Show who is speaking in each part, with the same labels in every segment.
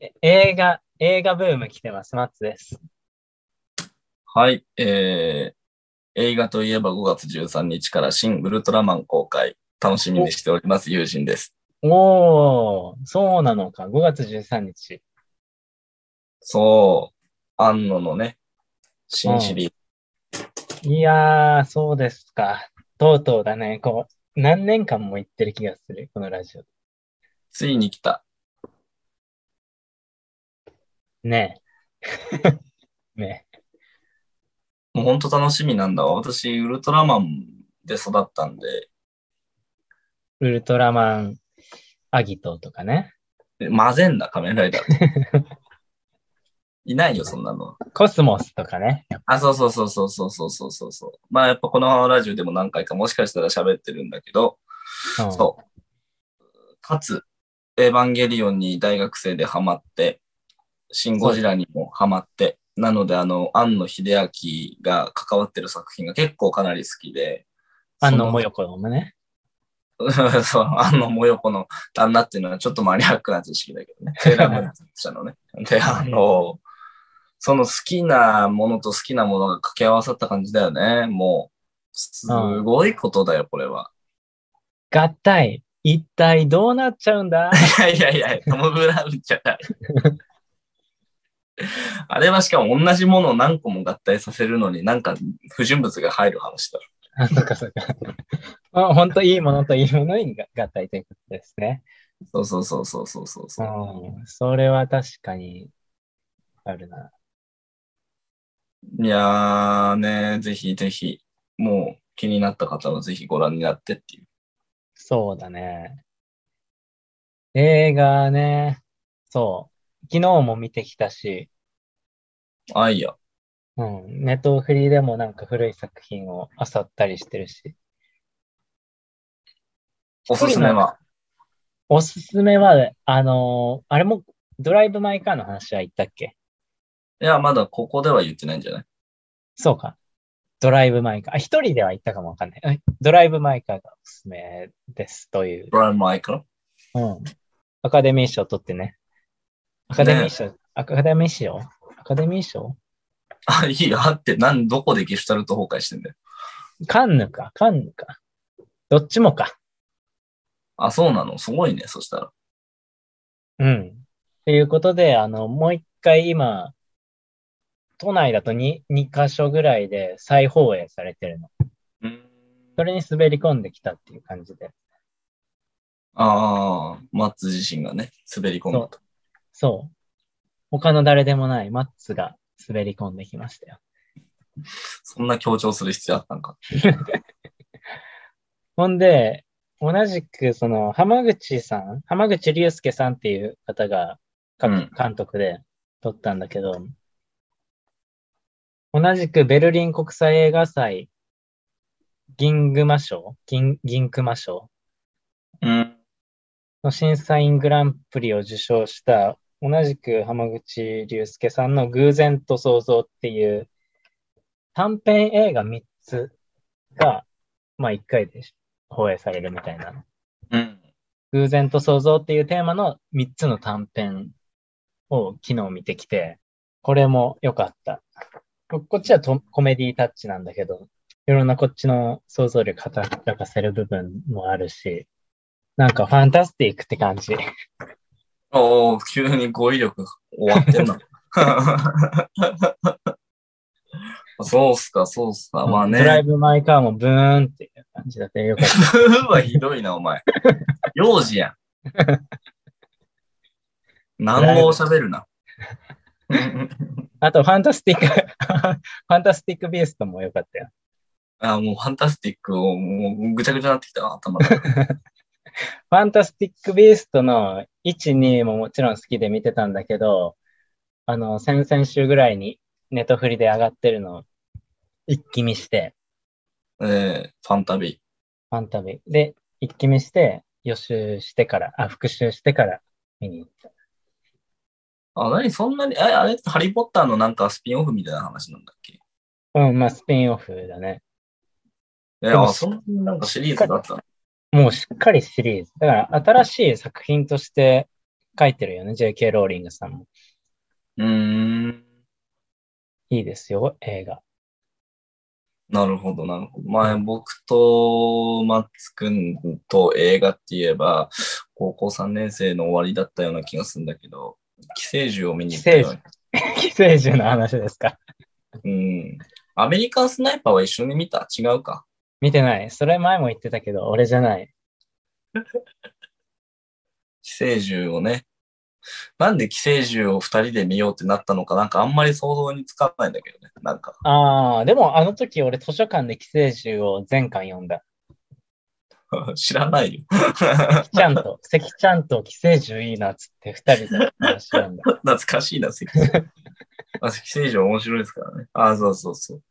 Speaker 1: え映画、映画ブーム来てます。マッツです。
Speaker 2: はい、えー、映画といえば5月13日から新ウルトラマン公開、楽しみにしております、友人です。
Speaker 1: おー、そうなのか。5月13日。
Speaker 2: そう、安野のね、新シリーズ。
Speaker 1: いやー、そうですか。とうとうだね。こう、何年間も行ってる気がする。このラジオ。
Speaker 2: ついに来た。
Speaker 1: ね え。ね
Speaker 2: もうほんと楽しみなんだわ。私、ウルトラマンで育ったんで、
Speaker 1: え。ウルトラマン、アギトとかね。
Speaker 2: え混ぜんな、仮面ライダー。いないよ、そんなの。
Speaker 1: コスモスとかね。
Speaker 2: あ、そうそうそうそうそうそうそうそうそう。まあ、やっぱこのラジオでも何回かもしかしたら喋ってるんだけど、
Speaker 1: うん
Speaker 2: そう。かつ、エヴァンゲリオンに大学生でハマって、シン・ゴジラにもハマって、なので、あの、庵野秀明が関わってる作品が結構かなり好きで、
Speaker 1: あの、もよこもね。
Speaker 2: こ。 そう、庵野もよこの旦那っていうのはちょっとマニアックな知識だけどね。セーラームーン社 のね。で、あの、その好きなものと好きなものが掛け合わさった感じだよね。もう、すごいことだよ、これは。
Speaker 1: 合体。一体どうなっちゃうんだ
Speaker 2: いやいやいや、トム・ブラウンじゃない。 あれはしかも同じものを何個も合体させるのになんか不純物が入る話だろ。
Speaker 1: あ、そっかそっか。あ本当いいものといいものに合体ということですね。
Speaker 2: そうそうそうそうそうそうそう。
Speaker 1: うん、それは確かに、あるな。
Speaker 2: いやーね、ぜひぜひ、もう気になった方はぜひご覧になってっていう。
Speaker 1: そうだね。映画ね、そう。昨日も見てきたし、
Speaker 2: あいや、
Speaker 1: うん、ネットフリーでもなんか古い作品を漁ったりしてるし、
Speaker 2: おすすめは。
Speaker 1: おすすめは、あのーあれも、ドライブ・マイ・カーの話は言ったっけ
Speaker 2: いや、まだここでは言ってないんじゃない
Speaker 1: そうか。ドライブ・マイ・カー。あ、一人では言ったかもわかんないえ。ドライブ・マイ・カーがおすすめですという。
Speaker 2: ブライマイクロ
Speaker 1: うん。アカデミー賞取ってね。アカデミー賞、アカデミー賞アカデミー賞
Speaker 2: あ、いいよ、あって、なん、どこでゲシュタルト崩壊してんだよ。
Speaker 1: カンヌか、カンヌか。どっちもか。
Speaker 2: あ、そうなのすごいね、そしたら。
Speaker 1: うん。ということで、あの、もう一回今、都内だと 2, 2カ所ぐらいで再放映されてるの。
Speaker 2: うん。
Speaker 1: それに滑り込んできたっていう感じで。
Speaker 2: ああ、マッツ自身がね、滑り込んだと。
Speaker 1: そう。他の誰でもないマッツが滑り込んできましたよ。
Speaker 2: そんな強調する必要あったんか。
Speaker 1: ほんで、同じく、その、浜口さん、浜口竜介さんっていう方が、か
Speaker 2: うん
Speaker 1: 監督で撮ったんだけど、同じくベルリン国際映画祭、銀熊賞銀、銀熊賞
Speaker 2: うん。
Speaker 1: の審査員グランプリを受賞した、同じく浜口竜介さんの偶然と想像っていう短編映画3つが、まあ1回で放映されるみたいな。
Speaker 2: うん。
Speaker 1: 偶然と想像っていうテーマの3つの短編を昨日見てきて、これも良かった。ここっちはとコメディタッチなんだけど、いろんなこっちの想像力働かせる部分もあるし、なんかファンタスティックって感じ。
Speaker 2: おお、急に語彙力終わってん な。そうっすか、そうっすか。まあ
Speaker 1: ドライ
Speaker 2: ね。
Speaker 1: ブ・マイ・カーもブーンっていう感じだったよかった。
Speaker 2: ブ ーはひどいな、お前。幼児 やん。何語を喋るな。
Speaker 1: あと、ファンタスティック、 ファンタスティック・ビーストも良かったよ。
Speaker 2: あもうファンタスティックをもうぐちゃぐちゃになってきた頭が。
Speaker 1: ファンタスティック・ビーストの1、2ももちろん好きで見てたんだけど、あの、先々週ぐらいにネトフリで上がってるのを一気見して、
Speaker 2: えー、ファンタビー。
Speaker 1: ファンタビ。で、一気見して、予習してから、あ、復習してから見に行った。
Speaker 2: あ、何そんなに、え、あれってハリーポッターのなんかスピンオフみたいな話なんだっけ
Speaker 1: うん、まあ、スピンオフだね。
Speaker 2: え、
Speaker 1: でも
Speaker 2: あ、そんなになんかシリーズだったの
Speaker 1: もうしっかりシリーズ。だから、新しい作品として書いてるよね、JK ローリングさんも。
Speaker 2: うーん。
Speaker 1: いいですよ、映画。
Speaker 2: なるほど、なるほど。前、僕とマッツくんと映画って言えば、高校3年生の終わりだったような気がするんだけど、寄生獣を見に行ったような
Speaker 1: 寄生獣の話ですか。
Speaker 2: うん。アメリカンスナイパーは一緒に見た違うか。
Speaker 1: 見てない。それ前も言ってたけど、俺じゃない。
Speaker 2: 寄生獣をね。なんで寄生獣を二人で見ようってなったのか、なんかあんまり想像につかないんだけどね。なんか、
Speaker 1: ああ、でもあの時俺図書館で寄生獣を全巻読んだ。
Speaker 2: 知らないよ。
Speaker 1: 関ちゃん と、関ちゃんと寄生獣いいなっつって二人で話してるんだ。
Speaker 2: 懐かしいな、関 さんあ寄生獣面白いですからね。あ、そうそうそう。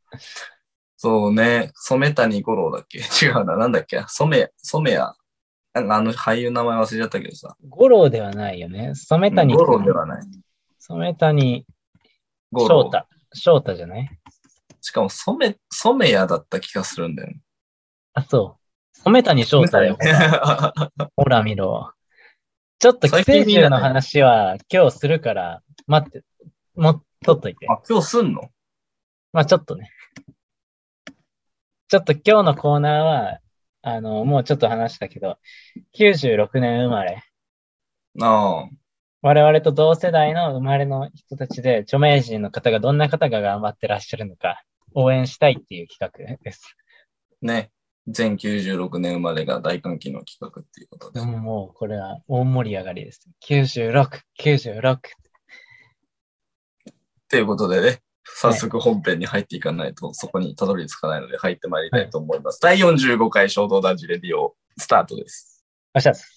Speaker 2: そうね、染谷五郎だっけ違うな、なんだっけ染、染谷。なんかあの俳優の名前忘れちゃったけどさ。
Speaker 1: 五郎ではないよね。染谷
Speaker 2: 五郎ではない。
Speaker 1: 染谷
Speaker 2: 五
Speaker 1: 翔
Speaker 2: 郎。
Speaker 1: 太。翔太じゃない
Speaker 2: しかも染、染谷だった気がするんだよね。
Speaker 1: あ、そう。染谷翔太 よ。ほら見ろ。ちょっと寄生獣の話は今日するから、待って、もっとっといて。
Speaker 2: あ、今日すんの
Speaker 1: まあちょっとね。ちょっと今日のコーナーは、あの、もうちょっと話したけど、96年生まれ。
Speaker 2: ああ。
Speaker 1: 我々と同世代の生まれの人たちで、著名人の方がどんな方が頑張ってらっしゃるのか、応援したいっていう企画です。
Speaker 2: ね。全96年生まれが大歓喜の企画っていうことで
Speaker 1: で。ももうこれは大盛り上がりです。96、96。
Speaker 2: ということでね、早速本編に入っていかないと、そこにたどり着かないので入ってまいりたいと思います。第45回衝動男児レディオ、スタートです。
Speaker 1: おっしゃす。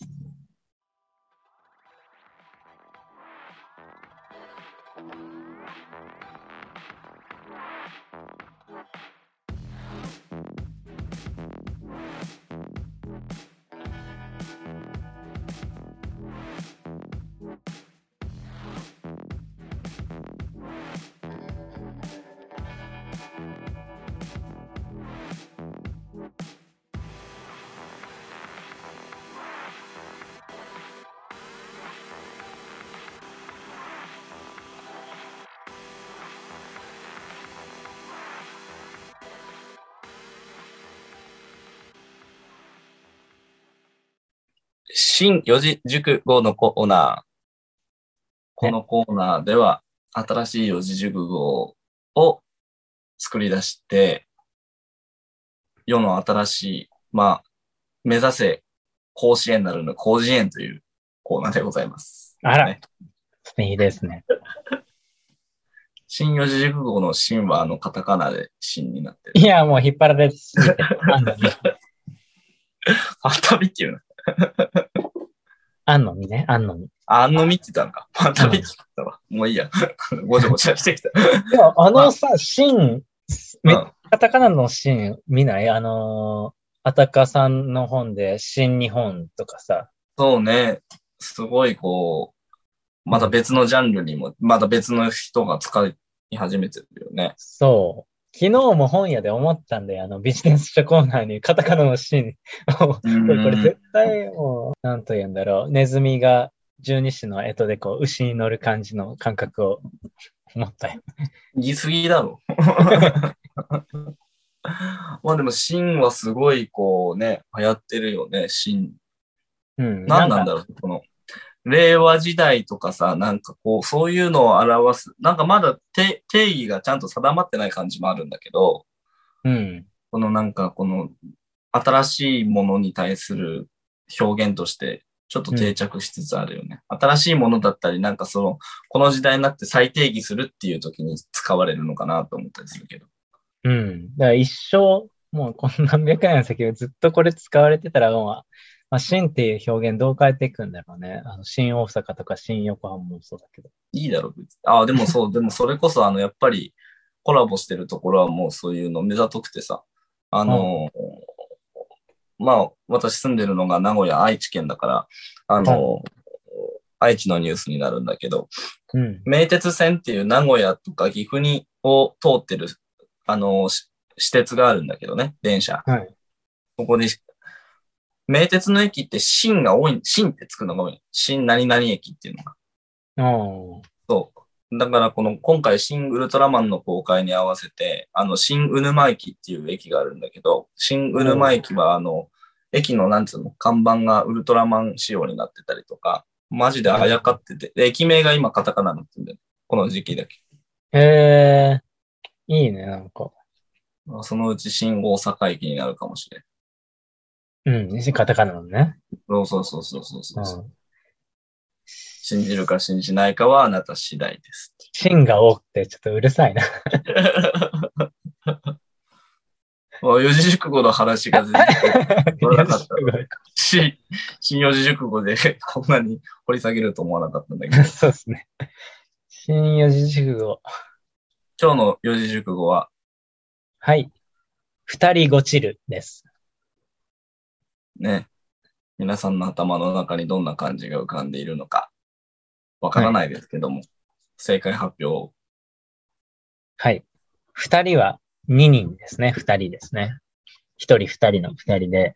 Speaker 2: 新四字熟語のコーナー。このコーナーでは、新しい四字熟語を作り出して、世の新しい、まあ、目指せ、甲子園なるの甲子園というコーナーでございます。
Speaker 1: あら
Speaker 2: ね、
Speaker 1: 素敵ですね。
Speaker 2: 新四字熟語の新は、あの、カタカナで新になってる。
Speaker 1: いや、もう引っ張られすぎて、あんのに、
Speaker 2: パタビっていうの
Speaker 1: あんのにね、あんのに。
Speaker 2: あんのみって言ったのか。パタビって言ったわ。もういいや。 ごちゃごちゃしてきた。
Speaker 1: でも、あのさ、シーン、め
Speaker 2: うん
Speaker 1: カタカナのシーン見ないあのー、アタカさんの本で、新日本とかさ、
Speaker 2: そうね。すごいこう、また別のジャンルにも、また別の人が使い始めてるよね。
Speaker 1: そう。昨日も本屋で思ったんだよ、あのビジネス書コーナーにカタカナのシーン。こ
Speaker 2: うん
Speaker 1: れこれ絶対もう、なんと言うんだろう。ネズミが十二支の干支でこう、牛に乗る感じの感覚を持ったよ。
Speaker 2: 言い過ぎ だろ。まあでも、シンはすごいこうね、流行ってるよね、シン。
Speaker 1: うん。
Speaker 2: 何なん
Speaker 1: か
Speaker 2: だろう、この。令和時代とかさ、なんかこう、そういうのを表す。なんかまだ定定義がちゃんと定まってない感じもあるんだけど、
Speaker 1: うん。
Speaker 2: このなんかこの新しいものに対する表現としてちょっと定着しつつあるよね。新しいものだったりなんかそのこの時代になって再定義するっていう時に使われるのかなと思ったりするけど。
Speaker 1: うん。だから一生、もうこん何百年の先ずっとこれ使われてたら、もう、まあ、新っていう表現どう変えていくんだろうね。あの、新大阪とか新横浜もそうだけど。
Speaker 2: いいだろう、別にああ、でもそう、でもそれこそあのやっぱりコラボしてるところはもうそういうの目ざとくてさ、あの、まあ私住んでるのが名古屋、愛知県だから、あの、愛知のニュースになるんだけど、
Speaker 1: うん。
Speaker 2: 名鉄線っていう名古屋とか岐阜にを通ってる、あの、し私鉄があるんだけどね、電車。
Speaker 1: はい。
Speaker 2: ここで、名鉄の駅って新が多い、新ってつくのが多い。新何々駅っていうのが。
Speaker 1: おー
Speaker 2: そう。だからこの今回新ウルトラマンの公開に合わせて、あの新うぬま駅っていう駅があるんだけど、新うぬま駅はあの、駅のなんつうの、看板がウルトラマン仕様になってたりとか、マジであやかってて、で駅名が今カタカナになってんだよ。この時期だけ。
Speaker 1: へえ、いいね、なんか。
Speaker 2: そのうち新大阪駅になるかもしれん。
Speaker 1: うん、カタカナのね。
Speaker 2: そうそうそうそうそう
Speaker 1: う
Speaker 2: そう。
Speaker 1: ん。
Speaker 2: 信じるか信じないかはあなた次第です。
Speaker 1: 芯が多くてちょっとうるさいな。
Speaker 2: もう四字熟語の話が全然取らなかったし、新四字熟語で こんなに掘り下げると思わなかったんだけ ど、
Speaker 1: そうですね。新四字熟語。
Speaker 2: 今日の四字熟語は、
Speaker 1: はい。二人ごちるです。
Speaker 2: ね、皆さんの頭の中にどんな漢字が浮かんでいるのか、わからないですけども、正解発表を
Speaker 1: はい。二人は二人ですね。二人ですね。一人二人の二人で。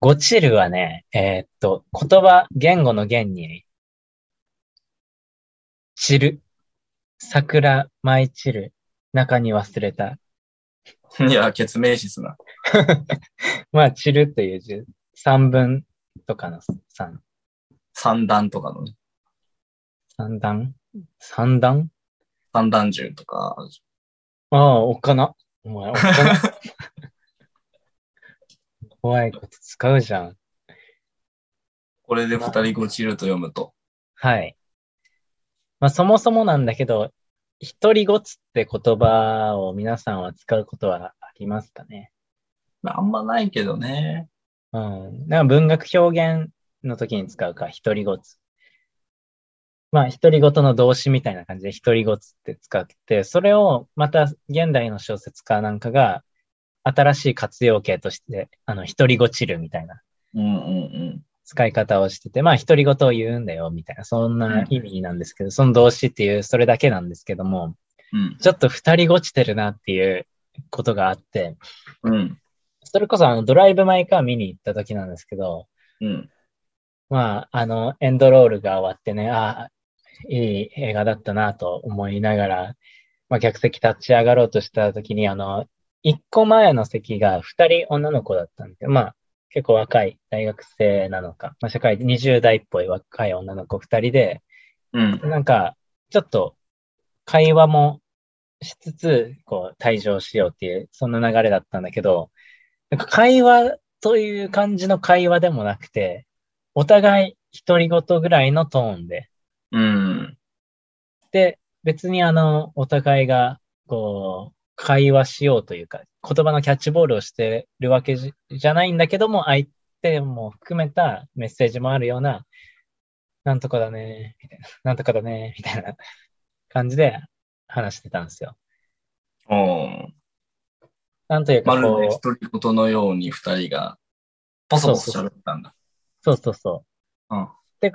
Speaker 1: ごちるはね、えーっと、言葉、言語の言に、散る。桜舞い散る。中に忘れた。
Speaker 2: いや、決明しすな。
Speaker 1: まあ、散るという字、三分とかの三、
Speaker 2: 三段とかのね、
Speaker 1: 三段三段
Speaker 2: 三段銃とか、
Speaker 1: ああ、おっかな。お前、おっかな。怖いこと使うじゃん。
Speaker 2: これで二人ごちると読むと、
Speaker 1: はい。まあ、そもそもなんだけど、一人ごつって言葉を皆さんは使うことはありますかね
Speaker 2: あんまないけどね。
Speaker 1: うん。なんか文学表現の時に使うか、一人ごつ。まあ、一人ごとの動詞みたいな感じで、一人ごつって使って、それをまた現代の小説家なんかが、新しい活用形として、あの、一人ごちるみたいな
Speaker 2: うんうんうん。
Speaker 1: 使い方をしてて、まあ、独り言を言うんだよ、みたいな、そんな意味なんですけど、その動詞っていう、それだけなんですけども、
Speaker 2: うん。
Speaker 1: ちょっと二人ごちてるなっていうことがあって、
Speaker 2: うん。
Speaker 1: それこそあの、ドライブ・マイ・カー見に行った時なんですけど、
Speaker 2: うん。
Speaker 1: まあ、あの、エンドロールが終わってね、ああ、いい映画だったなと思いながら、まあ、客席立ち上がろうとした時に、あの、一個前の席が二人女の子だったんで、まあ、結構若い大学生なのか、まあ、社会20代っぽい若い女の子二人で、
Speaker 2: うん。
Speaker 1: なんか、ちょっと会話もしつつ、こう、退場しようっていう、そんな流れだったんだけど、なんか会話という感じの会話でもなくて、お互い独り言ぐらいのトーンで、
Speaker 2: うん。
Speaker 1: で、別にあの、お互いが、こう、会話しようというか、言葉のキャッチボールをしてるわけじじゃないんだけども、相手も含めたメッセージもあるような、なんとかだね、みたいな、なんとかだね、みたいな 感じで話してたんですよ。
Speaker 2: おー
Speaker 1: なんという
Speaker 2: ま
Speaker 1: か、
Speaker 2: るで
Speaker 1: こ
Speaker 2: 独り言のように二人が、ポソポソ喋ったんだ。
Speaker 1: う、そうそうそう。
Speaker 2: うん
Speaker 1: で、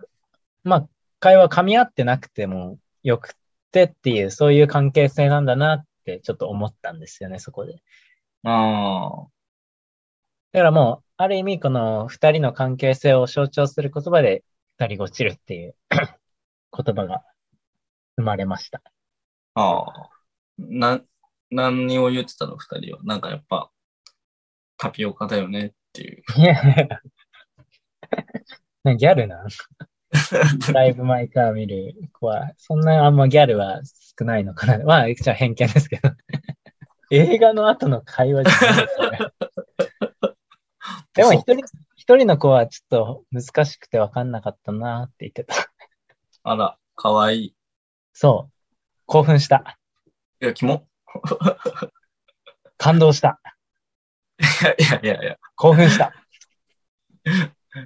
Speaker 1: まあ、会話噛み合ってなくてもよくてっていう、そういう関係性なんだなってちょっと思ったんですよね、そこで。
Speaker 2: あ
Speaker 1: だからもう、ある意味、この二人の関係性を象徴する言葉で、二人ごちるっていう 言葉が生まれました。
Speaker 2: あ。ああ。な、何を言ってたの二人は。なんかやっぱ、タピオカだよねっていう。
Speaker 1: いやなギャルなライブマイカー見る子は、そんなあんまギャルは少ないのかな。 まあ、いくちゃ偏見ですけど。 映画の後の会話じゃないですよね。 でも一人、一人の子はちょっと難しくて分かんなかったなって言ってた。
Speaker 2: あら、かわいい。い
Speaker 1: そう。興奮した。
Speaker 2: や、キモ。
Speaker 1: 感動した。
Speaker 2: いやいやいやいや、
Speaker 1: 興奮した。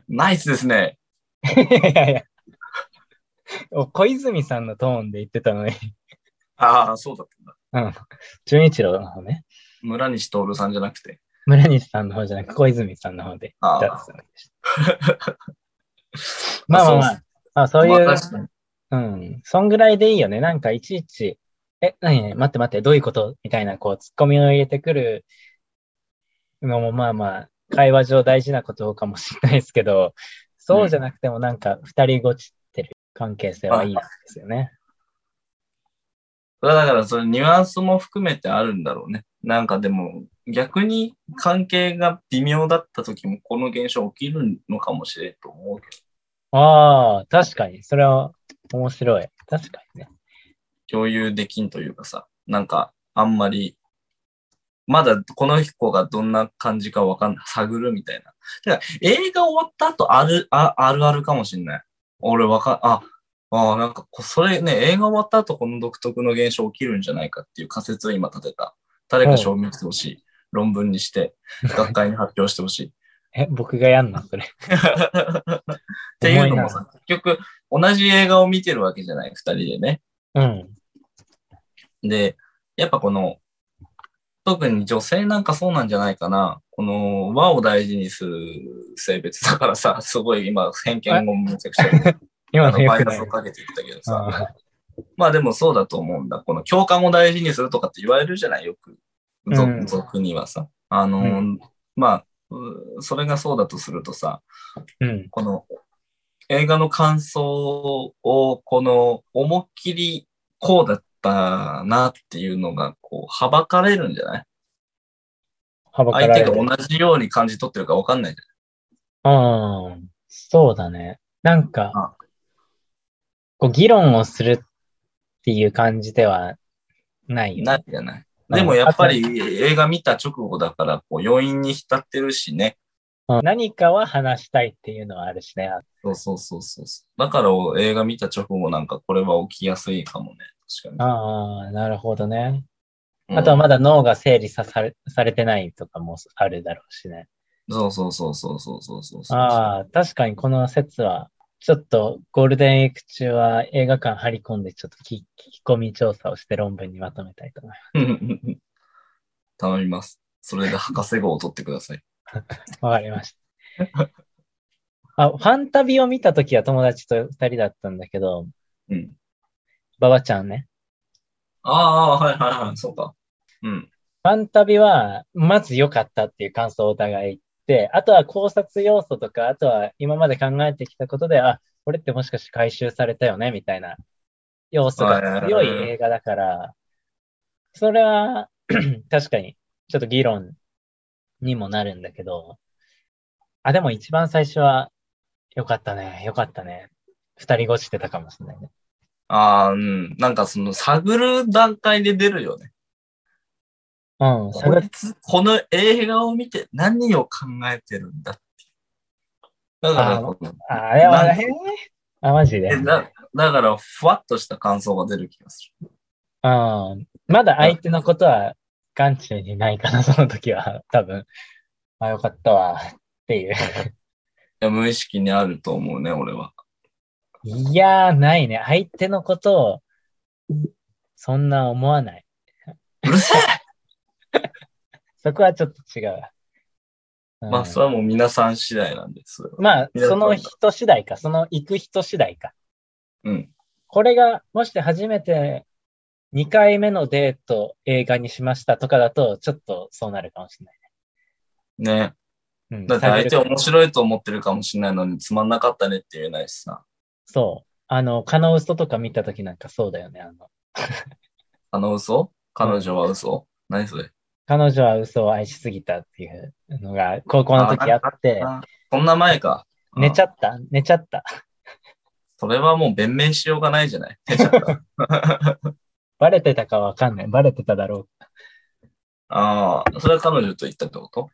Speaker 2: ナイスですね。
Speaker 1: いやいや。お小泉さんのトーンで言ってたのに、
Speaker 2: ああ、そうだったんだ。
Speaker 1: うん。純一郎の方ね。
Speaker 2: 村西徹さんじゃなくて。
Speaker 1: 村西さんの方じゃなく、小泉さんの方で言
Speaker 2: あ
Speaker 1: った
Speaker 2: あ
Speaker 1: っ。てでした。 まあまあま
Speaker 2: そうっ
Speaker 1: あ、まあ、そういう、
Speaker 2: 確かに
Speaker 1: うん。そんぐらいでいいよね。なんかいちいち、え、何々待って待って、どういうことみたいな、こう、ツッコミを入れてくるのも、まあまあ、会話上大事なことかもしれないですけど、そうじゃなくてもなんか二人ごちってる関係性はいいですよね。
Speaker 2: それはだから、それニュアンスも含めてあるんだろうね。なんかでも、逆に関係が微妙だった時も、この現象起きるのかもしれんと思うけど、
Speaker 1: ああ、確かに。それは面白い。確かにね。
Speaker 2: 共有できんというかさ、なんか、あんまり、まだこの子がどんな感じかわかんない。探るみたいな。だから、映画終わった後ある、ああるあるかもしんない。俺わかん、あ、あーなんかこ、それね、映画終わった後この独特の現象起きるんじゃないかっていう仮説を今立てた。誰か証明してほしい。論文にして、学会に発表してほしい。
Speaker 1: え、僕がやんの それ。
Speaker 2: っていうのもさ、結局、同じ映画を見てるわけじゃない、二人でね。
Speaker 1: うん。
Speaker 2: で、やっぱこの、特に女性なんかそうなんじゃないかな。この和を大事にする性別だからさ、 すごい今偏見をめち ゃくちゃ、
Speaker 1: 今
Speaker 2: あ
Speaker 1: の
Speaker 2: の
Speaker 1: よ
Speaker 2: バイ
Speaker 1: く
Speaker 2: ア
Speaker 1: ない
Speaker 2: スを。かけていったけどさ、
Speaker 1: あ
Speaker 2: まあでもそうだと思うんだ。この共感を大事にするとかって言われるじゃないよく。
Speaker 1: う
Speaker 2: 俗
Speaker 1: ん
Speaker 2: 俗にはさ。あのー
Speaker 1: う
Speaker 2: まあ、うそれがそうだとするとさ、
Speaker 1: ーうん。
Speaker 2: この映画の感想を、この思いっきりこうだったなっていうのが、こう、はばかれるんじゃない
Speaker 1: はばから
Speaker 2: 相手
Speaker 1: れ
Speaker 2: が
Speaker 1: る。
Speaker 2: 同じように感じ取ってるかわかんないじ
Speaker 1: うん。そうだね。なんか
Speaker 2: あ、
Speaker 1: こう、議論をするっていう感じではない
Speaker 2: ゃ
Speaker 1: よ。
Speaker 2: ない。ないじゃない。でもやっぱり映画見た直後だから、こう、余韻に浸ってるしね。
Speaker 1: うん何かは話したいっていうのはあるしね。
Speaker 2: そうそうそうそうそう。だから映画見た直後なんかこれは起きやすいかもね。確か
Speaker 1: ああ、なるほどね。
Speaker 2: に。
Speaker 1: あとは
Speaker 2: うん
Speaker 1: まだ脳が整理さされされてないとかもあるだろうしね。
Speaker 2: そうそうそうそうそうそうそうそう。
Speaker 1: ああ、確かにこの説は、ちょっとゴールデンウィーク中は映画館張り込んでちょっと聞聞き込み調査をして論文にまとめたいと思いま
Speaker 2: 頼みます。それで博士号を取ってください。
Speaker 1: す。わかりました。あ、ファンタビを見たときは友達と二人だったんだけど、
Speaker 2: うん。
Speaker 1: ババちゃんね。
Speaker 2: ああ、はいはいはい、そうか。うん。
Speaker 1: ファンタビは、まず良かったっていう感想をお互い言って、あとは考察要素とか、あとは今まで考えてきたことで、あ、これってもしかして回収されたよね、みたいな要素が強い映画だから、それは 確かにちょっと議論にもなるんだけど、あ、でも一番最初は良かったね、良かったね。二人ごちしてたかもしれないね。
Speaker 2: ああ、うん。なんかその探る段階で出るよね。
Speaker 1: うん、
Speaker 2: こいつ、この映画を見て何を考えてるんだっていう。だから
Speaker 1: あー
Speaker 2: この、
Speaker 1: あ、あれは
Speaker 2: なん
Speaker 1: ね、あ、マジで。
Speaker 2: えだだから、ふわっとした感想が出る気がする。
Speaker 1: うん。まだ相手のことは眼中にないかな、 その時は。多分。あ、よかったわ。っていう。
Speaker 2: いや無意識にあると思うね、俺は。
Speaker 1: いやー、ないね。相手のことを、そんな思わない。
Speaker 2: うるせえ
Speaker 1: そこはちょっと違うわ。うん
Speaker 2: まあ、それはもう皆さん次第なんです。
Speaker 1: まあ、その人次第か、その行く人次第か。
Speaker 2: うん。
Speaker 1: これが、もし初めて2回目のデート映画にしましたとかだと、ちょっとそうなるかもしれない。
Speaker 2: ね。
Speaker 1: うん、
Speaker 2: だって相手
Speaker 1: 探る
Speaker 2: 面白いと思ってるかもしれないのに、つまんなかったねって言えないしさ。
Speaker 1: そう。あの、カノウストとか見た時なんかそうだよね。あの、
Speaker 2: あの嘘彼女は嘘、何それ
Speaker 1: 彼女は嘘を愛しすぎたっていうのが高校の時あって、
Speaker 2: あそんな前か。うん
Speaker 1: 寝ちゃった寝ちゃった。
Speaker 2: それはもう弁明しようがないじゃない。寝ちゃった。
Speaker 1: バレてたかわかんない。バレてただろ
Speaker 2: ああ、それは彼女と言ったってこと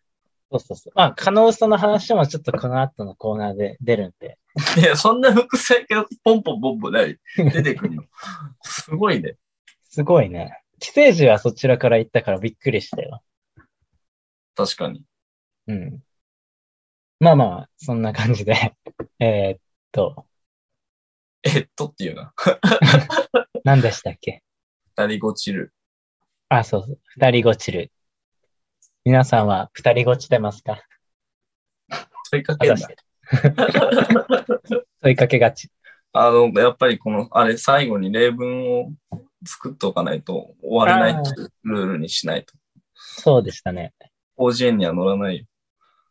Speaker 1: う。そうそうそう。まあ、可能性の話もちょっとこの後のコーナーで出るんで。
Speaker 2: いや、そんな伏線がポンポンポンポンない出てくるの。すごいね。
Speaker 1: すごいね。寄生児はそちらから行ったからびっくりしたよ。
Speaker 2: 確かに。
Speaker 1: うん。まあまあ、そんな感じで。 えーっと、
Speaker 2: えっとっていうな。
Speaker 1: 何でしたっけ
Speaker 2: 二人ごちる。
Speaker 1: あ、そうそう。二人ごちる。皆さんは二人ごちてますか
Speaker 2: 問いか
Speaker 1: 果
Speaker 2: け
Speaker 1: た
Speaker 2: んだ
Speaker 1: し。て。 問いかけがち。
Speaker 2: あの、やっぱりこの、あれ、最後に例文を作っておかないと終われないっていうルールにしないと。
Speaker 1: そうでしたね。
Speaker 2: 広辞苑には乗らないよ。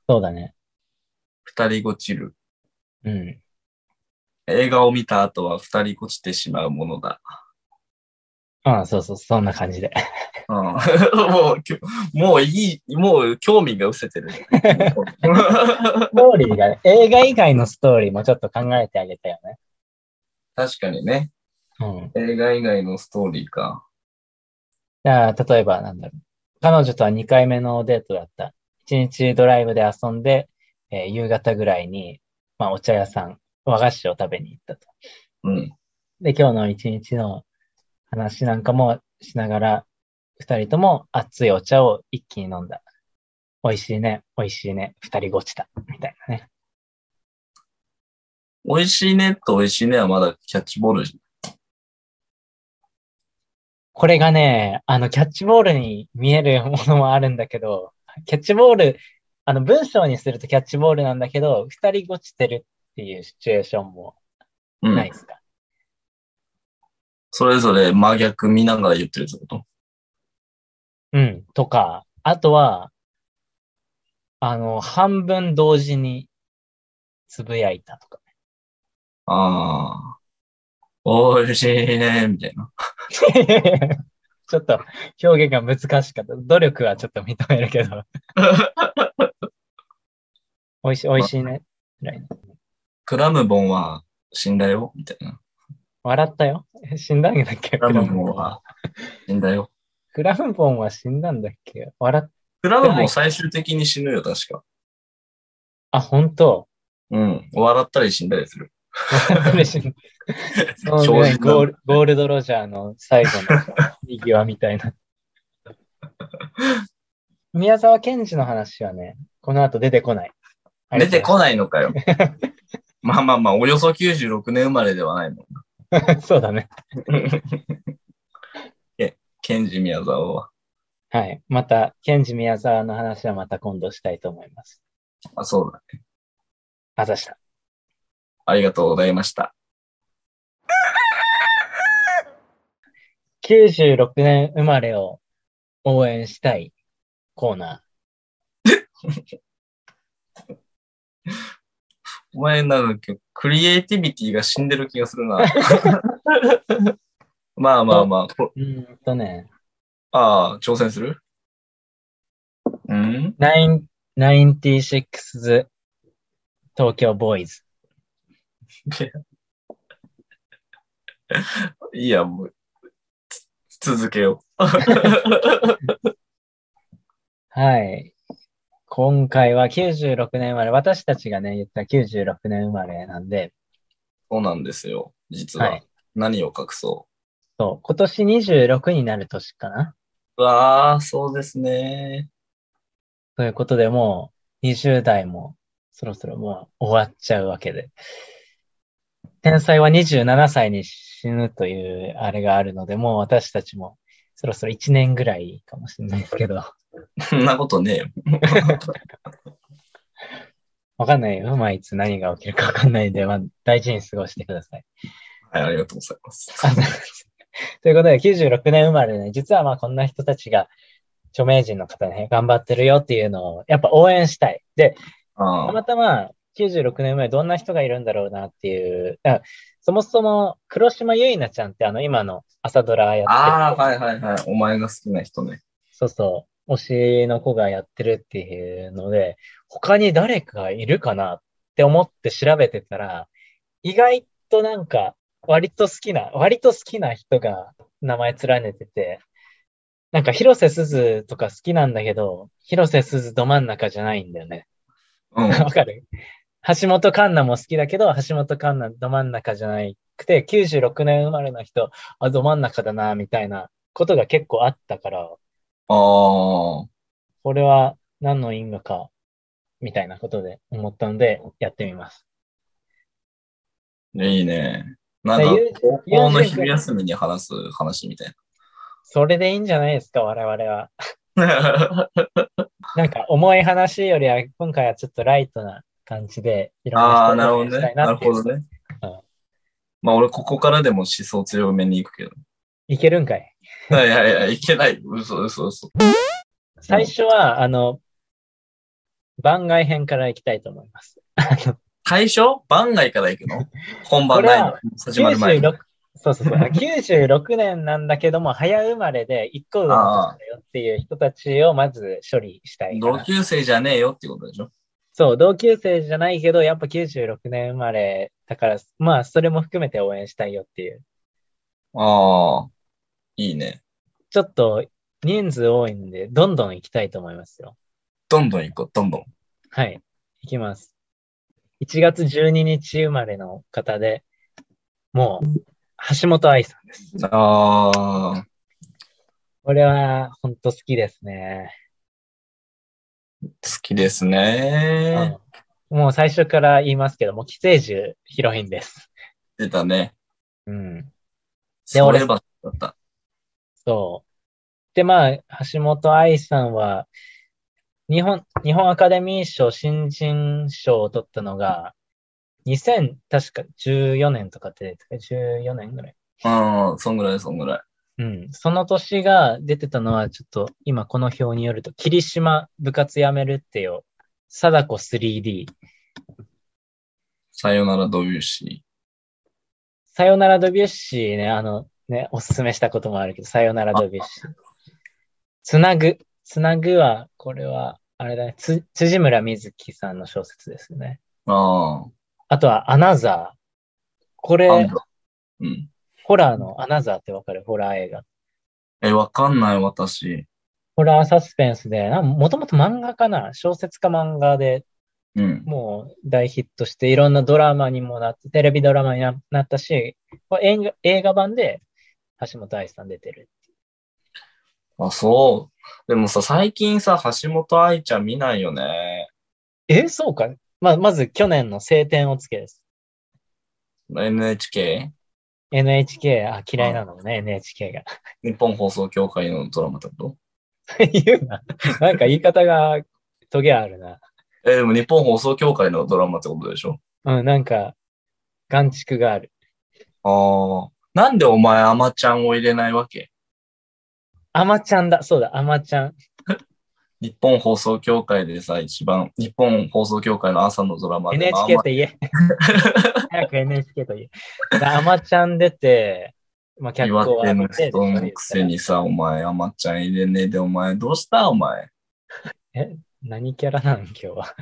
Speaker 1: そうだね。
Speaker 2: 二人ごちる。
Speaker 1: うん。
Speaker 2: 映画を見た後は二人ごちてしまうものだ。
Speaker 1: ああ、そうそう、そんな感じで。
Speaker 2: うん、もうきょ、もういい、もう興味が失せて る。
Speaker 1: ストーリーが、ね、映画以外のストーリーもちょっと考えてあげたよね。
Speaker 2: 確かにね。
Speaker 1: うん。
Speaker 2: 映画以外のストーリーか。
Speaker 1: じゃあ、例えばなんだろう。彼女とは2回目のデートだった。1日ドライブで遊んで、えー夕方ぐらいに、まあ、お茶屋さん、和菓子を食べに行ったと。
Speaker 2: うん。
Speaker 1: で、今日の一日の話なんかもしながら、二人とも熱いお茶を一気に飲んだ。美味しいね、美味しいね、二人ごちだ、みたいなね。
Speaker 2: 美味しいねと美味しいねはまだキャッチボールじ
Speaker 1: これがね、あの、キャッチボールに見えるものもあるんだけど、キャッチボール、あの、文章にするとキャッチボールなんだけど、二人ごちてるっていうシチュエーションも
Speaker 2: ゃん。うん。
Speaker 1: ないですか。
Speaker 2: それぞれ真逆見ながら言ってるってこと
Speaker 1: うん、とか、あとは、あの、半分同時につぶやいたとか。
Speaker 2: ああ。美味しいね、みたいな。
Speaker 1: ちょっと表現が難しかった。努力はちょっと認めるけ ど。おいしい、おいしいね。
Speaker 2: クラムボンは死んだよ、みたいな。
Speaker 1: 笑ったよ。え死んだんだっけ
Speaker 2: クラムボンは死んだよ。
Speaker 1: クラムボンは死んだんだっけ笑っ、
Speaker 2: クラムボン最終的に死ぬよ、確か。
Speaker 1: あ、本当
Speaker 2: うん。笑ったり死んだりする。
Speaker 1: 嬉しい。そう
Speaker 2: 正
Speaker 1: ね
Speaker 2: 直
Speaker 1: ゴールゴールドロジャーの最後の右輪みたいな。宮沢賢治の話はね、この後出てこない。
Speaker 2: 出てこないのか よ。まあまあまあ、およそ96年生まれではないもん。
Speaker 1: ない。 そうだね。
Speaker 2: え、ケンジ宮沢は。
Speaker 1: はい。また、賢治宮沢の話はまた今度したいと思います。
Speaker 2: あ、そうだ。
Speaker 1: あざした。
Speaker 2: ありがとうございました。
Speaker 1: 96年生まれを応援したいコーナ
Speaker 2: お前なんか、クリエイティビティが死んでる気がする な。まあまあまあ、こ
Speaker 1: ー。うーんとね、
Speaker 2: ああ、挑戦するうん
Speaker 1: 9 96東京ボーイズ。
Speaker 2: いや、もう、つ続けよ
Speaker 1: はい。今回は96年生まれ、私たちがね、言った96年生まれなんで、
Speaker 2: う。そうなんですよ。実
Speaker 1: は。。
Speaker 2: はい何を隠そ
Speaker 1: そう、今年26になる年かな
Speaker 2: う。わあ、そうですね。
Speaker 1: ということで、もう20代もそろそろもう終わっちゃうわけで。天才は27歳に死ぬというあれがあるので、もう私たちもそろそろ1年ぐらいかもしれないですけど、
Speaker 2: そんなことねえよ。
Speaker 1: わかんないよ。まあ、いつ何が起きるかわかんないんで、まあ、大事に過ごしてください。
Speaker 2: はい、ありがとうござい ます。
Speaker 1: あそうですということで、96年生まれね、実はまあこんな人たちが著名人の方ね、頑張ってるよっていうのをやっぱ応援したい。で、た
Speaker 2: ああ
Speaker 1: またま96年前どんな人がいるんだろうなっていう、あそもそも黒島結菜ちゃんってあの今の朝ドラや
Speaker 2: あ
Speaker 1: っ
Speaker 2: あ、
Speaker 1: てる、
Speaker 2: はいはいはい。お前が好きな人ね。
Speaker 1: そうそう、推しの子がやってるっていうので、他に誰かいるかなって思って調べてたら、意外となんか割と好きな、割と好きな人が名前連ねてて、なんか広瀬すずとか好きなんだけど、広瀬すずど真ん中じゃないんだよね。
Speaker 2: うん。
Speaker 1: わかる橋本環奈も好きだけど、橋本環奈ど真ん中じゃなくて、96年生まれの人、あ、ど真ん中だな、みたいなことが結構あったから、
Speaker 2: ああ。
Speaker 1: これは何の因果か、みたいなことで思ったので、やってみます。
Speaker 2: いいね。なんか
Speaker 1: でゆう、
Speaker 2: 高校の
Speaker 1: ゆうじゅん
Speaker 2: 昼休みに話す話みたい
Speaker 1: それでいいんじゃないですか、我々は。
Speaker 2: な。
Speaker 1: なんか重い話よりは、今回はちょっとライトな感じで、いろん
Speaker 2: ああ、
Speaker 1: な人
Speaker 2: なるほ
Speaker 1: を
Speaker 2: ど
Speaker 1: した
Speaker 2: ね
Speaker 1: い。
Speaker 2: な
Speaker 1: な
Speaker 2: る
Speaker 1: っていう
Speaker 2: ほどね
Speaker 1: うん。
Speaker 2: まあ、俺、ここからでも思想強めに行くけど。
Speaker 1: いけるんかい
Speaker 2: いやいやいや、いけない。嘘嘘嘘。
Speaker 1: 最初は、あの、番外編からいきたいと思います。
Speaker 2: 最初番外から行くの本番ないの始まる前に。
Speaker 1: 96そうそうそう 96年なんだけども、早生まれで一個上の年だよっていう人たちをまず処理したいか
Speaker 2: 同
Speaker 1: な。
Speaker 2: 級生じゃねえよってことでしょ
Speaker 1: そう、同級生じゃないけど、やっぱ96年生まれだから、まあ、それも含めて応援したいよっていう。
Speaker 2: ああ、いいね。
Speaker 1: ちょっと人数多いんで、どんどん行きたいと思いますよ。
Speaker 2: どんどん行こう、どんどん。
Speaker 1: はい、行きます。1月12日生まれの方で、もう、橋本愛さんです。
Speaker 2: ああ、
Speaker 1: これは、ほんと好きですね。
Speaker 2: 好きですね。
Speaker 1: うんもう最初から言いますけども、寄生獣ヒロインです。
Speaker 2: 出たね。
Speaker 1: うん。で
Speaker 2: そう
Speaker 1: 俺
Speaker 2: いえばだった。
Speaker 1: そう。で、まあ、橋本愛さんは、日本、日本アカデミー賞新人賞を取ったのが、2000、確か14年とかって出てたか、14年ぐらい。
Speaker 2: うん、そんぐらい、そんぐらい。
Speaker 1: うん。その年が出てたのは、ちょっと今この表によると、霧島部活やめるってよ、貞子 3D。
Speaker 2: さよならドビュッシ
Speaker 1: さよならドビュッシーね、あの、ね、おすすめしたこともあるけど、さよならドビュッシー。つなぐ。つなぐは、これは、あれだね、つ辻村瑞希さんの小説ですね。
Speaker 2: ー。あ
Speaker 1: あとは、アナザー。こ
Speaker 2: あ、ア
Speaker 1: れ
Speaker 2: ン、ダうん。
Speaker 1: ホラーのアナザーってわかるホラー映画。
Speaker 2: え、わかんない、私。
Speaker 1: ホラーサスペンスで、もともと漫画かな小説か漫画で
Speaker 2: うん。
Speaker 1: もう大ヒットして、いろんなドラマにもなって、テレビドラマにななったし、これ映画映画版で橋本愛さん出てる。
Speaker 2: あ、そう。でもさ、最近さ、橋本愛ちゃん見ないよね。
Speaker 1: え、そうか。まあ、まず去年の晴天をつけです。
Speaker 2: NHK?
Speaker 1: NHK、あ、嫌いなのね、NHK が。
Speaker 2: 日本放送協会のドラマってこと
Speaker 1: 言うな。なんか言い方が、トゲあるな。
Speaker 2: え、でも日本放送協会のドラマってことでしょ
Speaker 1: うん、なんか、眼畜がある。
Speaker 2: ああ。なんでお前、アマちゃんを入れないわけ
Speaker 1: アマちゃんだ。そうだ、アマちゃん。
Speaker 2: 日本放送協会でさ、一番、日本放送協会の朝のドラマで、まあ
Speaker 1: NHK と言 え。早く NHK と言え。だアマちゃん出て、まあ、脚
Speaker 2: 岩
Speaker 1: 光を
Speaker 2: 手の
Speaker 1: 浴びて
Speaker 2: 人のくせにさ、お前、アマちゃん入れねえで、お前、どうしたお前。
Speaker 1: 何キャラなん今日は。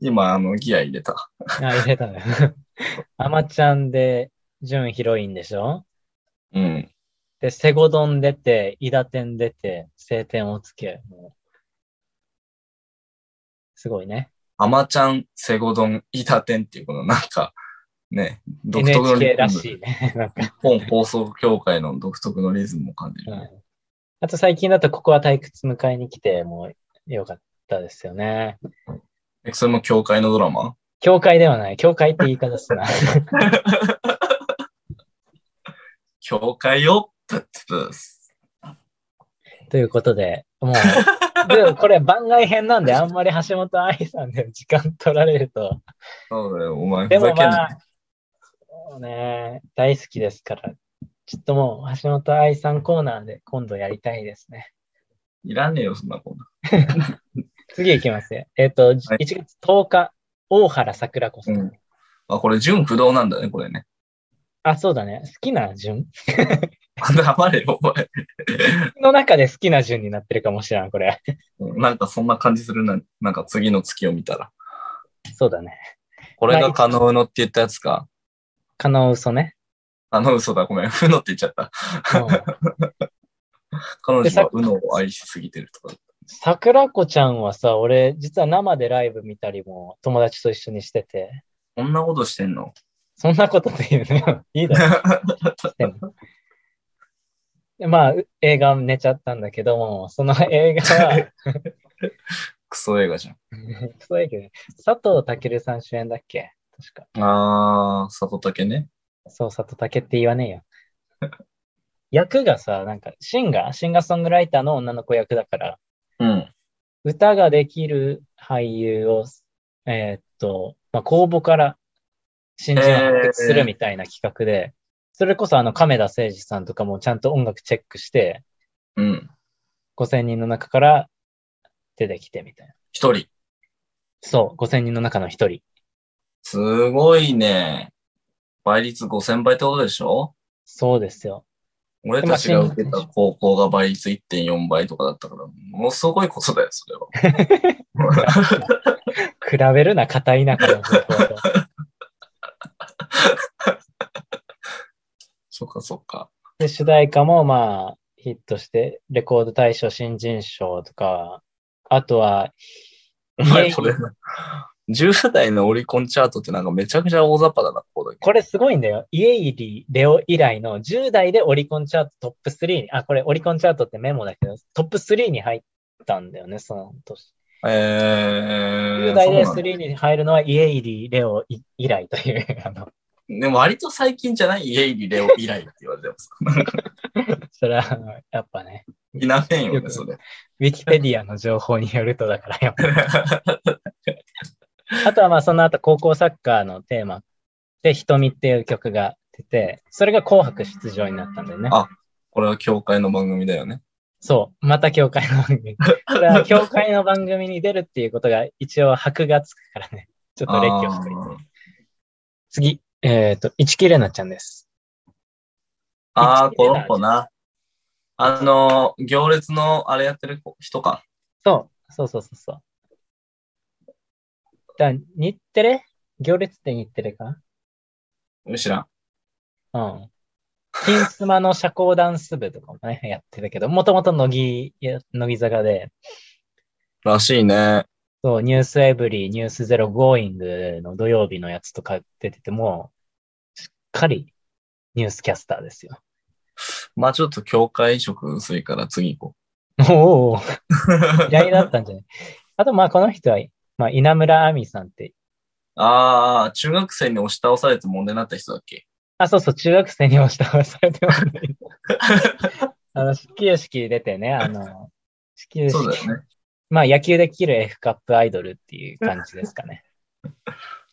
Speaker 2: 今、あの、ギア入れた。
Speaker 1: あ、入れたね。 アマちゃんで、純ヒロインでしょ
Speaker 2: うん。
Speaker 1: で、セゴドン出て、イダテン出て、晴天をつけ。もうすごいね。
Speaker 2: アマちゃん、セゴドン、イタテンっていう、このなんか、ね、独特の
Speaker 1: NHK
Speaker 2: リ
Speaker 1: ら
Speaker 2: ズム。
Speaker 1: しいね。 なんか
Speaker 2: 日本放送協会の独特のリズムを感じる
Speaker 1: う
Speaker 2: ね。
Speaker 1: んあと最近だとここは退屈迎えに来て、もうよかったですよね。
Speaker 2: え、それも協会のドラマ
Speaker 1: 教会ではない。教会って言い方すな。
Speaker 2: 教会よ、プッツプス。
Speaker 1: ということで、もう、でもこれ番外編なんで、あんまり橋本愛さんで時間取られると。
Speaker 2: そうだよ、お前ふ
Speaker 1: で
Speaker 2: ざけ
Speaker 1: も
Speaker 2: んな。
Speaker 1: まあ、そうね、大好きですから。ちょっともう、橋本愛さんコーナーで今度やりたいですね。
Speaker 2: いらねえよ、そんなこと。
Speaker 1: 次行きますね。えっ、と、1
Speaker 2: い
Speaker 1: 月10日、大原桜子さん。
Speaker 2: うんあ、これ、純不動なんだね、これね。
Speaker 1: あ、そうだね。好きな順
Speaker 2: あ黙れよ、お前。
Speaker 1: の中で好きな順になってるかもしれん、これ。
Speaker 2: うんなんかそんな感じするな。なんか次の月を見たら。
Speaker 1: そうだね。
Speaker 2: これが可能のって言ったやつか。
Speaker 1: カノウソ ね。
Speaker 2: あの嘘だ、ごめん。うのって言っちゃった。
Speaker 1: うん
Speaker 2: 彼
Speaker 1: で
Speaker 2: 女
Speaker 1: さ
Speaker 2: はうのを愛しすぎてるとか。
Speaker 1: 桜子ちゃんはさ、俺、実は生でライブ見たりも友達と一緒にしてて、
Speaker 2: こんなことしてんの
Speaker 1: そんなことって言うの いいだ ろ。でもでまあ、う映画寝ちゃったんだけども、その映画は、
Speaker 2: クソ映画じゃ
Speaker 1: そうやけど、佐藤健さん主演だっけ確か。
Speaker 2: ん。あー、里竹ね。
Speaker 1: そう、里竹って言わねえよ。役がさ、なんか、シンガー、シンガーソングライターの女の子役だから、
Speaker 2: うん。
Speaker 1: 歌ができる俳優を、えーっと、まあ、公募から新人を発掘するみたいな企画で、それこそあの、亀田誠治さんとかもちゃんと音楽チェックして、
Speaker 2: うん。
Speaker 1: 5000人の中から出てきてみたいな。
Speaker 2: 一人。
Speaker 1: そう、5000人の中の一人。
Speaker 2: すごいね。倍率5000倍ってことでしょ
Speaker 1: そうですよ。
Speaker 2: 俺たちが受けた高校が倍率1.4倍とかだったから、ものすごいことだよ、それ は。
Speaker 1: 比べるな、片田舎の高校と。
Speaker 2: そっかそっか。
Speaker 1: で、主題歌もまあ、ヒットして、レコード大賞新人賞とか、あとは、
Speaker 2: お前これ、10代のオリコンチャートってなんかめちゃくちゃ大雑把だな、ここだけ。
Speaker 1: これすごいんだよ。家入りレオ以来の10代でオリコンチャートトップ3に、あ、これオリコンチャートってメモだけど、トップ3に入ったんだよね、その年。
Speaker 2: え
Speaker 1: 10
Speaker 2: ー、
Speaker 1: 代
Speaker 2: そう
Speaker 1: で
Speaker 2: なんだ
Speaker 1: 3に入るのは家入りレオい以来という、 あの、
Speaker 2: でも割と最近じゃない家入りレオ以来って言われてます。
Speaker 1: それはあのやっぱね、
Speaker 2: いなへんよ
Speaker 1: よ
Speaker 2: ね、
Speaker 1: く
Speaker 2: それ。
Speaker 1: ウィキペディアの情報によるとだから、やっぱあとはまあその後高校サッカーのテーマで瞳っていう曲が出て、それが紅白出場になったんだよね
Speaker 2: あ。これは教会の番組だよね。
Speaker 1: そう。また教会の番組。これは教会の番組に出るっていうことが一応箔がつくからね。ちょっと列挙しといて。次。えっ、と、市木玲奈ちゃんです。
Speaker 2: あーあー、この子な。あの、行列のあれやってる子人か。
Speaker 1: そう。そうそうそうそう。だ日テレ行列って日テレか
Speaker 2: 知らん。
Speaker 1: うん。金スマの社交ダンス部とかもね、やってたけど、もともと乃木や、乃木坂で、
Speaker 2: らしいね。
Speaker 1: そう、ニュースエブリー、ニュースゼロゴーイングの土曜日のやつとか出てても、しっかりニュースキャスターですよ。
Speaker 2: まあちょっと教会色薄いから次行こ
Speaker 1: おお、
Speaker 2: う。
Speaker 1: 嫌いだったんじゃないあと、まあ、この人は、まあ、稲村亜美さんって、
Speaker 2: ああ、中学生に押し倒されて問題になった人だっけ
Speaker 1: あ、そうそう、中学生にも下をされて ますね。あの、始球式出てね、あの、始球
Speaker 2: そうだ
Speaker 1: 式、
Speaker 2: よね。
Speaker 1: まあ、野球で切る F カップアイドルっていう感じですかね。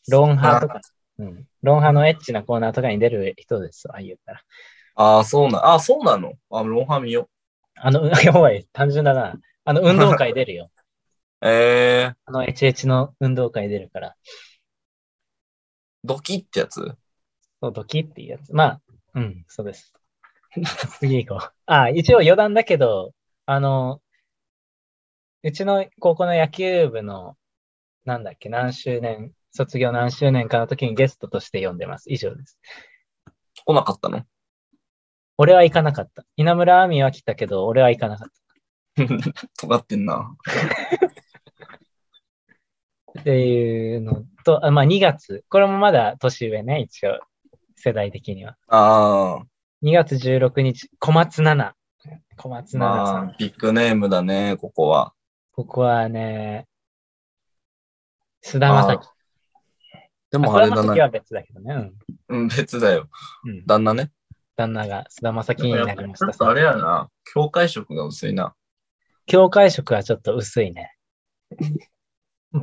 Speaker 1: ロンハーとか、うん。ロンハーのエッチなコーナーとかに出る人ですわ、言ったら。
Speaker 2: ああ、そうな、ああ、そうなの。あ、ロンハミよ。
Speaker 1: あの、 やばい、単純だな。あの、運動会出るよ。
Speaker 2: ええー、
Speaker 1: あの、HH の運動会出るから、
Speaker 2: ドキってやつ
Speaker 1: そう、ドキっていうやつ。まあ、うん、そうです。 次行こう。あ、一応余談だけど、あの、うちの高校の野球部の、なんだっけ、何周年、卒業何周年かの時にゲストとして呼んでます。以上です。
Speaker 2: 来なかったの
Speaker 1: 俺は行かなかった。稲村亜美は来たけど、俺は行かなかっ
Speaker 2: 尖ってんな。
Speaker 1: た。っていうのと、あまあ2月。これもまだ年上ね、一応。世代的には。
Speaker 2: ああ、
Speaker 1: 2月16日、小松菜奈。小松菜奈さん。
Speaker 2: まあ、ビッグネームだね、ここは。
Speaker 1: ここはね、菅田将暉。
Speaker 2: で
Speaker 1: ま
Speaker 2: も
Speaker 1: あ
Speaker 2: あれだ
Speaker 1: 菅田将暉
Speaker 2: な。
Speaker 1: は別だけどね。うん
Speaker 2: うん、別だよ。
Speaker 1: うん、
Speaker 2: 旦那ね。
Speaker 1: 旦那が菅田将暉に
Speaker 2: や
Speaker 1: な
Speaker 2: っぱ
Speaker 1: りま
Speaker 2: ちょ
Speaker 1: し
Speaker 2: っとあれ
Speaker 1: た。
Speaker 2: やな。境界色が薄いな。
Speaker 1: 境界色はちょっと薄いね。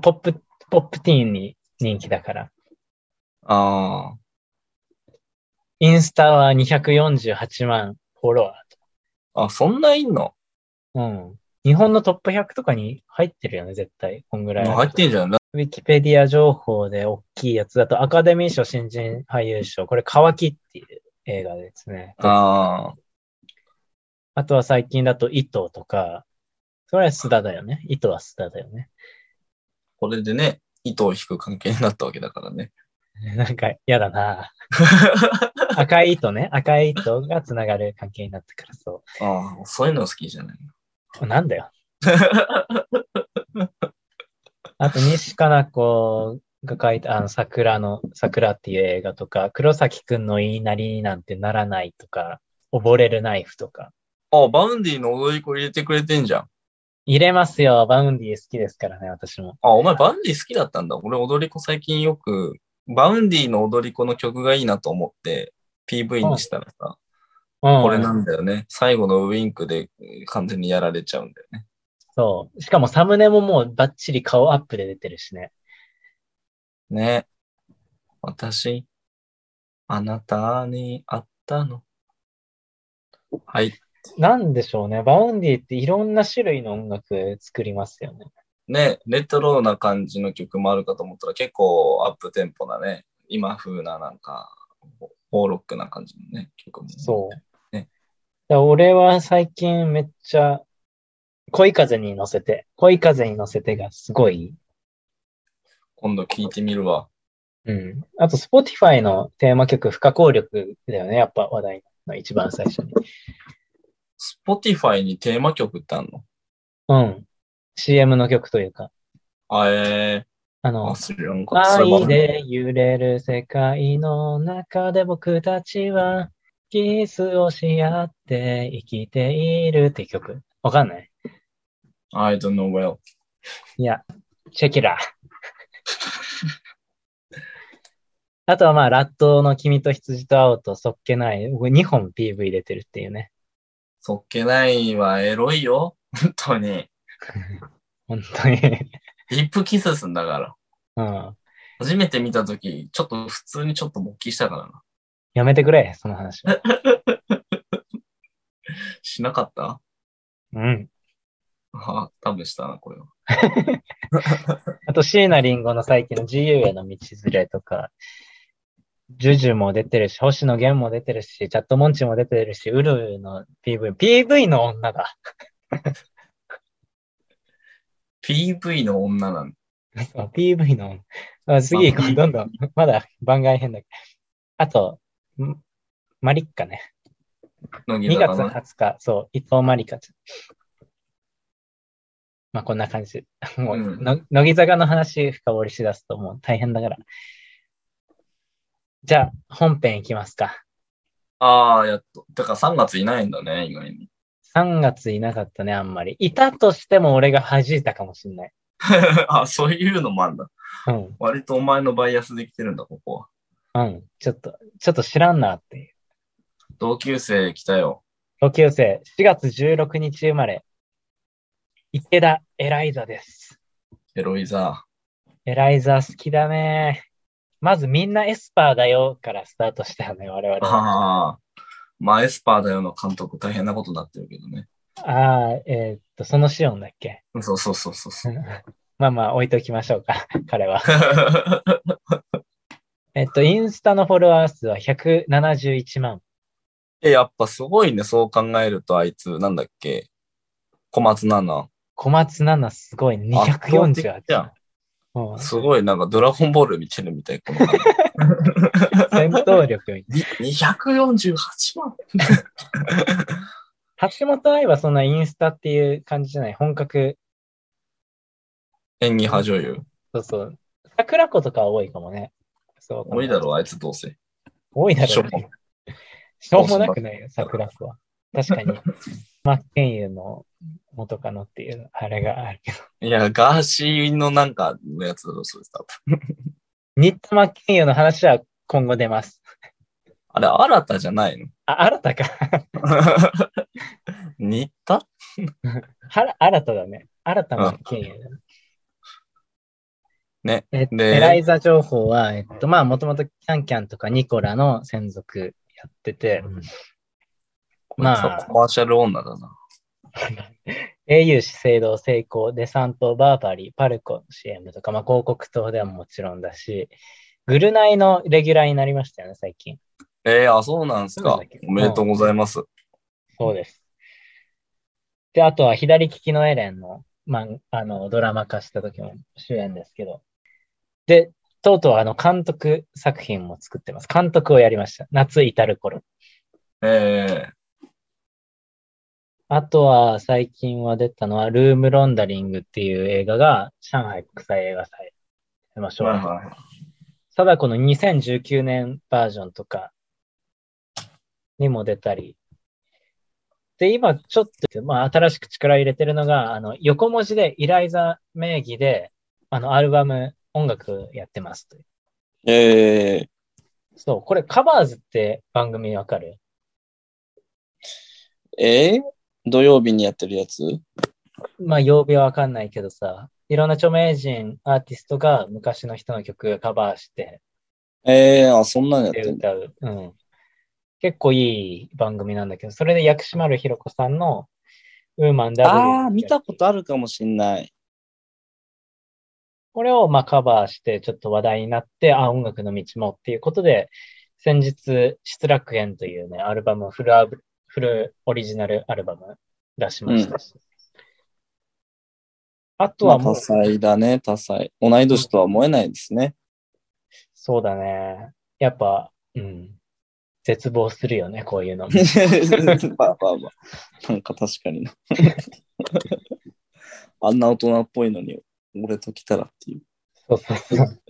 Speaker 1: ポップ、ポップティーンに人気だから。
Speaker 2: ああ、
Speaker 1: インスタは248万フォロワ
Speaker 2: あ、そんないんの
Speaker 1: ー。うん。日本のトップ100とかに入ってるよね、絶対。こんぐらいは。
Speaker 2: 入ってんじゃん。
Speaker 1: ウィキペディア情報で大きいやつだと、アカデミー賞新人俳優賞、これ、乾きっていう映画ですね。
Speaker 2: ああ、
Speaker 1: あとは最近だと、糸とか、それは須田だよね。糸は須田だよね。
Speaker 2: これでね、糸を引く関係になったわけだからね。
Speaker 1: なんか、嫌だな赤い糸ね。赤い糸が繋がる関係になってから、そ
Speaker 2: ああ、そういうの好きじゃない。
Speaker 1: う。なん だよ。あと、西加奈子が書いた、あの、桜の、桜っていう映画とか、黒崎くんの言いなりになんてならないとか、溺れるナイフとか。
Speaker 2: あ、バウンディの踊り子入れてくれてんじゃん。
Speaker 1: 入れますよ。バウンディ好きですからね、私も。
Speaker 2: あ、お前バウンディ好きだったんだ。俺踊り子最近よく、バウンディの踊り子の曲がいいなと思って、PV にしたらさ、
Speaker 1: うん。
Speaker 2: これなんだよね。最後のウインクで完全にやられちゃうんだよね。
Speaker 1: そう。しかもサムネももうバッチリ顔アップで出てるしね。
Speaker 2: ね。私、あなたに会ったの。はい。
Speaker 1: なんでしょうね。バウンディっていろんな種類の音楽作りますよね。
Speaker 2: ね、レトロな感じの曲もあるかと思ったら結構アップテンポなね、今風ななんか、オーロックな感じのね、曲も。
Speaker 1: そう。
Speaker 2: ね
Speaker 1: だから俺は最近めっちゃ、恋風に乗せて、恋風に乗せてがすごい。
Speaker 2: 今度聴いてみるわ。
Speaker 1: うん。あと、Spotify のテーマ曲、不可抗力だよね。やっぱ話題の一番最初に。
Speaker 2: Spotify にテーマ曲ってあんの
Speaker 1: うん。CM の曲というか、
Speaker 2: あえ
Speaker 1: あ
Speaker 2: ー、
Speaker 1: の
Speaker 2: あ、、知らんかった。
Speaker 1: 愛
Speaker 2: そういえば
Speaker 1: で揺れる世界の中で僕たちはキスをし合って生きているって曲。わかんない
Speaker 2: I don't know well.
Speaker 1: いや、チェキラ。 あとはまあ、ラットの君と羊と青とそっけない。僕2本 PV 出てるっていうね。
Speaker 2: そっけないはエロいよ。本当に。
Speaker 1: 本当に、
Speaker 2: リップキスすんだから。
Speaker 1: うん。
Speaker 2: 初めて見たとき、ちょっと普通にちょっと勃起したからな。
Speaker 1: やめてくれ、その話は。
Speaker 2: しなかった
Speaker 1: うん。
Speaker 2: あ多分したな、これは。
Speaker 1: あと、椎名林檎の最近の自由への道連れとか、ジュジュも出てるし、星野源も出てるし、チャットモンチも出てるし、ウルルの PV、PV の女だ。
Speaker 2: PV の女なんだ。
Speaker 1: そう PV の女。あ次行こう、どんどん。まだ番外編だけど。あと、んマリッカね。
Speaker 2: 乃木
Speaker 1: 2
Speaker 2: 坂
Speaker 1: 月
Speaker 2: の
Speaker 1: 20日、そう、伊藤マリカちゃん。まあ、こんな感じ。 もう、
Speaker 2: うん
Speaker 1: の乃木坂の話深掘りしだすともう大変だから。じゃあ、本編いきますか。
Speaker 2: ああ、やっと。だから3月いないんだね、意外に。
Speaker 1: 3月いなかったね、あんまり。いたとしても俺が弾いたかもしんない。
Speaker 2: あそういうのもあんだ。
Speaker 1: うん、
Speaker 2: 割とお前のバイアスできてるんだ、ここは。
Speaker 1: うん。ちょっと、ちょっと知らんなっていう。
Speaker 2: 同級生来たよ。
Speaker 1: 同級生、4月16日生まれ。池田エライザです。
Speaker 2: エロイザ
Speaker 1: エライザ好きだね。まずみんなエスパーだよからスタートしたよね、我々
Speaker 2: ー。。ああ。まあ、エスパーだよの監督大変なことになってるけどね。
Speaker 1: ああ、えーっと、そのシオンだっけ
Speaker 2: そうそうそうそうそう。
Speaker 1: まあまあ置いときましょうか、 彼は。えっと、インスタのフォロワー数は171万。
Speaker 2: え、やっぱすごいね、そう考えると、あいつ、なんだっけ、小松菜奈。
Speaker 1: 小松菜奈すごい、
Speaker 2: 圧
Speaker 1: 248
Speaker 2: 倒的じゃん
Speaker 1: うん
Speaker 2: すごい、なんかドラゴンボール見てるみたい、この感
Speaker 1: 戦闘力 みたい
Speaker 2: じ。 に248万
Speaker 1: な。橋本愛はそんなインスタっていう感じじゃない、本格、
Speaker 2: 演技派女優。
Speaker 1: そうそう。桜子とかは多いかもね。そう
Speaker 2: 多いだろう、あいつどうせ。
Speaker 1: 多いだろう
Speaker 2: しょうも
Speaker 1: ね。しょうもなくないよ、桜子は。確かに、真剣佑の元カノっていうあれがあるけど。
Speaker 2: いや、ガーシーのなんかのやつだろう、それ多分。
Speaker 1: 新田真剣佑の話は今後出ます。
Speaker 2: あれ、新たじゃないの
Speaker 1: あ、新たか。
Speaker 2: 新田
Speaker 1: はら新ただね。新た真剣佑だね。
Speaker 2: ね。
Speaker 1: えっと、
Speaker 2: で
Speaker 1: エライザ情報は、えっと、まあ、もともとキャンキャンとかニコラの専属やってて、まあ
Speaker 2: コマーシャル女だな。
Speaker 1: au 資生堂成功、デサント、バーバリー、パルコの CM とか、まあ、広告塔ではもちろんだし、グルナイのレギュラーになりましたよね、最近。
Speaker 2: えー、あ、そうなんす
Speaker 1: そう
Speaker 2: か
Speaker 1: だけ。ど
Speaker 2: おめでとうございます。
Speaker 1: そうです。で、あとは左利きのエレンの,、まあ、あのドラマ化した時も主演ですけど。で、とうとうあの監督作品も作ってます。監督をやりました。夏至る頃。
Speaker 2: え
Speaker 1: あとは最近は出たのは、ルームロンダリングっていう映画が上海国際映画祭でまし
Speaker 2: ー、
Speaker 1: ょう。
Speaker 2: はいはい。
Speaker 1: 貞子の2019年バージョンとかにも出たり。で、今ちょっと、まあ、新しく力入れてるのが、あの、横文字でイライザ名義で、あの、アルバム、音楽やってますという。
Speaker 2: えー、
Speaker 1: そう、これカバーズって番組わかる
Speaker 3: えー土曜日にやってるやつ
Speaker 1: まあ、曜日はわかんないけどさ、いろんな著名人、アーティストが昔の人の曲カバーして、
Speaker 3: えー、あ、そんなのやって
Speaker 1: で
Speaker 3: るんだ。
Speaker 1: 歌う。うん。結構いい番組なんだけど、それで薬師丸ひろ子さんのウーマンダブル
Speaker 3: ああ、見たことあるかもしんない。
Speaker 1: これをまあカバーしてちょっと話題になって、あ、音楽の道もっていうことで、先日、失楽園というね、アルバム、フルアブフルオリジナルアルバム出しましたし。あと
Speaker 2: ま
Speaker 1: は
Speaker 2: あ、
Speaker 1: も
Speaker 2: 多
Speaker 1: う、
Speaker 2: 彩だね、多彩。同い年とは思えないですね。
Speaker 1: そうだね。やっぱ、うん。絶望するよね、こういうのも。
Speaker 2: まあまあまあ。なんか確かにな。 あんな大人っぽいのに、俺と来たらっていう。
Speaker 1: そうそうそう。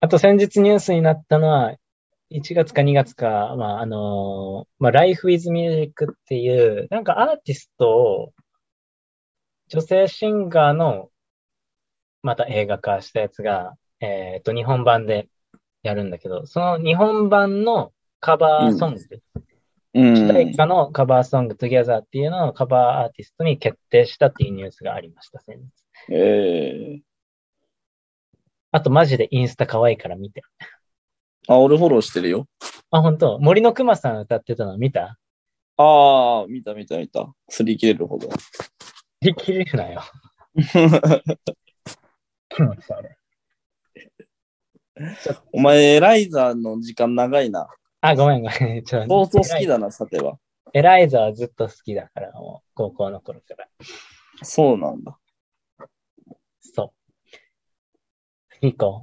Speaker 1: あと先日ニュースになったのは、1月か2月か、まあ、あのまあ、Life with Music っていう、なんかアーティストを、女性シンガーの、また映画化したやつが、えっ、と、日本版でやるんだけど、その日本版のカバーソング、
Speaker 2: う
Speaker 1: 主題
Speaker 2: ん。
Speaker 1: 歌のカバーソング Together っていうのをカバーアーティストに決定したっていうニュースがありました、先日。
Speaker 2: ええ
Speaker 1: あとマジでインスタ可愛いから見て。
Speaker 2: あ、俺フォローしてるよ。
Speaker 1: あ、本当。森の熊さん歌ってたの見 た
Speaker 2: ああ、見た見た見た。擦り切れるほど。
Speaker 1: できるなよ。気持ち悪い。
Speaker 2: お前、エライザーの時間長いな。
Speaker 1: あ、ごめんごめん。ちょっ
Speaker 2: 相
Speaker 1: と
Speaker 2: 当好きだな、さては。
Speaker 1: エライザはずっと好きだから、もう高校の頃から。
Speaker 2: そうなんだ。
Speaker 1: そう。次行こ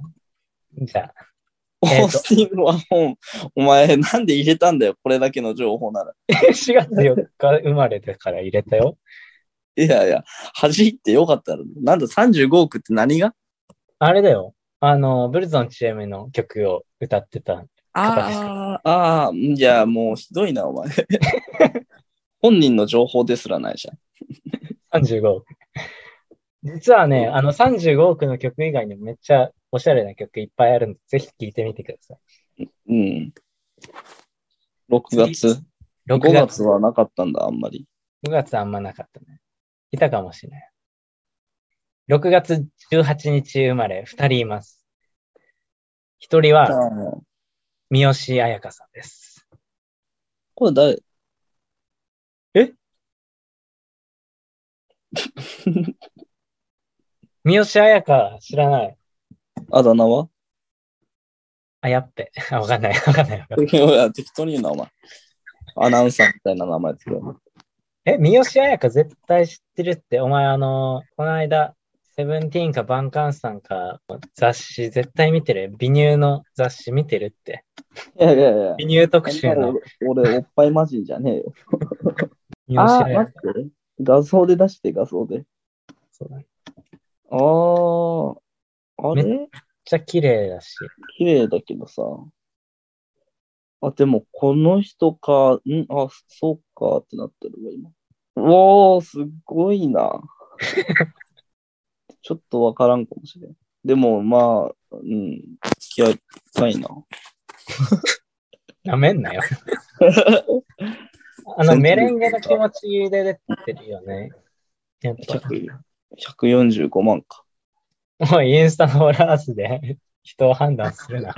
Speaker 1: う。じゃあ。
Speaker 2: オ
Speaker 1: えーと
Speaker 2: ースティンは本、お前、なんで入れたんだよ、これだけの情報なら。
Speaker 1: 4月4日生まれてから入れたよ。
Speaker 2: いやいや、弾いてよかったら、なんだ、35億って何が
Speaker 1: あれだよ。あの、ブルゾンチエムの曲を歌ってた。
Speaker 2: ああ、ああ、いや、もうひどいな、お前。 本人の情報ですらないじゃん。
Speaker 1: 35億。実はね、あの35億の曲以外にもめっちゃおしゃれな曲いっぱいあるんで、ぜひ聴いてみてください。
Speaker 2: うん。6月
Speaker 1: 6
Speaker 2: ?5
Speaker 1: 月
Speaker 2: 月はなかったんだ、あんまり。
Speaker 1: 5月あんまなかったね。いたかもしれない。6月18日生まれ、2人います。1人
Speaker 2: あ
Speaker 1: は
Speaker 2: ー
Speaker 1: 三好彩香さんです。
Speaker 2: これ誰
Speaker 1: 三好彩香知らない。
Speaker 2: あだ名は
Speaker 1: あ、やっべ。 あ、わかんない。わかんない。わかんない
Speaker 2: いや適当に言うな、お前。アナウンサーみたいな名前つけるな。
Speaker 1: え、三好彩香絶対知ってるって。お前あのこの間、セブンティーンかバンカンさんか雑誌絶対見てる。美乳の雑誌見てるって。
Speaker 2: いやいやいや
Speaker 1: 美。乳特集の
Speaker 2: 俺、俺おっぱいマジンじゃねえよ。
Speaker 1: 三
Speaker 2: あ
Speaker 1: 好
Speaker 2: あー、
Speaker 1: 彩
Speaker 2: 待
Speaker 1: 香。
Speaker 2: って。画像で出して、画像で。
Speaker 1: そうだね
Speaker 2: ああ、あれ
Speaker 1: めっちゃ綺麗だし。
Speaker 2: 綺麗だけどさ。あ、でも、この人か、んあ、そうかってなってるわ、今。おー、すごいな。ちょっとわからんかもしれん。でも、まあ、うん、付き合いたいな。
Speaker 1: なめんなよ。あの、メレンゲの気持ちで出てるよね。やっ
Speaker 2: 100 145万か。
Speaker 1: ぱ、もうインスタのフォロワー数で 人を判断するな。い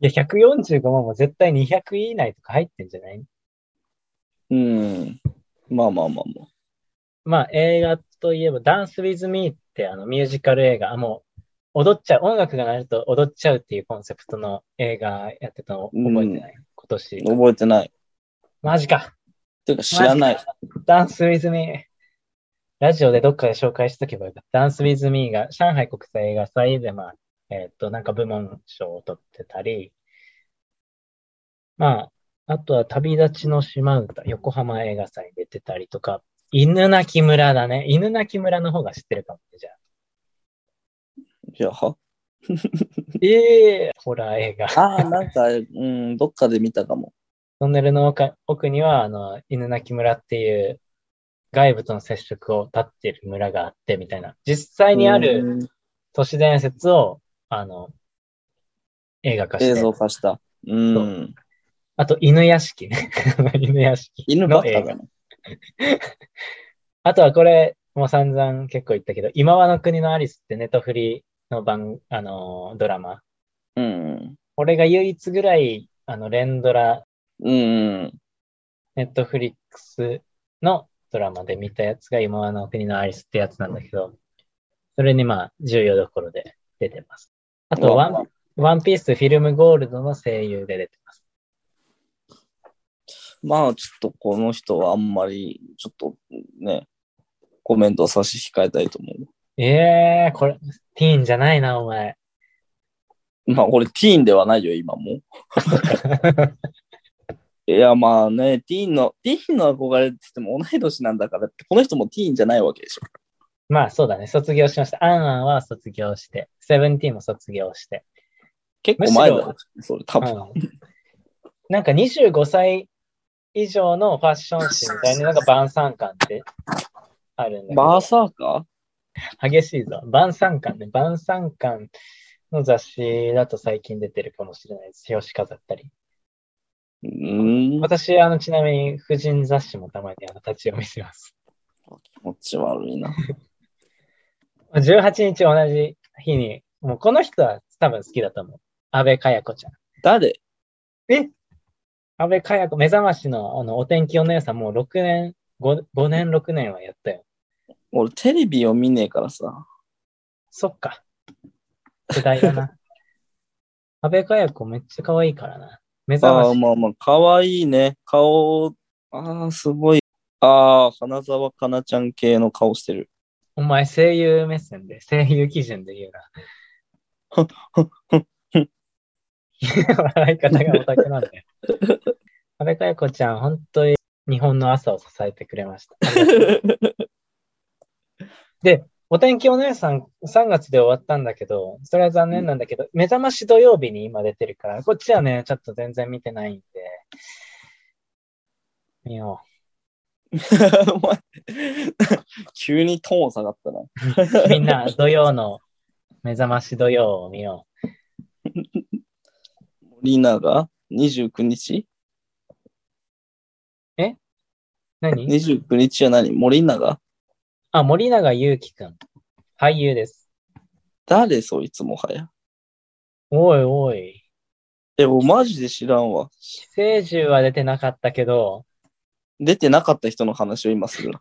Speaker 1: や、145万も絶対200以内とか入ってんじゃない
Speaker 2: うん。まあまあまあまあ。
Speaker 1: まあ、映画といえば、ダンスウィズミーってあのミュージカル映画、あもう、踊っちゃう、音楽が鳴ると踊っちゃうっていうコンセプトの映画やってたの覚えてない、今年。
Speaker 2: 覚えてない。
Speaker 1: マジか。
Speaker 2: ていうか知らない。
Speaker 1: ダンスウィズミー。ラジオでどっかで紹介しとけばよかった。ダンスウィズミーが上海国際映画祭で、まあ、えーっと、なんか部門賞を取ってたり、まあ、あとは旅立ちの島唄、横浜映画祭で出てたりとか、犬鳴き村だね。犬鳴き村の方が知ってるかもね、じゃあ。
Speaker 2: いや、は
Speaker 1: ええホラー映画。
Speaker 2: ああ、なんか、うん、どっかで見たかも。
Speaker 1: トンネルの奥奥には、あの、犬鳴村っていう外部との接触を断っている村があって、みたいな。実際にある
Speaker 2: うん
Speaker 1: 都市伝説を、あの、映画化し
Speaker 2: 映
Speaker 1: て。
Speaker 2: 像化した。うん。
Speaker 1: あと、犬屋敷ね。 犬屋敷。
Speaker 2: 犬ばっかだな。
Speaker 1: あとはこれ、もう散々結構言ったけど、今和の国のアリスってネトフリの番、あの、ドラマ。
Speaker 2: うん。
Speaker 1: これが唯一ぐらい、あの、連ドラ
Speaker 2: うん。
Speaker 1: ネットフリックスのドラマで見たやつが今の国のアリスってやつなんだけど、それにまあ、重要どころで出てます。あ
Speaker 2: う
Speaker 1: と
Speaker 2: わ
Speaker 1: ワン、ワンピースフィルムゴールドの声優で出てます。
Speaker 2: まあ、ちょっとこの人はあんまり、ちょっとね、コメントを差し控えたいと思
Speaker 1: ええー、これ、ティーンじゃないな、お 前。
Speaker 2: う。まあ、俺、ティーンではないよ、今も。いや、まあね、ティーンの、ティーンの憧れって言っても同い年なんだから、この人もティーンじゃないわけでしょ。
Speaker 1: まあ、そうだね。卒業しました。アンアンは卒業して、セブンティーンも卒業して。
Speaker 2: 結構前だ
Speaker 1: む
Speaker 2: よ、それ、多分。
Speaker 1: うんなんか25歳以上のファッション誌みたいなのが晩餐館ってあるんだけ
Speaker 2: バー
Speaker 1: ど、
Speaker 2: サーカ
Speaker 1: 激しいぞ。晩餐館ね。晩餐館の雑誌だと最近出てるかもしれないです。表紙飾ったり。
Speaker 2: ーうーん、
Speaker 1: 私、あの、ちなみに、婦人雑誌もたまにあの立ち読みします。
Speaker 2: 気持ち悪いな。
Speaker 1: 18日同じ日に、もうこの人は多分好きだと思う。安倍かや子ちゃん。
Speaker 2: 誰
Speaker 1: え安倍かや子、目覚ましのあのお天気お姉さん、もう6年5、5年、6年はやったよ。
Speaker 2: 俺、テレビを見ねえからさ。
Speaker 1: そっか。世代だな。 安倍かや子めっちゃ可愛いからな。目覚
Speaker 2: あ
Speaker 1: ま
Speaker 2: あ、
Speaker 1: し。
Speaker 2: まあまあ、かわいいね。顔、ああ、すごい。ああ、花澤香菜ちゃん系の顔してる。
Speaker 1: お前声優目線で、声優基準で言うな。笑い方がオタクなんだよ。安倍かや子ちゃん、本当に日本の朝を支えてくれました。お天気お姉さん、3月で終わったんだけど、それは残念なんだけど、目覚まし土曜日に今出てるから、こっちはね、ちょっと全然見てないんで、見よ
Speaker 2: お前、急にトーン下がったな。
Speaker 1: う。みんな、土曜の、目覚まし土曜を見よ
Speaker 2: 森永、29日
Speaker 1: う。何
Speaker 2: ?29 日は何森永
Speaker 1: あ、森永祐樹くん。俳優です。
Speaker 2: 誰そいつもはや。
Speaker 1: おいおい。
Speaker 2: え、俺マジで知らんわ。
Speaker 1: 寄生獣は出てなかったけど、
Speaker 2: 出てなかった人の話を今する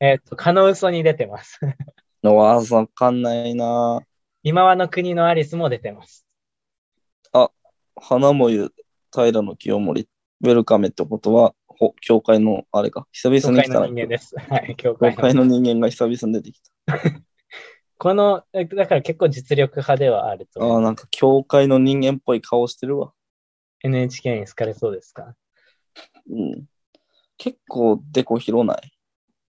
Speaker 1: えっ、と、カノウソに出てます。
Speaker 2: な。わざわかんないな。
Speaker 1: 今はの国のアリスも出てます。
Speaker 2: 花もゆ、平の清盛、ウェルカメってことは、ほ教会のあれか。久々
Speaker 1: 教
Speaker 2: に
Speaker 1: 会
Speaker 2: 来た
Speaker 1: の
Speaker 2: な。
Speaker 1: 人間です。はい、教
Speaker 2: 教
Speaker 1: 会の
Speaker 2: 会の人間が久々に出てきた。
Speaker 1: この、えだから結構実力派ではあると
Speaker 2: あ
Speaker 1: 思
Speaker 2: あ、
Speaker 1: う。
Speaker 2: なんか教会の人間っぽい顔してるわ。
Speaker 1: NHK に好かれそうですか
Speaker 2: うん。結構デコ広ない。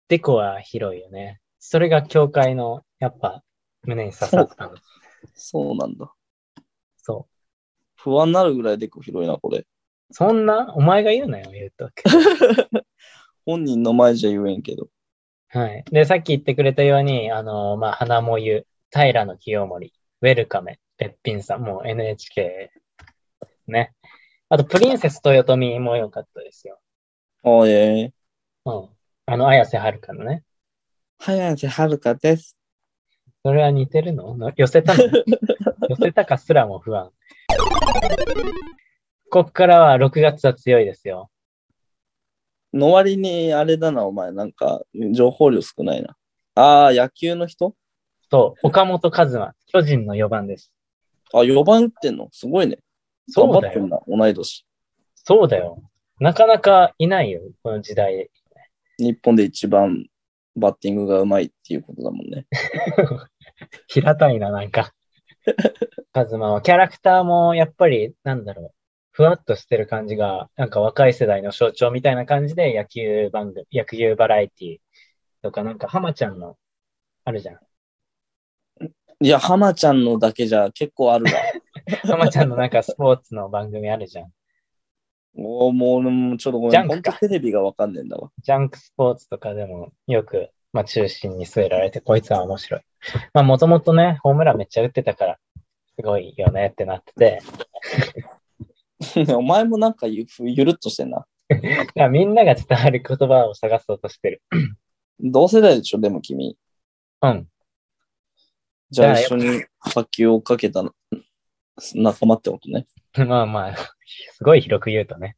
Speaker 1: デコは広いよね。それが教会の、やっぱ、胸に刺さったの。
Speaker 2: そうなんだ。
Speaker 1: そ
Speaker 2: 不安になるぐらいデコ広いな、これ。
Speaker 1: う。そんな、お前が言うなよ、言うと。
Speaker 2: 本人の前じゃ言えんけど。
Speaker 1: はい。で、さっき言ってくれたように、あの、まあ、花もゆ、平の清盛、ウェルカメ、べっぴんさん、もう NHK、ね。あと、プリンセス豊臣も良かったですよ。
Speaker 2: ああ、ええ
Speaker 1: うん。あの、綾瀬はるかのね。
Speaker 2: 早瀬はるかです。
Speaker 1: それは似てるのの寄せた の寄せたかすらも不安。こっからは6月は強いですよ。
Speaker 2: の割に、あれだな、お前。なんか、情報量少ないな。ああ、野球の人
Speaker 1: そう、岡本和真、巨人の4番です。
Speaker 2: あ、4番打ってんのすごいね。
Speaker 1: そう
Speaker 2: 頑張
Speaker 1: だ
Speaker 2: ってん
Speaker 1: よ。
Speaker 2: な、同い年。
Speaker 1: そうだよ。なかなかいないよ、この時代。
Speaker 2: 日本で一番バッティングがうまいっていうことだもんね。
Speaker 1: 平たいな、なんか。和真は、キャラクターもやっぱり、なんだろう。ふわっとしてる感じが、なんか若い世代の象徴みたいな感じで野球番組、野球バラエティとか、なんか浜ちゃんの、あるじゃん。
Speaker 2: いや、浜ちゃんのだけじゃ結構 あるわ。
Speaker 1: たまちゃんのなんかスポーツの番組あるじゃん。
Speaker 2: おーもう、もうちょっとご
Speaker 1: ジャ
Speaker 2: め
Speaker 1: ン
Speaker 2: ん。
Speaker 1: ク
Speaker 2: 本当
Speaker 1: か
Speaker 2: テレビがわかんねえんだわ。
Speaker 1: ジャンクスポーツとかでもよく、まあ、中心に据えられて、こいつは面白い。まあ、もともとね、ホームランめっちゃ打ってたから、すごいよねってなってて、
Speaker 2: お前もなんかゆゆるっとしてんな。
Speaker 1: だからみんなが伝わる言葉を探そうとしてる。
Speaker 2: 同世代でしょ、でも君。
Speaker 1: うん。
Speaker 2: じゃ
Speaker 1: い
Speaker 2: あ
Speaker 1: や
Speaker 2: 一緒に卓球をかけた仲間ってことね。
Speaker 1: まあまあ、すごい広く言うとね。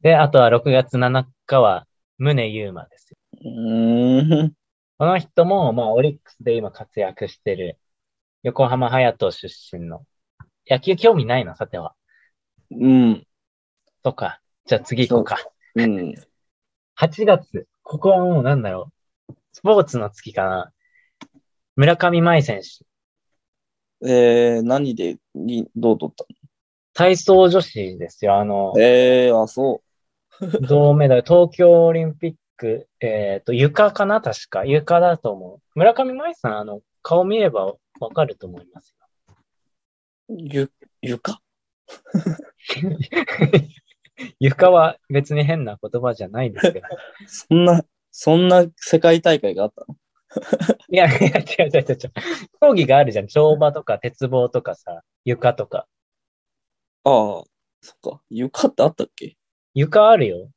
Speaker 1: で、あとは6月7日は、宗優馬ですよ。
Speaker 2: うーうん。
Speaker 1: この人も、まあ、オリックスで今活躍してる、横浜隼人出身の、野球興味ないな、さては。
Speaker 2: うん。
Speaker 1: とか、じゃあ次行こうか。
Speaker 2: うん。
Speaker 1: 8月、ここはもうなんだろう。スポーツの月かな。村上舞選手、
Speaker 2: えー、何でに、どう取った
Speaker 1: 体操女子ですよ。あの
Speaker 2: の、えー、あ、そ
Speaker 1: 銅メダル、東京オリンピック、えっ、と、床かな確か。床だと思う。村上舞さん、あの、顔見ればわかると思い ます。
Speaker 2: う。ゆ、床
Speaker 1: 床は別に変な言葉じゃないんですけど。
Speaker 2: そんな、そんな世界大会があったの
Speaker 1: いや、いや、違う違う違う違う。競技があるじゃん。跳馬とか、鉄棒とかさ、床とか。
Speaker 2: ああ、そっか。床ってあったっけ
Speaker 1: 床あるよ。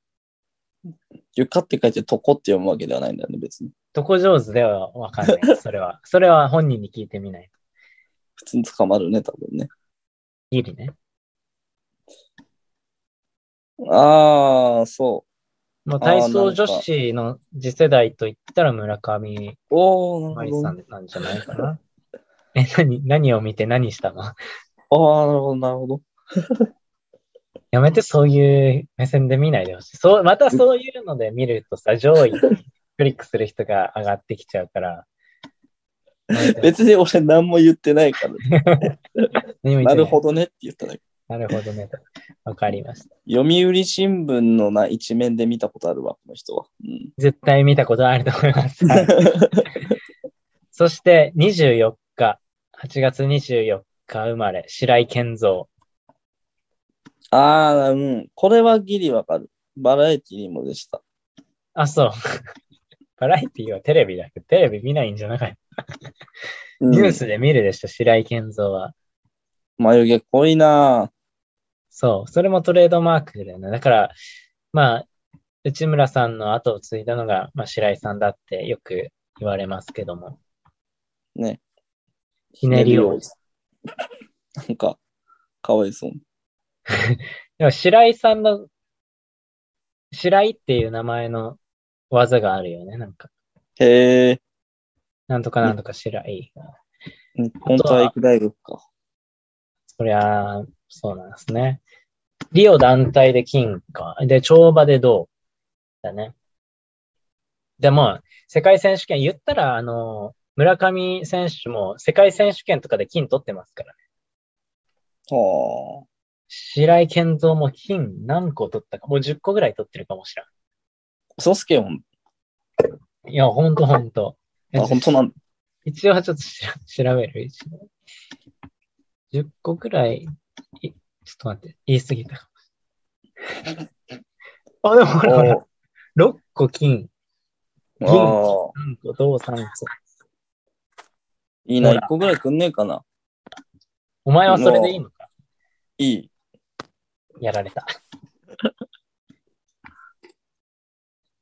Speaker 2: 床って書いて、とこって読むわけではないんだよね、別に。
Speaker 1: どこ上手ではわかん ない。それは。それは本人に聞いてみないと。
Speaker 2: 普通に捕まるね、多分ね。
Speaker 1: ギリね。
Speaker 2: ああ、そ
Speaker 1: もう
Speaker 2: あー
Speaker 1: 体操女子の次世代と言ったら村上
Speaker 2: う。おおな
Speaker 1: 舞
Speaker 2: るほど
Speaker 1: さ
Speaker 2: ね。
Speaker 1: んなんじゃないかな。え、何、何を見て何したの
Speaker 2: ああ、なるほど、なるほど。
Speaker 1: やめてそういう目線で見ないでほしい。そう、またそういうので見るとさ、上位にクリックする人が上がってきちゃう から。
Speaker 2: 別に俺何も言ってない から、
Speaker 1: 何も言って
Speaker 2: なる
Speaker 1: ど。
Speaker 2: ほどねって言っただけ。
Speaker 1: なるほどね。わかりました。
Speaker 2: 読売新聞のな一面で見たことあるわ、この人は。うん、
Speaker 1: 絶対見たことあると思います。はいそして24日、8月24日生まれ、白井健三。
Speaker 2: ああ、うん。これはギリわかる。バラエティにもでした。
Speaker 1: あ、そう。 バラエティはテレビだけど、テレビ見ないんじゃなかった。
Speaker 2: うん
Speaker 1: ニュースで見るでしょ、白井健三は。
Speaker 2: 眉毛濃いなあ
Speaker 1: そう、それもトレードマークだよね。だから、まあ、内村さんの後を継いだのが、まあ、白井さんだってよく言われますけども。
Speaker 2: ね。
Speaker 1: ひねり
Speaker 2: を
Speaker 1: を。
Speaker 2: なんか、かわいそう。
Speaker 1: でも白井さんの、白井っていう名前の技があるよね。なんか、
Speaker 2: へえ、
Speaker 1: なんとかなんとか白井が。
Speaker 2: 日本体育大学か。
Speaker 1: そりゃあ、そうなんですね。リオ団体で金か。で、跳馬で銅。だね。でも、世界選手権、言ったら、あの、村上選手も世界選手権とかで金取ってますからね。
Speaker 2: はあ。
Speaker 1: 白井健三も金何個取ったか。もう10個ぐらい取ってるかもしれ
Speaker 2: ソスケも、
Speaker 1: ん。いや、ほんとほんと。
Speaker 2: あ、本当 なんだ。
Speaker 1: 一応ちょっとしら調べる。一応10個くらい、いちょっと待って、言い過ぎた かも。あ、でもほらほら、6個金、
Speaker 2: ああ。
Speaker 1: 3個、銅3個。
Speaker 2: いいな、
Speaker 1: ほら
Speaker 2: 一個ぐらいくんねえかな。
Speaker 1: お前はそれでいいのか
Speaker 2: いい。
Speaker 1: やられた。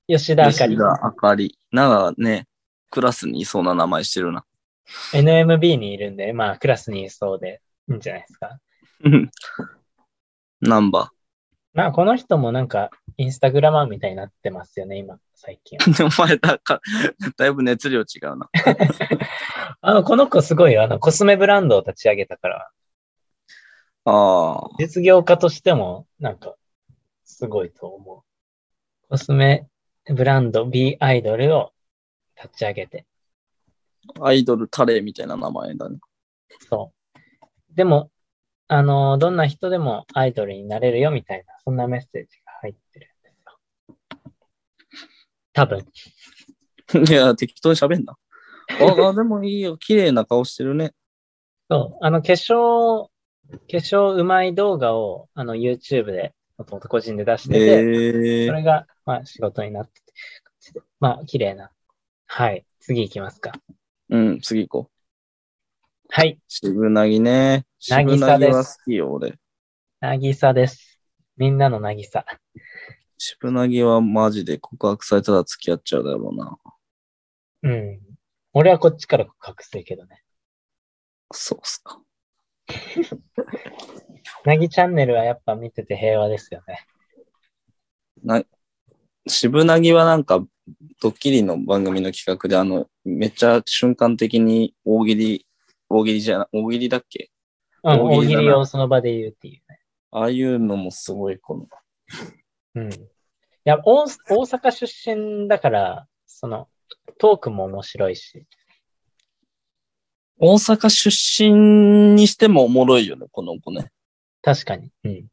Speaker 1: 吉田あかり
Speaker 2: 吉、田あかり。なんかね、クラスにいそうな名前してるな。
Speaker 1: NMB にいるんで、まあクラスにいそうでいいんじゃないですか。
Speaker 2: うんナンバ
Speaker 1: まあこの人もなんか、インスタグラマーみたいになってますよね、今、最近。
Speaker 2: ー。お前だか、だいぶ熱量違うな。
Speaker 1: あの、この子すごいよ、あの、コスメブランドを立ち上げたから。
Speaker 2: ああ。
Speaker 1: 実業家としても、なんか、すごいと思う。コスメブランド B アイドルを立ち上げて。
Speaker 2: アイドルタレーみたいな名前だね。
Speaker 1: そう。でも、あのどんな人でもアイドルになれるよみたいな、そんなメッセージが入ってるんですよ。多分。
Speaker 2: いや、適当に喋んな。ああ、でもいいよ。綺麗な顔してる ね。
Speaker 1: そう。あの、化粧、化粧うまい動画を、あの、YouTube で、もともと個人で出してて、
Speaker 2: ええ
Speaker 1: それが、まあ、仕事になってて、まあ、綺麗な。はい。次行きますか。
Speaker 2: うん、次行こう。
Speaker 1: はい。
Speaker 2: 渋なぎね。
Speaker 1: 渚です
Speaker 2: 渋なぎは好きよ、俺。
Speaker 1: なぎさです。みんなのなぎさ。
Speaker 2: 渋なぎはマジで告白されたら付き合っちゃうだろうな。
Speaker 1: うん。俺はこっちから告白するけどね。
Speaker 2: そうっすか。
Speaker 1: なぎチャンネルはやっぱ見てて平和ですよね。
Speaker 2: 渋なぎはなんかドッキリの番組の企画で、あの、めっちゃ瞬間的に大喜利、大喜利じゃな、大喜利だっけ
Speaker 1: うん、大
Speaker 2: 大喜利
Speaker 1: 喜
Speaker 2: だな
Speaker 1: 利をその場で言うっていう。
Speaker 2: ああいうのもすごい、この、
Speaker 1: うん。いや、大大阪出身だから、その、トークも面白いし。
Speaker 2: 大阪出身にしてもおもろいよね、この子ね。
Speaker 1: 確かに。うん。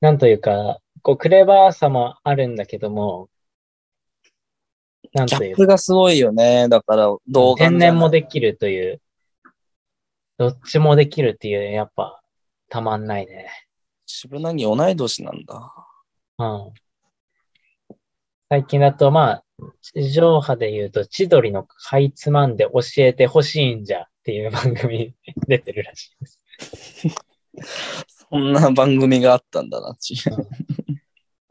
Speaker 1: なんというか、こう、クレバーさもあるんだけども、なん
Speaker 2: ギャ
Speaker 1: とい
Speaker 2: ッ
Speaker 1: うか
Speaker 2: プがすごいよね。だから、動画
Speaker 1: 天然もできるという、どっちもできるっていう、やっぱ、たまんないね。
Speaker 2: 渋谷同い年なんだ。
Speaker 1: うん。最近だと、まあ、地上波で言うと、千鳥のかいつまんで教えてほしいんじゃっていう番組 出てるらしいです。
Speaker 2: そんな番組があったんだな、ち。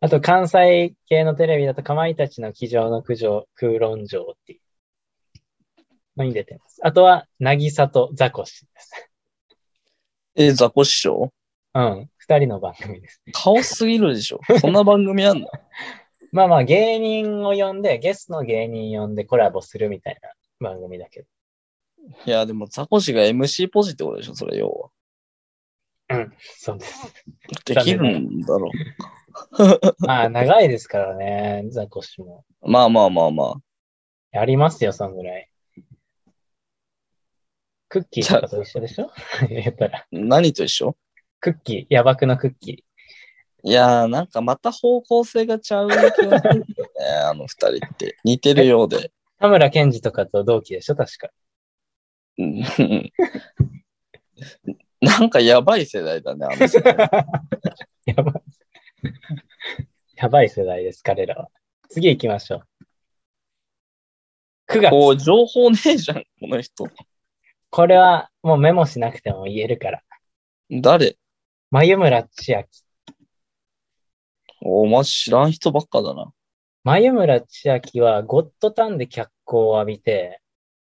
Speaker 1: あと、関西系のテレビだと、かまいたちの机上の苦情、空論城っていうのに出てます。あとは、なぎさとザコシです。
Speaker 2: え、ザコ師匠
Speaker 1: うん。二人の番組です。
Speaker 2: 顔すぎるでしょ。そんな番組あんの
Speaker 1: まあまあ、芸人を呼んで、ゲストの芸人呼んでコラボするみたいな番組だけど。
Speaker 2: いや、でもザコ師が MC ポジってことでしょ、それ要は。
Speaker 1: そうです。
Speaker 2: できるんだろ
Speaker 1: まあ、長いですからね、ザコシも。
Speaker 2: う。まあまあまあまあ。
Speaker 1: やりますよ、そんぐらい。クッキーとかと一緒でしょ言ったら。
Speaker 2: 何と一緒
Speaker 1: クッキー、やばくのクッキ
Speaker 2: いやー、なんかまた方向性がちゃう気がするんだよね、あの二人って。似てるようで。
Speaker 1: ー。田村健二とかと同期でしょ確か。
Speaker 2: うんなんかやばい世代だね、あの世代。
Speaker 1: やばい。やばい世代です、彼らは。次行きましょう。9
Speaker 2: こ
Speaker 1: 月。
Speaker 2: う、情報ねえじゃん、この人。
Speaker 1: これはもうメモしなくても言えるから。
Speaker 2: 誰
Speaker 1: 眉村千秋。
Speaker 2: お前知らん人ばっかだな。
Speaker 1: 眉村千秋はゴッドタンで脚光を浴びて、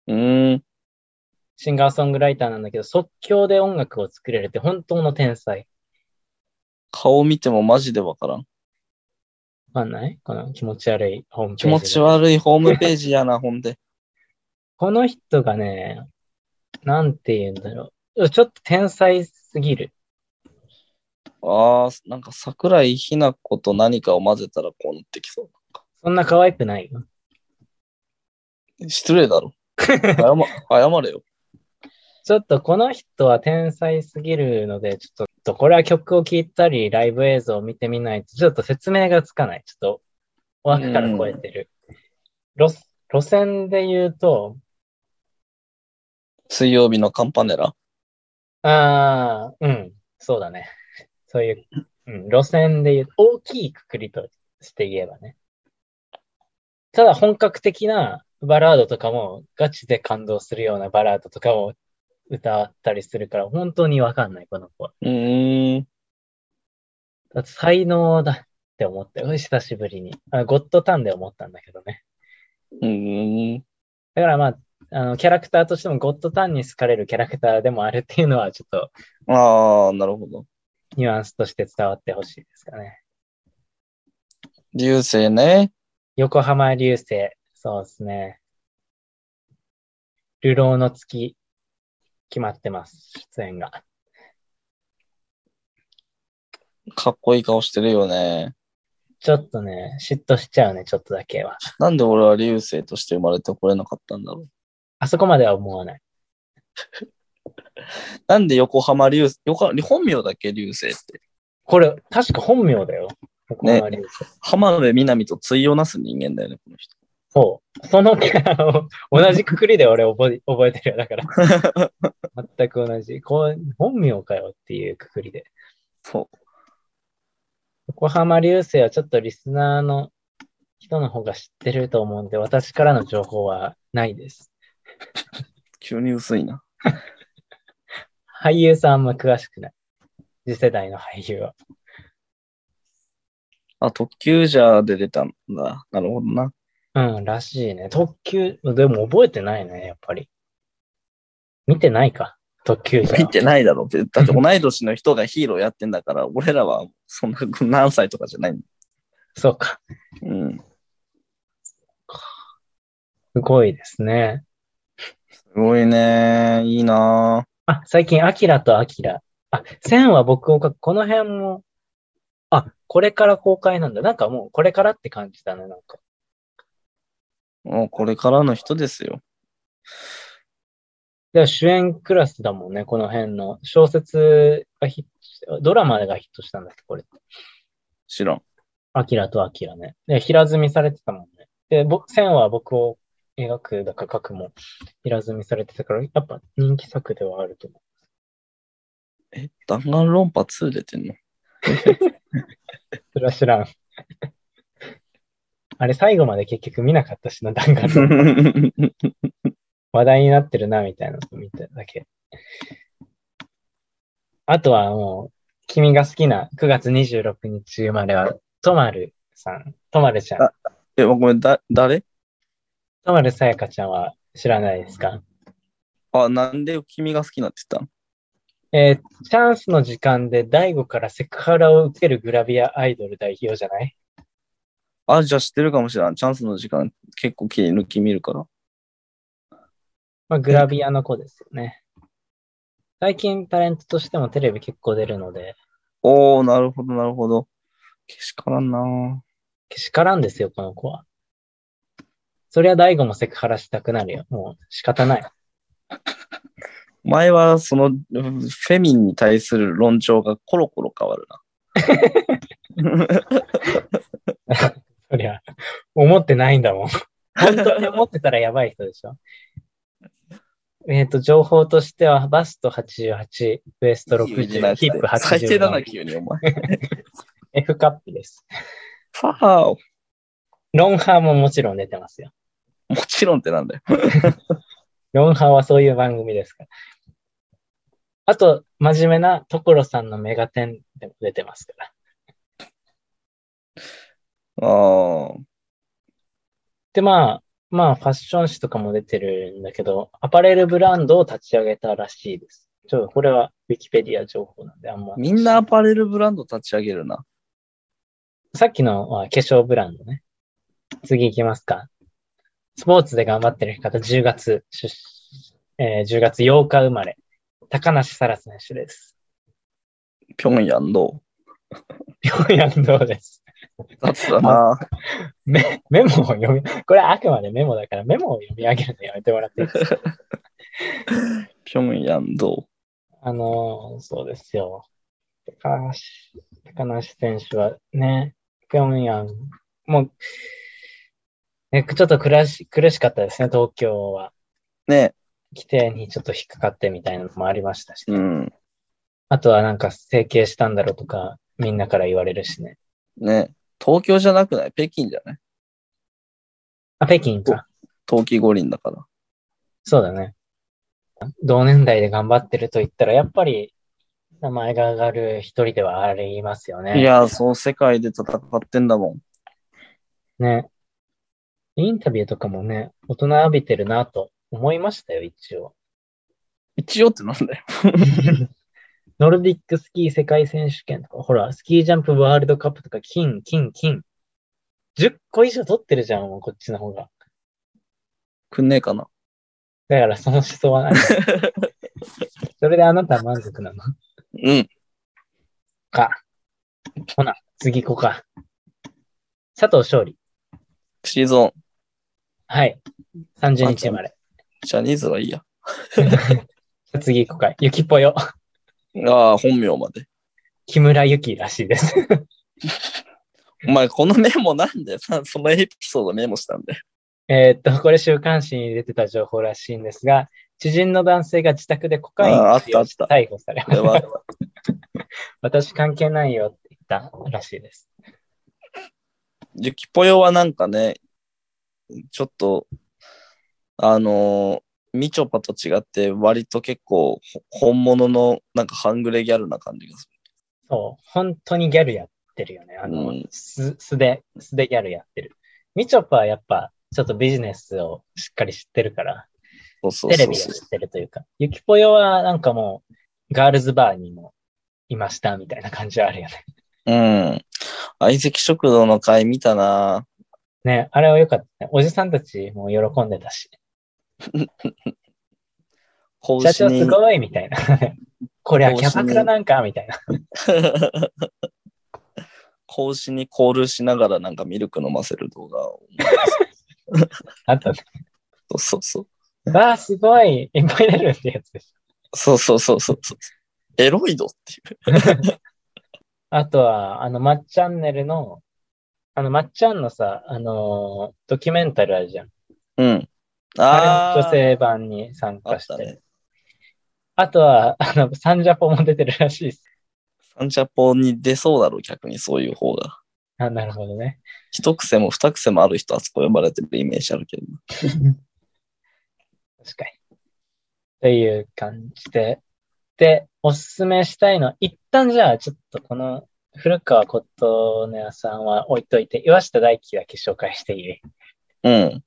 Speaker 2: うーん。
Speaker 1: シンガーソングライターなんだけど、即興で音楽を作れるって本当の天才。
Speaker 2: 顔見てもマジでわからん。
Speaker 1: わかんないこの気持ち悪いホームページ
Speaker 2: 気
Speaker 1: が。
Speaker 2: 持ち悪いホームページやな、ほんで。
Speaker 1: この人がね、なんて言うんだろう。ちょっと天才すぎる。
Speaker 2: ああ、なんか桜井日奈子と何かを混ぜたらこうなってきそ
Speaker 1: そんな可愛くないよ。
Speaker 2: う。失礼だろ。謝謝れよ。
Speaker 1: ちょっとこの人は天才すぎるので、ちょっとこれは曲を聴いたり、ライブ映像を見てみないと、ちょっと説明がつかない。ちょっと枠から超えてる。路路線で言うと、
Speaker 2: 水曜日のカンパネラ。
Speaker 1: ああ、うん、そうだね。そういう、うん、路線で言う、大きいくくりとして言えばね。ただ本格的なバラードとかも、ガチで感動するようなバラードとかを歌ったりするから、本当にわかんない、この子は。
Speaker 2: うーん。
Speaker 1: だって才能だって思って、うん久しぶりに。あゴッドタンで思ったんだけどね。
Speaker 2: うーん。
Speaker 1: だからまあ、あの、キャラクターとしてもゴッドタンに好かれるキャラクターでもあるっていうのは、ちょっと
Speaker 2: ああ、なるほど。
Speaker 1: ニュアンスとして伝わってほしいですかね。
Speaker 2: 流星ね。
Speaker 1: 横浜流星。そうですね。流浪の月。決まってます。出演が。
Speaker 2: かっこいい顔してるよね。
Speaker 1: ちょっとね、嫉妬しちゃうね、ちょっとだけは。
Speaker 2: なんで俺は流星として生まれてこれなかったんだろう。
Speaker 1: あそこまでは思わない。
Speaker 2: なんで横浜流星、横浜本名だっけ流星って。
Speaker 1: これ、確か本名だよ。横浜流星。
Speaker 2: 浜辺美波と対をなす人間だよね、この人。
Speaker 1: そう。そのあの同じくくりで俺覚え覚えてるよ。だから、全く同じ。こう本名かよっていうくくりで。
Speaker 2: そう。
Speaker 1: 横浜流星はちょっとリスナーの人の方が知ってると思うんで、私からの情報はないです。
Speaker 2: 急に薄いな。
Speaker 1: 俳優さんあんま詳しくない。次世代の俳優は。
Speaker 2: あ、特急ジャーで出たんだ。なるほどな。
Speaker 1: うん、らしいね。特急、でも覚えてないね、やっぱり。見てないか、特急じゃ。
Speaker 2: 見てないだろ。だって同い年の人がヒーローやってんだから、俺らはそんな何歳とかじゃないんだ。
Speaker 1: そうか。
Speaker 2: うん。
Speaker 1: すごいですね。
Speaker 2: すごいね。いいな
Speaker 1: あ、最近、アキラとアキラ。あ、線は僕を書く。この辺も、あ、これから公開なんだ。なんかもう、これからって感じだね、なんか。
Speaker 2: もうこれからの人ですよ。
Speaker 1: で主演クラスだもんね、この辺の。小説がヒットしドラマがヒットしたんだっけ、これ。
Speaker 2: 知らん。
Speaker 1: アキラとアキラね。で、平積みされてたもんね。で、ぼ線は僕を描くだか書くも平積みされてたから、やっぱ人気作ではあると思
Speaker 2: え、弾丸論破2出てんの
Speaker 1: う。それは知らん。 あれ、最後まで結局見なかったしな、弾丸 の話題になってるな、みたいなの見ただけ。あとはもう、君が好きな9月26日生まれは、とまるさん、とまるちゃん。
Speaker 2: え、ごめん、だ、誰
Speaker 1: とまるさやかちゃんは知らないですか
Speaker 2: あ、なんで君が好きなって言っ
Speaker 1: えーチャンスの時間で大悟からセクハラを受けるグラビアアイドル代表じゃない
Speaker 2: たんあ、じゃあ知ってるかもしれん。チャンスの時間結構切り抜き見るから。
Speaker 1: まあ、グラビアの子ですよね。最近タレントとしてもテレビ結構出るので、
Speaker 2: おー、なるほど、なるほど。けしからんな
Speaker 1: けしからんですよ、この子は。そりゃ大悟もセクハラしたくなるよ。もう仕方ない。
Speaker 2: 前はその、うんフェミンに対する論調がコロコロ変わる な。
Speaker 1: そりゃ、思ってないんだも ん。本当に思ってたらやばい人でしょ。えっ、と、情報としては、バスト88、ウエスト60、ヒップ87。
Speaker 2: 最低だな、急にお前。
Speaker 1: F カップです。
Speaker 2: ファーを
Speaker 1: ロンハーももちろん出てますよ。
Speaker 2: もちろんってなんだよ。
Speaker 1: ロンハーはそういう番組ですから。あと、真面目な所さんのメガテンでも出てますから。
Speaker 2: ああ、
Speaker 1: で、まあ、まあ、ファッション誌とかも出てるんだけど、アパレルブランドを立ち上げたらしいです。ちょっとこれはウィキペディア情報なんで、あんま。
Speaker 2: みんなアパレルブランド立ち上げるな。
Speaker 1: さっきのは化粧ブランドね。次行きますか。スポーツで頑張ってる方、10月出、えー10月8日生まれ、高梨沙羅選手です。
Speaker 2: ピョンヤンど
Speaker 1: 平壌どうです。
Speaker 2: う雑だな。
Speaker 1: メメモを読み、これはあくまでメモだからメモを読み上げるのやめてもらっていいですか
Speaker 2: ピョンヤンど
Speaker 1: あのーそうですよ。高橋、高梨選手はね、ピョンヤン、もう、ね、ちょっと苦し苦しかったですね、東京は。
Speaker 2: う。ね。
Speaker 1: 規定にちょっと引っかかってみたいなのもありましたし、
Speaker 2: うん。
Speaker 1: あとはなんか整形したんだろうとか、みんなから言われるしね。
Speaker 2: ね。東京じゃなくない北京じゃない
Speaker 1: あ、北京か。
Speaker 2: 冬季五輪だから。
Speaker 1: そうだね。同年代で頑張ってると言ったら、やっぱり名前が上がる一人ではありますよね。
Speaker 2: いやー、そう世界で戦ってんだもん。
Speaker 1: ね。インタビューとかもね、大人びてるなと思いましたよ、一応。
Speaker 2: 一応ってなんだよ。
Speaker 1: ノルディックスキー世界選手権とか、ほら、スキージャンプワールドカップとか、金、金、金。10個以上取ってるじゃん、もうこっちの方が。
Speaker 2: くんねえかな。
Speaker 1: だからその思想 はない。それであなたは満足なの
Speaker 2: うん。
Speaker 1: か。ほな、次行こうか。佐藤勝利。
Speaker 2: シーズン、
Speaker 1: はい。30日生まれ。
Speaker 2: ジャニーズはいいや。
Speaker 1: 次行こうか。ゆきぽよ。
Speaker 2: ああ、本名まで。
Speaker 1: 木村ゆきらしいです。
Speaker 2: お前、このメモなんでさ、 そのエピソードメモしたん だよ。
Speaker 1: えーっと、これ週刊誌に出てた情報らしいんですが、知人の男性が自宅でコカイン
Speaker 2: あ
Speaker 1: を
Speaker 2: ーあった
Speaker 1: 使用して
Speaker 2: あった
Speaker 1: 逮捕され
Speaker 2: こ
Speaker 1: ま
Speaker 2: れ
Speaker 1: し
Speaker 2: は
Speaker 1: た。、私関係ないよって言ったらしいです。
Speaker 2: ゆきぽよはなんかね、ちょっと、あのーみちょぱと違って、割と結構、ほ本物の、なんか、半グレギャルな感じがす
Speaker 1: そう、本当にギャルやってるよね。あの、
Speaker 2: うん
Speaker 1: 素素で、素でギャルやってる。みちょぱはやっぱ、ちょっとビジネスをしっかり知ってるから、
Speaker 2: る。そうそう
Speaker 1: テレ
Speaker 2: そう
Speaker 1: ビを
Speaker 2: そう。
Speaker 1: 知ってるというか、ゆきぽよはなんかもう、ガールズバーにもいましたみたいな感じはあるよね。
Speaker 2: うん。相席食堂の回見たな
Speaker 1: ね、あれは良かったね。おじさんたちも喜んでたし。
Speaker 2: 更
Speaker 1: 社長す
Speaker 2: 新。
Speaker 1: ごいみたいな。 これはキャバクラなんかみたいな。
Speaker 2: 更新にコールしながらなんかミルク飲ませる動画を。
Speaker 1: あとね、
Speaker 2: そうそうそう。
Speaker 1: わあ、すごいいっぱい出るってやつでし
Speaker 2: そうそうそうそうそう。エロイドっていう。
Speaker 1: たあとは、あの、まっチャンネルの、あの、まっちゃんのさ、あのードキュメンタルあるじゃん。
Speaker 2: うん。
Speaker 1: あ
Speaker 2: あ
Speaker 1: れ
Speaker 2: あ。
Speaker 1: の女性版に参
Speaker 2: あ
Speaker 1: 加
Speaker 2: っ
Speaker 1: したて。
Speaker 2: ね。
Speaker 1: あとは、あの、サンジャポも出てるらしいです。
Speaker 2: サンチャポに出そうだろう、逆にそういう方が。
Speaker 1: あ、なるほどね。
Speaker 2: 一癖も二癖もある人、あそこ呼ばれてるイメージあるけど。
Speaker 1: 確かに。っていう感じで。で、おすすめしたいのは、一旦じゃあ、ちょっとこの、古川琴音さんは置いといて、岩下大輝だけ紹介していい
Speaker 2: うん。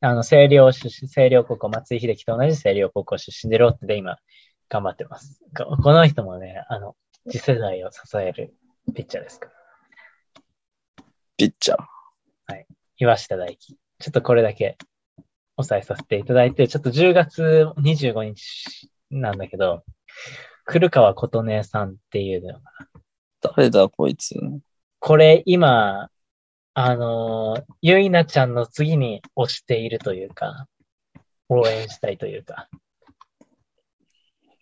Speaker 1: あの、星稜出身、星稜高校、松井秀喜と同じ星稜高校出身でロッテで今、頑張ってます。ここの人もね、あの、次世代を支えるピッチャーですから。
Speaker 2: ピッチャー。
Speaker 1: 岩下大輝。ちょっとこれだけお伝えさせていただいて、ちょっと10月25日なんだけど、古川琴音さんっていうのが、
Speaker 2: 誰だ、こいつ。
Speaker 1: これ今、あのー、ゆいなちゃんの次に推しているというか、応援したいというか、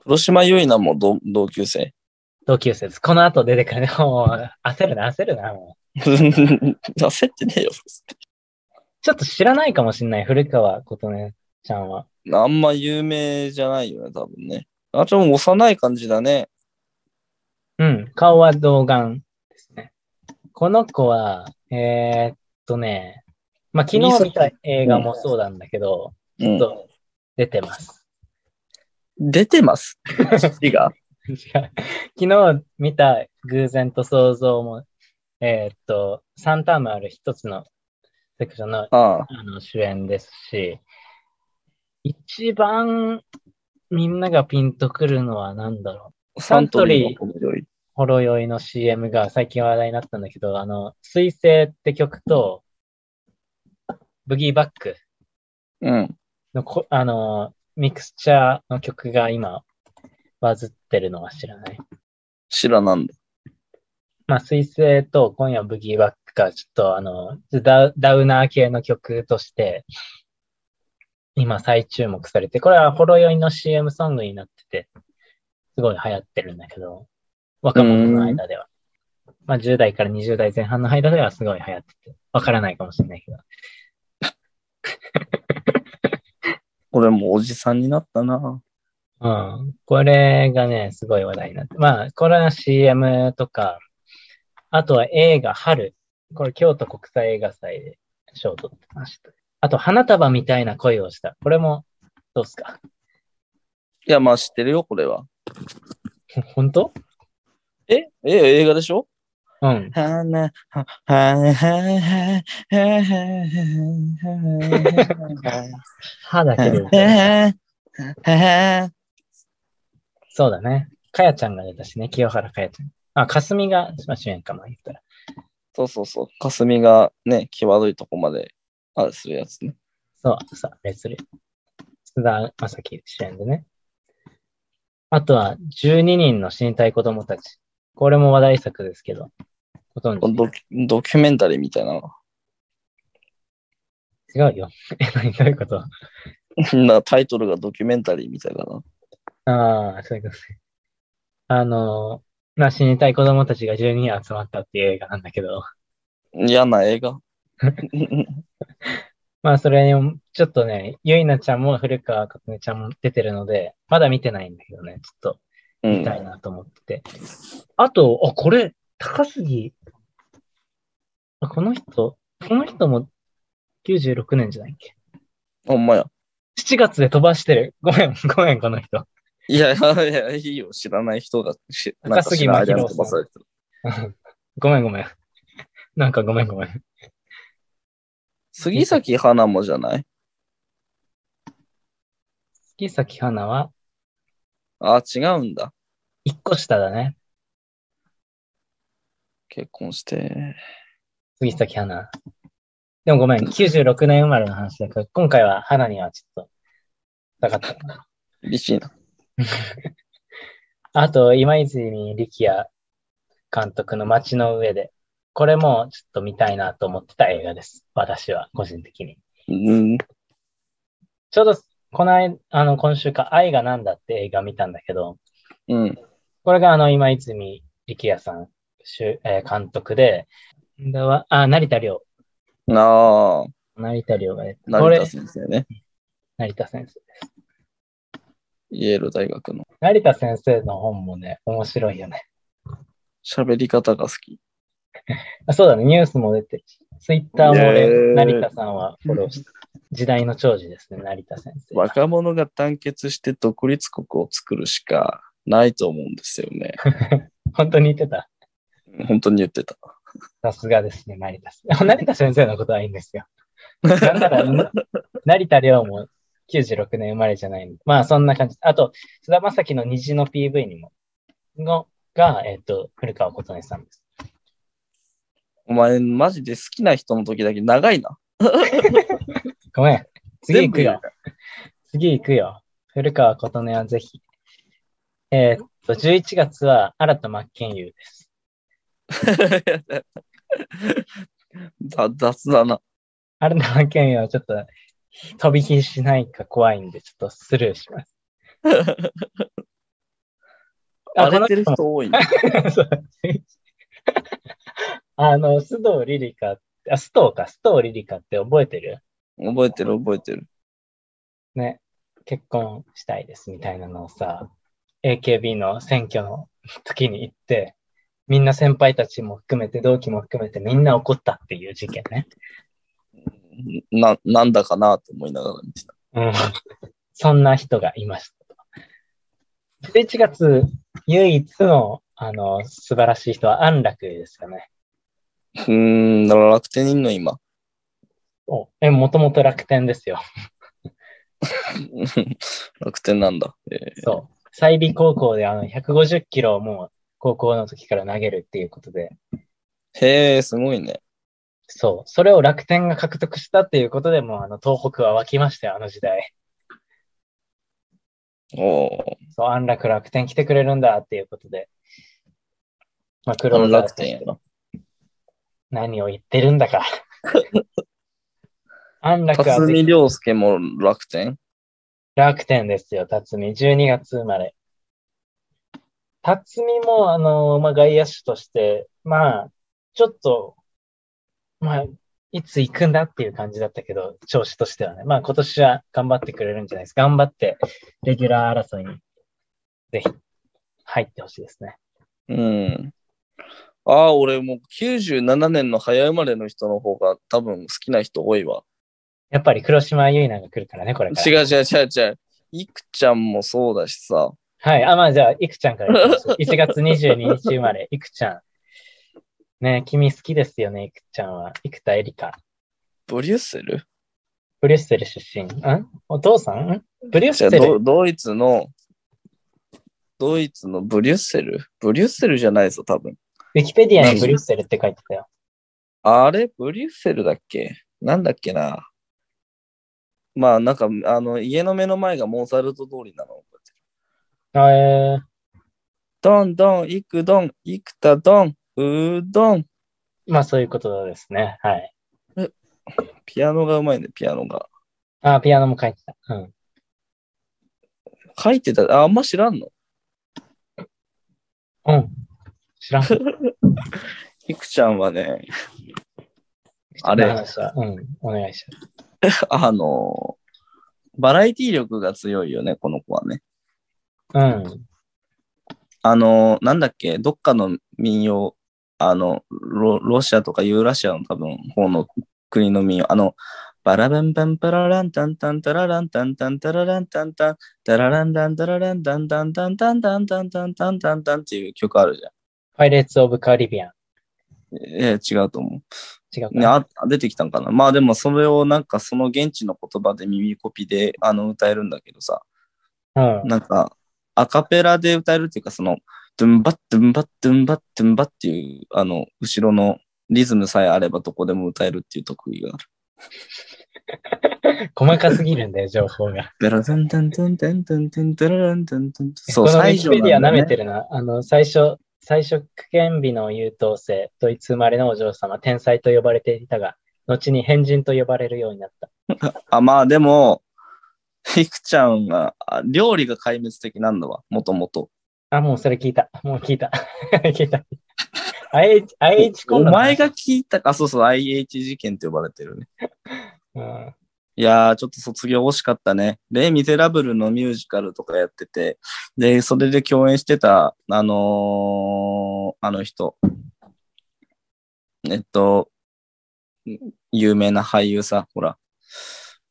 Speaker 2: 黒島結菜も同同級生。
Speaker 1: 同級生です。この後出てくるね。もう、焦るな、焦るな、もう。
Speaker 2: 焦ってねえよ。
Speaker 1: ちょっと知らないかもしんない、古川琴音ちゃんは。
Speaker 2: あんま有名じゃないよね、多分ね。あ、ちょっと幼い感じだね。
Speaker 1: うん、顔は童顔ですね。この子は、えーっとね、まあ、昨日見た映画もそうなんだけど、
Speaker 2: う
Speaker 1: ちょっ
Speaker 2: ん。
Speaker 1: と出てます。
Speaker 2: 出てます。父が。
Speaker 1: 違う昨日見た偶然と想像も、えーっと、3タームある一つのセクションの
Speaker 2: ああ。
Speaker 1: あの主演ですし、一番みんながピンとくるのは何だろう。サントリー
Speaker 2: サントの緑
Speaker 1: ほろ酔いの CM が最近話題になったんだけど、あの、水星って曲と、ブギーバック
Speaker 2: うん。
Speaker 1: のこ、あの、ミクスチャーの曲が今、バズってるのは知らない。
Speaker 2: 知らなんだ。
Speaker 1: まあ、水星と今夜ブギーバックがちょっとあの、ダダウナー系の曲として、今再注目されて、これはほろ酔いの CM ソングになってて、すごい流行ってるんだけど、若者の間では。まあ、10代から20代前半の間ではすごい流行ってて、わからないかもしれないけど。
Speaker 2: 俺もうおじさんになったな。
Speaker 1: うん。これがね、すごい話題になって。まあ、これは CM とか、あとは映画、春。これ、京都国際映画祭で賞を取ってました。あと、花束みたいな恋をした。これも、どうっすか
Speaker 2: いや、まあ知ってるよ、これは。
Speaker 1: 本当
Speaker 2: ええ、映画でしょ
Speaker 1: うん。
Speaker 2: 花、は、は、は、は、は、は、
Speaker 1: 歯だけで歌う。
Speaker 2: は、は、
Speaker 1: そうだね。かやちゃんが出たしね、清原かやちゃん。あ、かすみが、まあ、主演かも言ったら。
Speaker 2: そうそうそう。霞がね、際どいとこまで、あれするやつね。
Speaker 1: そう、そう、レスリー。津田正樹主演でね。あとは、12人の死にたい子供たち。これも話題作ですけど、ご存
Speaker 2: ドキュドキュメンタリーみたいなの。
Speaker 1: 知違うよ。 え、何どういうことあ
Speaker 2: なタイトルがドキュメンタリーみたいだな。
Speaker 1: あー、そういうことねあのー、まあ、死にたい子供たちが12人集まったっていう映画なんだけど、
Speaker 2: 嫌な映画。
Speaker 1: まあ、それにも、ちょっとね、ゆいなちゃんも古川かつねちゃんも出てるので、まだ見てないんだけどね、ちょっと
Speaker 2: う
Speaker 1: 見
Speaker 2: ん
Speaker 1: た。いなと思ってて。あと、あ、これ、高杉。あ、この人、この人も96年じゃないっけ
Speaker 2: ほんまや。
Speaker 1: ?7 月で飛ばしてる。ごめん、ごめん、この人。
Speaker 2: いやいやいや、いいよ。知らない人が、しなんか知らない間に飛ばされてる。
Speaker 1: ごめん、ごめん。なんかごめん、ごめん。
Speaker 2: 杉咲花もじゃない
Speaker 1: 月咲花は
Speaker 2: あ、違うんだ。
Speaker 1: 1個下だね。
Speaker 2: 結婚して。
Speaker 1: 杉咲花。でもごめん、96年生まれの話だから、今回は花にはちょっと、なかったな。
Speaker 2: 厳しいな。
Speaker 1: あと、今泉力也監督の街の上で、これもちょっと見たいなと思ってた映画です。私は、個人的に。
Speaker 2: うん。
Speaker 1: ちょうど、この間、あの、今週か、愛がなんだって映画見たんだけど、
Speaker 2: うん。
Speaker 1: これがあの、今泉力也さん、主えー監督で、んだわあ、成田凌。
Speaker 2: ああ、
Speaker 1: 成田凌がね、こ
Speaker 2: 成
Speaker 1: れ
Speaker 2: 田、先生ね。
Speaker 1: 成田先生。
Speaker 2: イエール大学の。
Speaker 1: 成田先生の本もね、面白いよね。
Speaker 2: 喋り方が好き。
Speaker 1: あそうだね、ニュースも出てるし、ツイッターも
Speaker 2: イエ
Speaker 1: ね
Speaker 2: ーイ
Speaker 1: 成田さんはフォローして、時代の長寿ですね、成田先生。
Speaker 2: 若者が団結して独立国を作るしかないと思うんですよね。
Speaker 1: 本当に言ってた。
Speaker 2: 本当に言ってた。
Speaker 1: さすがですね、成田先生。成田先生のことはいいんですよ。なんなら、 成田凌も96年生まれじゃないの。まあ、そんな感じ。あと、菅田将暉の虹の PV にも、の、が、えっ、と、古川琴音さんです。
Speaker 2: お前、マジで好きな人の時だけ長いな。
Speaker 1: ごめん。次行
Speaker 2: 全部
Speaker 1: く
Speaker 2: 言
Speaker 1: よ
Speaker 2: う。から
Speaker 1: 次行くよ。古川琴音はぜひ。えーっと、11月は新田真剣佑です。
Speaker 2: だ雑だな。
Speaker 1: 新田真剣佑はちょっと飛び火しないか怖いんで、ちょっとスルーします。 あ
Speaker 2: 荒れてる人多いね。
Speaker 1: そうあの、須藤リリカ、あ、須藤か、須藤リリカって覚えてる
Speaker 2: 覚えてる覚えてる。
Speaker 1: ね。結婚したいですみたいなのをさ、AKB の選挙の時に行って、みんな先輩たちも含めて、同期も含めてみんな怒ったっていう事件ね。
Speaker 2: な、なんだかなと思いながら見てた。
Speaker 1: うん。そんな人がいました。11月、唯一の、あの、素晴らしい人は安楽ですかね。
Speaker 2: うーん、だから楽天人の今。
Speaker 1: おえ、もともと楽天ですよ。
Speaker 2: 楽天なんだ。え
Speaker 1: そう。済美高校であの、150キロをもう高校の時から投げるっていうことで、
Speaker 2: ーへえ、すごいね。
Speaker 1: そう。それを楽天が獲得したっていうことでもう、あの、東北は沸きましたよ、あの時代。
Speaker 2: おー
Speaker 1: そう、安楽楽天来てくれるんだっていうことで。まあ、ク
Speaker 2: あ
Speaker 1: ロ
Speaker 2: の
Speaker 1: ーザー
Speaker 2: 楽天やな。
Speaker 1: 何を言ってるんだ か。安楽は
Speaker 2: 辰
Speaker 1: ぜ
Speaker 2: 巳
Speaker 1: ひ
Speaker 2: 涼介も楽天
Speaker 1: 楽天ですよ、辰巳。12月生まれ。辰巳も、あのまあ、外野手として、まあ、ちょっと、まあ、いつ行くんだっていう感じだったけど、調子としてはね。まあ、今年は頑張ってくれるんじゃないですか。頑張って、レギュラー争いに、ぜひ、入ってほしいですね。
Speaker 2: うん。ああ、俺もう97年の早生まれの人の方が多分好きな人多いわ。
Speaker 1: やっぱり黒島結菜が来るからね、これから。
Speaker 2: 違う違う違う違う。いくちゃんもそうだしさ。
Speaker 1: はい。あ、まあじゃあ、いくちゃんからいきまし ょう。1月22日生まれ、いくちゃん。ねえ君好きですよね、いくちゃんは。生田絵梨花。
Speaker 2: ブリュッセル
Speaker 1: ブリュッセル出身。んお父さんんブリュッ
Speaker 2: じゃ
Speaker 1: セ
Speaker 2: あ
Speaker 1: ル
Speaker 2: ド、ドイツの、ドイツのブリュッセルブリュッセルじゃないぞ、多分。
Speaker 1: ウィキペディアにブリュッセルって書いてたよ。
Speaker 2: あれブリュッセルだっけなんだっけなまあなんか、あの、家の目の前がモーツァルト通りなの。
Speaker 1: えー、
Speaker 2: どんどん、いくどん、いくたどん、うーどん。
Speaker 1: まあそういうことですね。はい。
Speaker 2: ピアノがうまいね、ピアノが。
Speaker 1: あ、ピアノも書いてた。うん。
Speaker 2: 書いてた、ああんま知らんの
Speaker 1: うん。知ら ん。
Speaker 2: いくちゃんはね、あれ
Speaker 1: 話はうん。お願いします。
Speaker 2: あの、バラエティ力が強いよね、この子はね。
Speaker 1: うん。
Speaker 2: あの、なんだっけ、どっかの民謡、あの、ロロシアとかユーラシアの多分方の国の民謡、あの、バラバンバンパラランタンタンタラランタンタンタラランタンタンタラランタンタラランタンタンタンタンタンタンタンタンタンタンっていう曲あるじゃん。
Speaker 1: パイレーツ・オブ・カリビアン。
Speaker 2: えー違うと思う。
Speaker 1: 違うか
Speaker 2: ね、
Speaker 1: な。
Speaker 2: あ出てきたんかな。まあでもそれをなんかその現地の言葉で耳コピであの歌えるんだけどさ、
Speaker 1: うん。
Speaker 2: なんかアカペラで歌えるっていうかその、ドゥンバッドゥンバッドゥンバッドゥンバっていうあの後ろのリズムさえあればどこでも歌えるっていう特技がある。
Speaker 1: 細かすぎるんだよ、情報が。
Speaker 2: ベラテンテンテンテンテンテンテランテンテンテンそう、
Speaker 1: このウ
Speaker 2: 最
Speaker 1: ィキ
Speaker 2: 初
Speaker 1: ペディア
Speaker 2: な
Speaker 1: 舐
Speaker 2: んだ
Speaker 1: め
Speaker 2: よ
Speaker 1: て
Speaker 2: ね。
Speaker 1: るな。あの、最初、最初、苦剣美の優等生、ドイツ生まれのお嬢様、天才と呼ばれていたが、後に変人と呼ばれるようになった。
Speaker 2: あ、まあでも、ひくちゃんが、あ料理が壊滅的なんだわ、もともと。
Speaker 1: あ、もうそれ聞いた。もう聞いた。 聞いた。IH、IH コ
Speaker 2: お
Speaker 1: ンロの
Speaker 2: 前が聞いたか、そうそう、IH 事件って呼ばれてるね。
Speaker 1: うん
Speaker 2: いやー、ちょっと卒業惜しかったね。レ・ミゼラブルのミュージカルとかやってて、で、それで共演してた、あのーあの人。えっと、有名な俳優さ、ほら。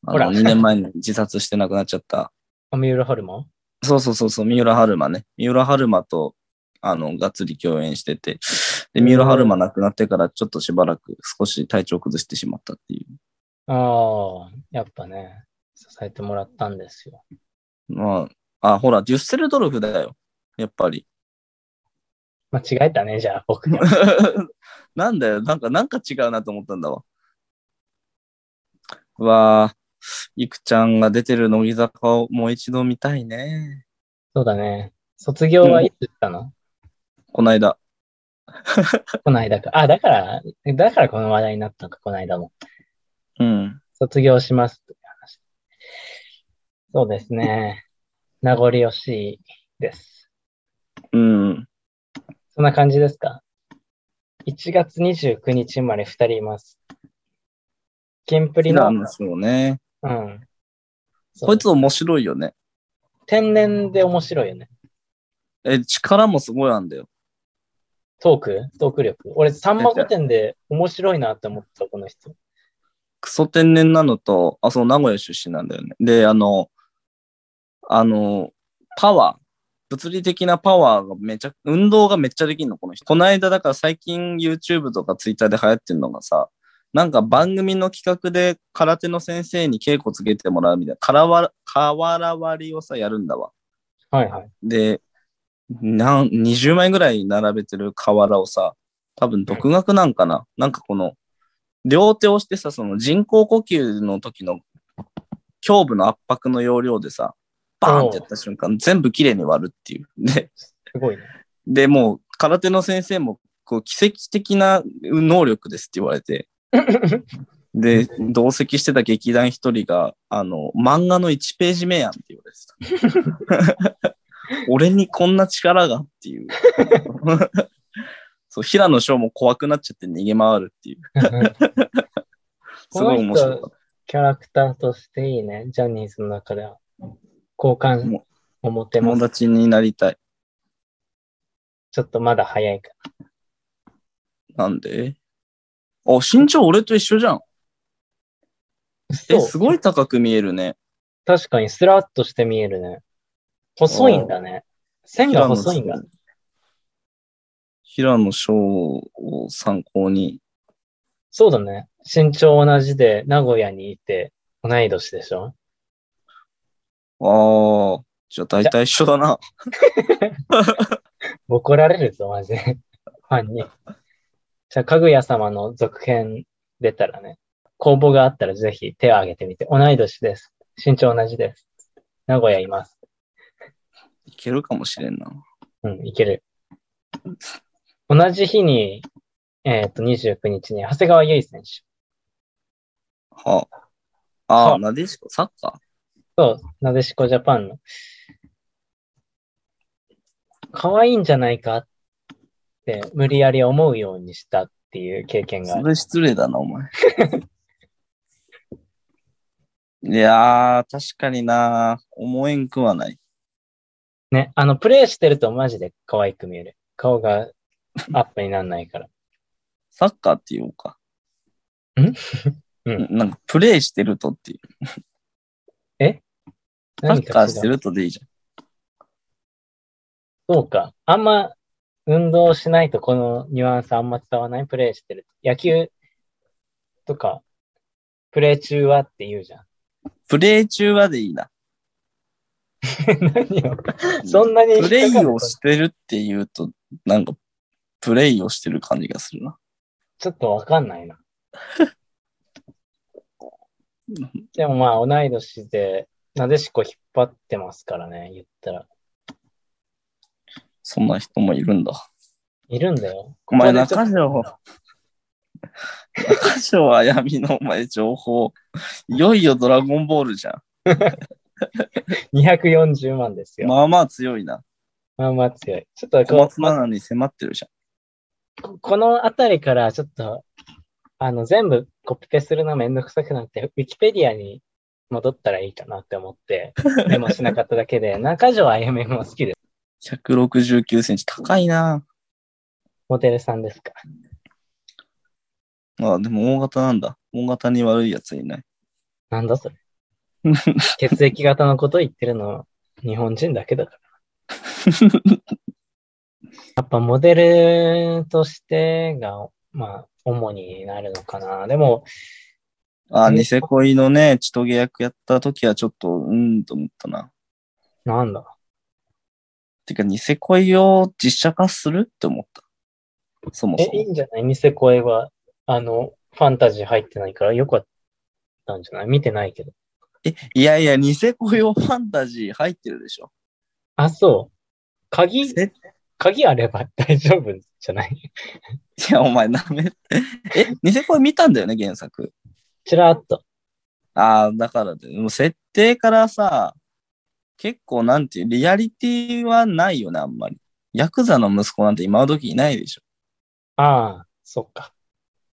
Speaker 2: あ
Speaker 1: ほら
Speaker 2: の、2年前に自殺して亡くなっちゃった。
Speaker 1: コミュールホルモン
Speaker 2: そうそうそうそう、三浦春馬ね。三浦春馬と、あの、がっつり共演してて、で、三浦春馬亡くなってからちょっとしばらく少し体調崩してしまったっていう。
Speaker 1: ああ、やっぱね、支えてもらったんですよ。
Speaker 2: まあ、あ、ほら、デュッセルドルフだよ。やっぱり。
Speaker 1: 間違えたね、じゃあ、僕が。
Speaker 2: なんだよ、なんか、なんか違うなと思ったんだわ。うわあ、いくちゃんが出てる乃木坂をもう一度見たいね。
Speaker 1: そうだね。卒業はいつしたの、
Speaker 2: こないだ。
Speaker 1: この間か。あ、だから、だからこの話題になったのか、この間も。
Speaker 2: うん。
Speaker 1: 卒業しますという話。そうですね。 名残惜しいです。
Speaker 2: うん。
Speaker 1: そんな感じですか ?1 月29日生まれ2人います。キンプリの、
Speaker 2: な
Speaker 1: うん
Speaker 2: で
Speaker 1: ん。
Speaker 2: すよね。
Speaker 1: そう
Speaker 2: こいつ面白いよね。
Speaker 1: 天然で面白いよね。
Speaker 2: え、力もすごいあんだよ。
Speaker 1: トークトーク力。俺、さんま御殿で面白いなって思った、この人。
Speaker 2: クソ天然なのと、あ、そう、名古屋出身なんだよね。で、あの、あの、パワー。物理的なパワーがめちゃ、運動がめっちゃできるの、この人。この間、だから最近 YouTube とか Twitter で流行ってるのがさ、なんか番組の企画で空手の先生に稽古つけてもらうみたいな、からわ瓦割りをさ、やるんだわ。
Speaker 1: はいはい。
Speaker 2: で、なん20枚ぐらい並べてる瓦をさ、多分独学なんかな、なんかこの、両手をしてさ、その人工呼吸の時の胸部の圧迫の要領でさ、バーンってやった瞬間、全部綺麗に割るっていう。で、
Speaker 1: すごい ね。
Speaker 2: でもう空手の先生も、こう、奇跡的な能力ですって言わ れて、で、同席してた劇団一人が、あの、漫画の1ページ目やんって言われ てた。俺にこんな力がっていう。 そう、平野翔も怖くなっちゃって逃げ回るっていう。すごい面白かった。
Speaker 1: キャラクターとしていいね。ジャニーズの中では。好感
Speaker 2: も
Speaker 1: を持てま
Speaker 2: 友
Speaker 1: す。
Speaker 2: 達になりたい。
Speaker 1: ちょっとまだ早いか
Speaker 2: なんであ、身長俺と一緒じゃん。
Speaker 1: ら。
Speaker 2: え、
Speaker 1: そう
Speaker 2: すごい高く見えるね。
Speaker 1: 確かにスラッとして見えるね。細いんだね。線が細いんだ。
Speaker 2: 平野翔を参考に。
Speaker 1: そうだね。身長同じで名古屋にいて同い年でしょ
Speaker 2: ああ、じゃあ大体一緒だな。
Speaker 1: 怒られるぞ、マジで。 ファンに。じゃあ、かぐや様の続編出たらね、公募があったらぜひ手を挙げてみて。同い年です。身長同じです。名古屋います。
Speaker 2: いけるかもしれんな。
Speaker 1: うん、いける。同じ日に、えっ、と、29日に長谷川唯選手。
Speaker 2: はあ。あ
Speaker 1: は
Speaker 2: あ、なでしこ、サッカ
Speaker 1: そう、なでしこジャパンの。可愛いんじゃないかって無理やり思うようにしたっていう経験
Speaker 2: ー
Speaker 1: があ
Speaker 2: そ
Speaker 1: る。
Speaker 2: れ失礼だな、お前。いやー、確かにな、思えんくはない。
Speaker 1: ね、あの、プレイしてるとマジで可愛く見える。顔がアップにならないから。
Speaker 2: サッカーって言おうか。
Speaker 1: ん
Speaker 2: うんなんか、プレイしてるとっていう。 サッカーして
Speaker 1: る
Speaker 2: るとでいいじ
Speaker 1: そうか。あんま運動しないとこのニュアンスあんま伝わないプレイしてる。野球とか、プレイ中はって言うじゃん。
Speaker 2: ゃん。プレイ中はでいいな。
Speaker 1: 何を そんなに引っ
Speaker 2: プ
Speaker 1: かか
Speaker 2: レ
Speaker 1: る
Speaker 2: イをしてるって言うと、なんか、プレイをしてる感じがするな。
Speaker 1: ちょっとわかんない な。でもまあ、同い年で、なでしこ引っ張ってますからね、言ったら。
Speaker 2: そんな人もいるんだ。
Speaker 1: いるんだよ。
Speaker 2: お前
Speaker 1: ここでちょっと
Speaker 2: 中条中条あやみのお前情報、いよいよドラゴンボールじゃ
Speaker 1: 240万です
Speaker 2: ん。
Speaker 1: よ。
Speaker 2: まあまあ強いな。
Speaker 1: まあまあ強い。ちょっと
Speaker 2: 小
Speaker 1: こ
Speaker 2: 松菜奈に迫ってるじ
Speaker 1: う、このあたりからちょっと、あの、全部コピペするのめんどくさくなって、ウィキペディアに戻ったらいいかなって思って、メモしなかっただけで、中条あゆみも好きです。
Speaker 2: ゃん。169センチ高いな。
Speaker 1: モデルさんですか。
Speaker 2: ああでも大型なんだ。大型に悪いやついない。
Speaker 1: なんだそれ。血液型のこと言ってるのは日本人だけだから。やっぱモデルとしてが、まあ、主になるのかな。でも、
Speaker 2: ああ、
Speaker 1: ね
Speaker 2: ニセ恋のね、ちとげ役やった時はちょっと、うーんと思ったな。
Speaker 1: なんだ。
Speaker 2: てか、ニセ恋を実写化するって思った。そも
Speaker 1: え
Speaker 2: そ、
Speaker 1: い
Speaker 2: も
Speaker 1: い。んじゃないニセ恋は、あの、ファンタジー入ってないからよかったんじゃない見てないけど。
Speaker 2: え、いやいや、ニセ恋をファンタジー入ってるでしょ。
Speaker 1: あ、そう。鍵、
Speaker 2: え
Speaker 1: 鍵あれば 大丈夫じゃない
Speaker 2: いや、お前、なめ、え、ニセ恋見たんだよね、原作。
Speaker 1: ちらっと。
Speaker 2: ああ、だからで、もう設定からさ、結構なんていう、リアリティはないよね、あんまり。ヤクザの息子なんて今の時いないでし
Speaker 1: ああ、そっか。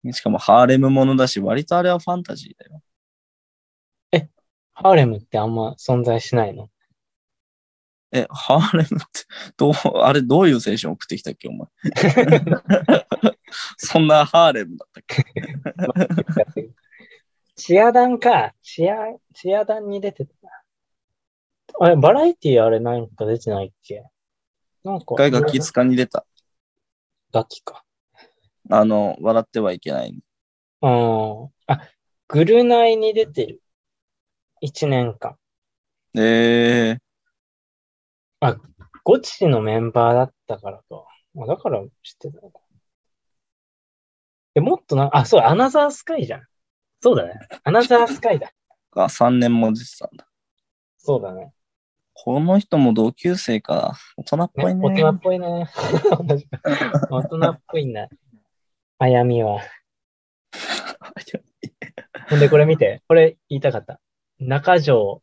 Speaker 2: ょ。しかもハーレムものだし、割とあれはファンタジーだよ。
Speaker 1: ハーレムってあんま存在しないの
Speaker 2: え、ハーレムって、どう、あれどういう青春送ってきたっけ、お前。 そんなハーレムだったっけ
Speaker 1: チアダンか。チア、チアダンに出てたな。あれ、バラエティあれなんか出てないっけなんか
Speaker 2: 一、回楽器つかに出た。
Speaker 1: 楽器か。
Speaker 2: あの、笑ってはいけない。
Speaker 1: うん。あ、グルナイに出てる。一年間。
Speaker 2: え
Speaker 1: ゴチのメンバーだったからか。あだから知ってたのか。で、もっとな、あ、そう、アナザースカイじゃん。そうだね。アナザースカイだ。
Speaker 2: ー、あ、3年も出てたんだ。
Speaker 1: そうだね。
Speaker 2: この人も同級生か。大人っぽい
Speaker 1: ね
Speaker 2: ね。
Speaker 1: 大人っぽいね。 同じ大人っぽいな。あやみは。ほんで、これ見て。これ言いたかった。中条、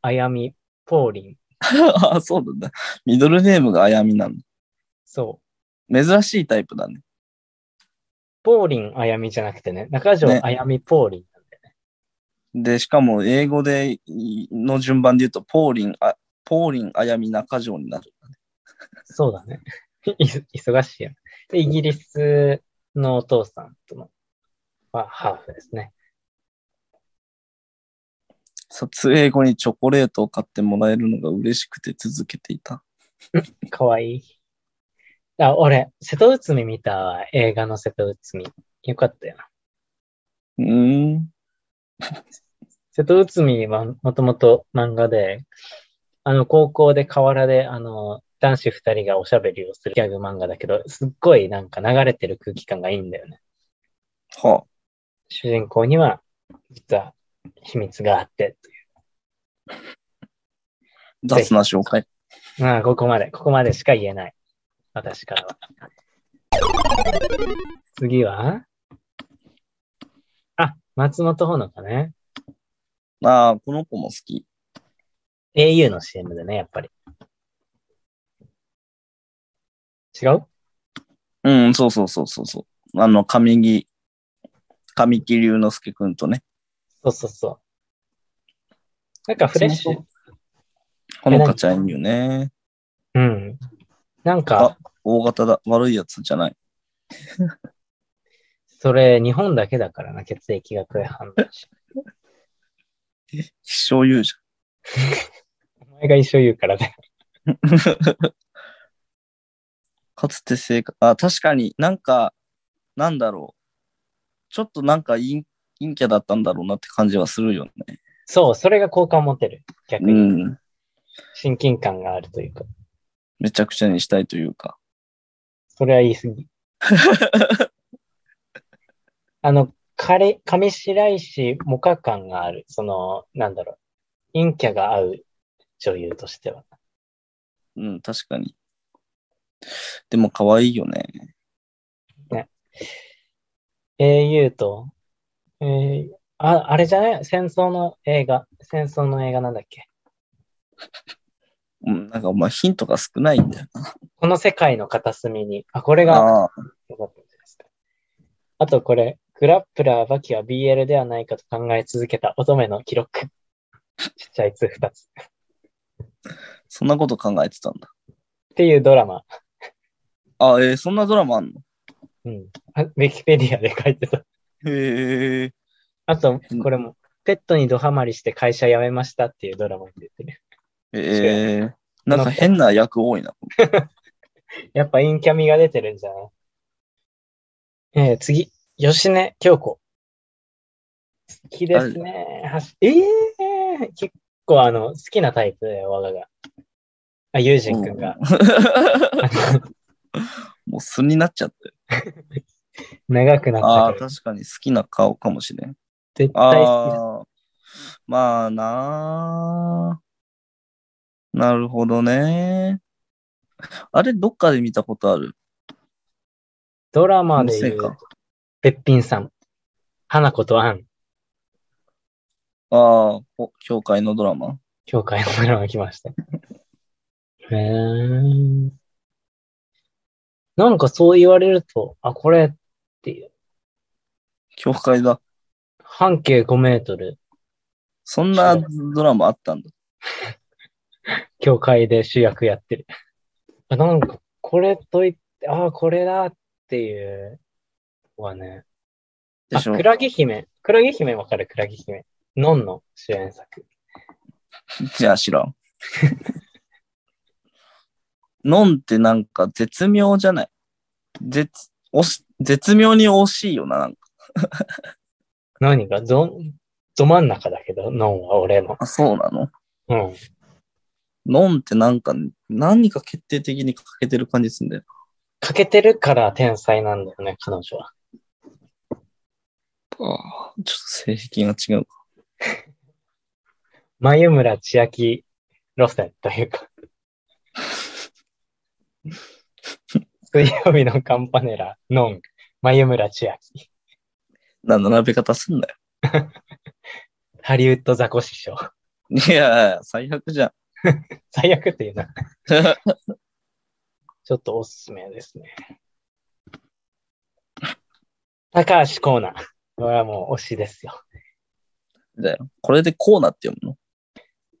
Speaker 1: あやみ、ポーリン。
Speaker 2: あ、そうなんだ。ミドルネームがあやみなん
Speaker 1: そう。
Speaker 2: だ。珍しいタイプだね。
Speaker 1: ポーリン、あやみじゃなくてね。中条、
Speaker 2: ね
Speaker 1: あやみ、ポーリン。
Speaker 2: で、しかも英語でいの順番で言うと、ポーリン、あポーリン、あやみ、中条になる。
Speaker 1: そうだね。 い忙しいやん。で、イギリスのお父さんとの、はハーフですね。
Speaker 2: 撮影後にチョコレートを買ってもらえるのが嬉しくて続けていた。
Speaker 1: かわいい。あ、俺、瀬戸内海見たわ映画の瀬戸内海。よかったよな。
Speaker 2: うーん。
Speaker 1: 瀬戸内海はもともと漫画で、あの、高校で河原で、あの、男子二人がおしゃべりをするギャグ漫画だけど、すっごいなんか流れてる空気感がいいんだよね。
Speaker 2: は
Speaker 1: 主人公には、実は秘密があって、
Speaker 2: あ、雑な紹介。
Speaker 1: まあ、ここまで、ここまでしか言えない。私からは。次はあ、松本穂香ね。
Speaker 2: ああ、この子も好き。
Speaker 1: au の CM でね、やっぱり。違う
Speaker 2: うん、そうそうそうそうそう。あの、上木、上木隆之介くんとね。
Speaker 1: そうそうそう。なんかフレッシ
Speaker 2: 松
Speaker 1: ュ
Speaker 2: 本。ほのかちゃんいいよね。
Speaker 1: うん。なんか、
Speaker 2: 大型だ。悪いやつじゃない。
Speaker 1: それ日本だけだからな、血液学反応し。
Speaker 2: 必勝勇者。
Speaker 1: お前が一生言うからね。
Speaker 2: かつて生活、あ、確かになんか、なんだろう。ちょっとなんか陰陰キャだったんだろうなって感じはするよね。
Speaker 1: そう、それが好感持てる。逆
Speaker 2: う
Speaker 1: に。
Speaker 2: ん。
Speaker 1: 親近感があるというか。
Speaker 2: めちゃくちゃにしたいというか。
Speaker 1: それは言い過ぎ。あの、彼、上白石萌歌感がある。その、なんだろう。陰キャが合う女優としては。
Speaker 2: うん、確かに。でも可愛いよね。
Speaker 1: au と、えーあ、あれじゃない戦争の映画。戦争の映画なんだっけ
Speaker 2: うん、なんかお前ヒントが少ないんだよな。
Speaker 1: この世界の片隅に。あ、これが、
Speaker 2: ああ、
Speaker 1: よかったんじゃないですか。あとこれ、グラップラーバキは BL ではないかと考え続けた乙女の記録。ちっちゃいつ二つ。っ
Speaker 2: そんなこと考えてたんだ。
Speaker 1: ていうドラマ。
Speaker 2: あえーそんなドラマあんの
Speaker 1: うん。あウィキペディアで書いてた。
Speaker 2: へえ。
Speaker 1: あと、これも、ペットにドハマりして会社辞めましたっていうドラマに出てる。
Speaker 2: ええ。なんか変な役多いな。
Speaker 1: やっぱ陰キャミが出てるんじゃないえー、次。吉根京子。好きですね。はしええー、結構あの、好きなタイプで、我がが。あ、ユージン君が。
Speaker 2: もう素になっちゃって。
Speaker 1: 長く
Speaker 2: あ
Speaker 1: な
Speaker 2: あ
Speaker 1: った
Speaker 2: ー、
Speaker 1: けど、
Speaker 2: 確かに好きな顔かもしれん。
Speaker 1: 絶対好きだ。
Speaker 2: ああ、まあなーなるほどね。あれ、どっかで見たことある
Speaker 1: ドラマで
Speaker 2: の
Speaker 1: 言
Speaker 2: せいうか、
Speaker 1: べっぴんさん、花子とアン、
Speaker 2: ああ、お教会のドラマ。
Speaker 1: 教会のドラマ来ました。へーなんかそう言われると、あ、これっていう。
Speaker 2: 教会だ。
Speaker 1: 半径5メートル、
Speaker 2: そんなドラマあったんだ。
Speaker 1: 教会で主役やってる。あなんか、これといって、ああ、これだっていうのはね。
Speaker 2: で
Speaker 1: あ、
Speaker 2: しょ
Speaker 1: クラゲ姫。クラゲ姫わかるクラゲ姫。ノンの主演作。
Speaker 2: じゃあ知らん。 のんってなんか絶妙じゃない。絶、おし絶妙に惜しいよな、なんか。
Speaker 1: 何がど、ど真ん中だけど、ノンは俺の。
Speaker 2: あ、そうなの
Speaker 1: うん。
Speaker 2: のんってなんか、何か決定的に欠けてる感じすんだよ。
Speaker 1: 欠けてるから天才なんだよね、彼女は。
Speaker 2: ああ、ちょっと性癖が違うか。
Speaker 1: 眉村千秋路線という か。水曜日のカンパネラ、ノン、眉村千秋。
Speaker 2: な、並べ方すんなよ。
Speaker 1: ハリウッドザコシショウ。
Speaker 2: いやいや、最悪じゃん。
Speaker 1: 最悪っていうな。ちょっとおすすめですね。高橋コーナー。これはもう推しですよ。
Speaker 2: だよ。これでこうなって読むの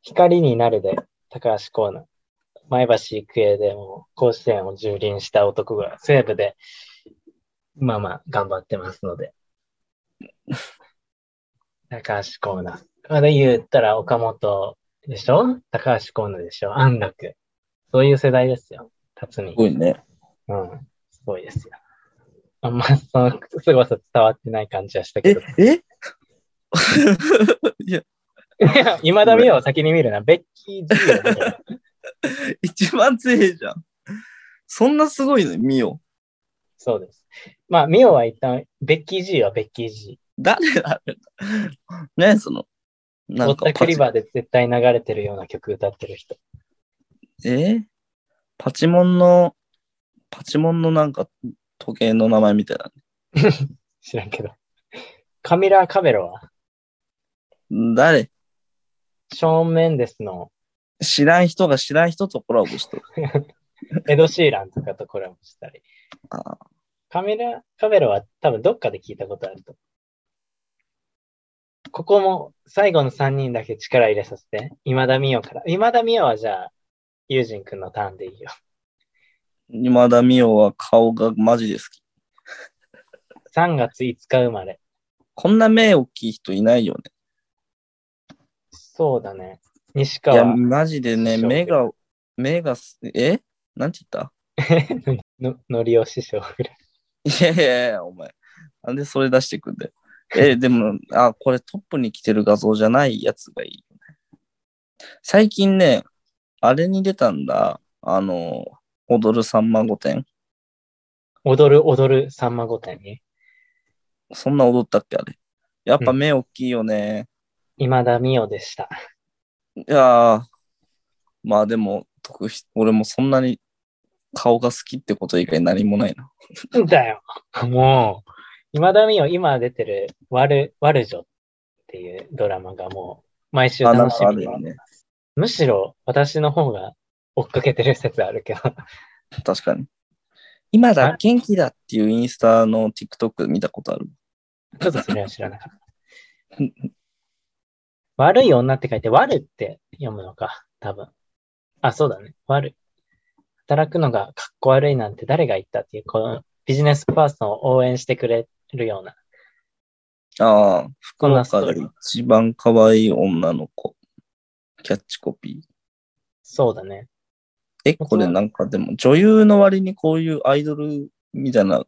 Speaker 1: 光になるで、高橋コーナー。前橋育英でもう甲子園を蹂躙した男が西部で、まあまあ頑張ってますので。高橋コーナー。あれ言ったら岡本でしょ高橋コーナーでしょ安楽。そういう世代ですよ。辰巳
Speaker 2: す。ごいね。
Speaker 1: うん。すごいですよ。あんまその凄さ伝わってない感じはしたけど。
Speaker 2: え いや、
Speaker 1: 今田美桜を先に見るな。ベッキー・ジーを見 る
Speaker 2: 一番強いじゃん。そんなすごいの見よ
Speaker 1: そうです。まあ、ミオは一旦、ベッキー G はベッキー G。
Speaker 2: う。誰だねその、な
Speaker 1: ボ
Speaker 2: ん
Speaker 1: ッ
Speaker 2: か
Speaker 1: タクリ
Speaker 2: チ
Speaker 1: バーで絶対流れてるような曲歌ってる人。
Speaker 2: えーパチモンの、パチモンのなんか時計の名前みたいな。
Speaker 1: 知らんけど。カミラ・カベロは、
Speaker 2: 誰
Speaker 1: ショーン・メンデスの
Speaker 2: 知らん人が知らん人とコラボしてる。
Speaker 1: エド・シーランとかとコラボしたり。
Speaker 2: あ
Speaker 1: カミラ・カベロは多分どっかで聞いたことあると。ここも最後の3人だけ力入れさせて。今田美桜から。今田美桜はじゃあ、ユージンくんのターンでいいよ。
Speaker 2: 今田美桜は顔がマジで好き。
Speaker 1: 3月5日生まれ。
Speaker 2: こんな目大きい人いないよね。
Speaker 1: そうだね。西
Speaker 2: いや、
Speaker 1: 川。
Speaker 2: マジでね、
Speaker 1: そう
Speaker 2: 目が、目がす、えなんて言っ
Speaker 1: ののりお師匠ぐらい。
Speaker 2: たいやいやいや、お前。なんでそれ出してくんだよ。 え、でも、あ、これトップに来てる画像じゃないやつがいいよね。最近ね、あれに出たんだ。あの、踊るさんま御殿。
Speaker 1: 踊る踊るさんま御殿に。
Speaker 2: そんな踊ったっけあれ。やっぱ
Speaker 1: うん
Speaker 2: 目大きいよね。
Speaker 1: 今田美桜でした。
Speaker 2: いやー、まあでも、特筆俺もそんなに顔が好きってこと以外何もないな。
Speaker 1: なんだよ。もう、今田美桜、今出てる、悪、悪女っていうドラマがもう、毎週
Speaker 2: あなん
Speaker 1: 楽し
Speaker 2: かあ
Speaker 1: みに
Speaker 2: るよね。
Speaker 1: むしろ、私の方が追っかけてる説あるけど。
Speaker 2: 確かに。今だ、元気だっていうインスタの TikTok 見たことある。
Speaker 1: ちょっとそれは知らなかった。悪い女って書いて、悪って読むのか、多分。あ、そうだね。悪い。働くのがかっこ悪いなんて誰が言ったっていう、このビジネスパーソンを応援してくれるような。
Speaker 2: ああ、福
Speaker 1: こんなスト
Speaker 2: 岡
Speaker 1: ー
Speaker 2: で
Speaker 1: リー
Speaker 2: 一番可愛い女の子。キャッチコピー。
Speaker 1: そうだね。
Speaker 2: え、これなんかでも女優の割にこういうアイドルみたいな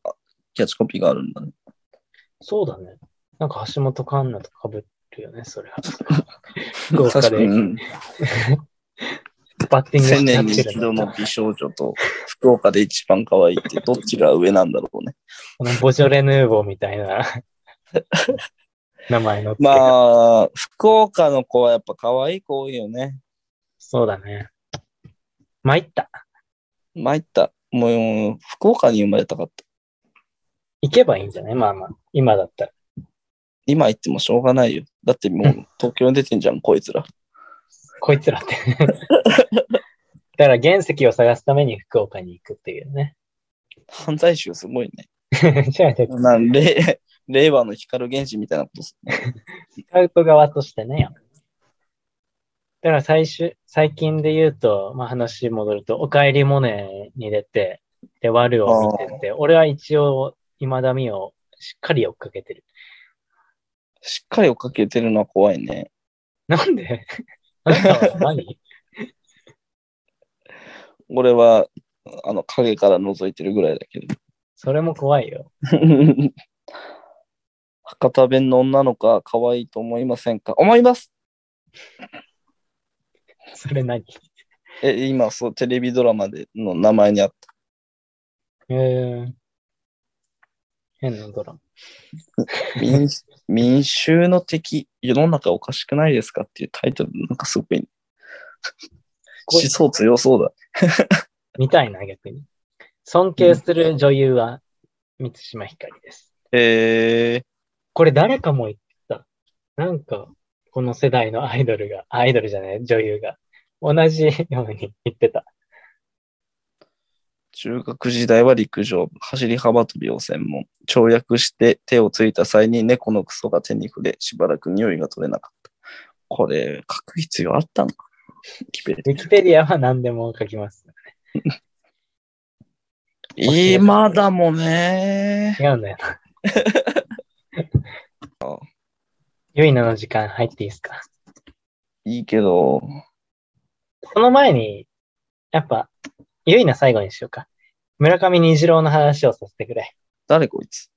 Speaker 2: キャッチコピーがあるんだね。
Speaker 1: そうだね。なんか橋本環奈とかぶるよね、それ は。豪華
Speaker 2: 確か
Speaker 1: で
Speaker 2: に。うん
Speaker 1: バッティング
Speaker 2: 千
Speaker 1: しちゃ
Speaker 2: 年
Speaker 1: っ
Speaker 2: に
Speaker 1: て
Speaker 2: 一
Speaker 1: る
Speaker 2: 度
Speaker 1: の。
Speaker 2: の美少女と福岡で一番可愛いってどっちが上なんだろうね。
Speaker 1: このボジョレ・ヌーボーみたい な名前の。あ。
Speaker 2: まあ、福岡の子はやっぱ可愛い子多いよね。
Speaker 1: そうだね。参った。
Speaker 2: 参った。もう、福岡に生まれたかった。
Speaker 1: 行けばいいんじゃないまあまあ、今だったら。
Speaker 2: 今行ってもしょうがないよ。だってもう 東京に出てんじゃん、こいつら。
Speaker 1: こいつらって。 だから原石を探すために福岡に行くっていうね。
Speaker 2: 犯罪集すごいね。
Speaker 1: じゃあ、ス
Speaker 2: なん令令和の光源氏みたいなことすね。
Speaker 1: カウト側としてね。だから最終、最近で言うと、まあ話戻ると、おかえりモネに出て、で、ワルを見てて、俺は一応、今田美をしっかり追っかけてる。
Speaker 2: しっかり追っかけてるのは怖いね。
Speaker 1: なんで あなたは何
Speaker 2: 俺は、あの、影から覗いてるぐらいだけど。
Speaker 1: それも怖いよ。
Speaker 2: 博多弁の女の子は可愛いと思いませんか思います
Speaker 1: それ何
Speaker 2: え、今、そう、テレビドラマでの名前にあっ
Speaker 1: えー、変なドラマ。
Speaker 2: た。民民衆の敵、世の中おかしくないですかっていうタイトル、なんかすごい、
Speaker 1: ごい
Speaker 2: 思想強そうだ。
Speaker 1: 見たいな、逆に。尊敬する女優は、満島ひかりです。
Speaker 2: え
Speaker 1: これ誰かも言った。なんか、この世代のアイドルが、アイドルじゃない、女優が、同じように言ってた。
Speaker 2: ー、中学時代は陸上部、走り幅跳びを専門。跳躍して手をついた際に猫のクソが手に触れ、しばらく匂いが取れなかった。これ、書く必要あったのかウィキペディ
Speaker 1: ウィキペディアは何でも書きます。
Speaker 2: 今だもんね。
Speaker 1: 違うんだよな。ゆいなの時間入っていいですか
Speaker 2: いいけど、
Speaker 1: その前に、やっぱ、ゆいな最後にしようか。村上虹郎の話をさせてくれ。
Speaker 2: 誰こいつ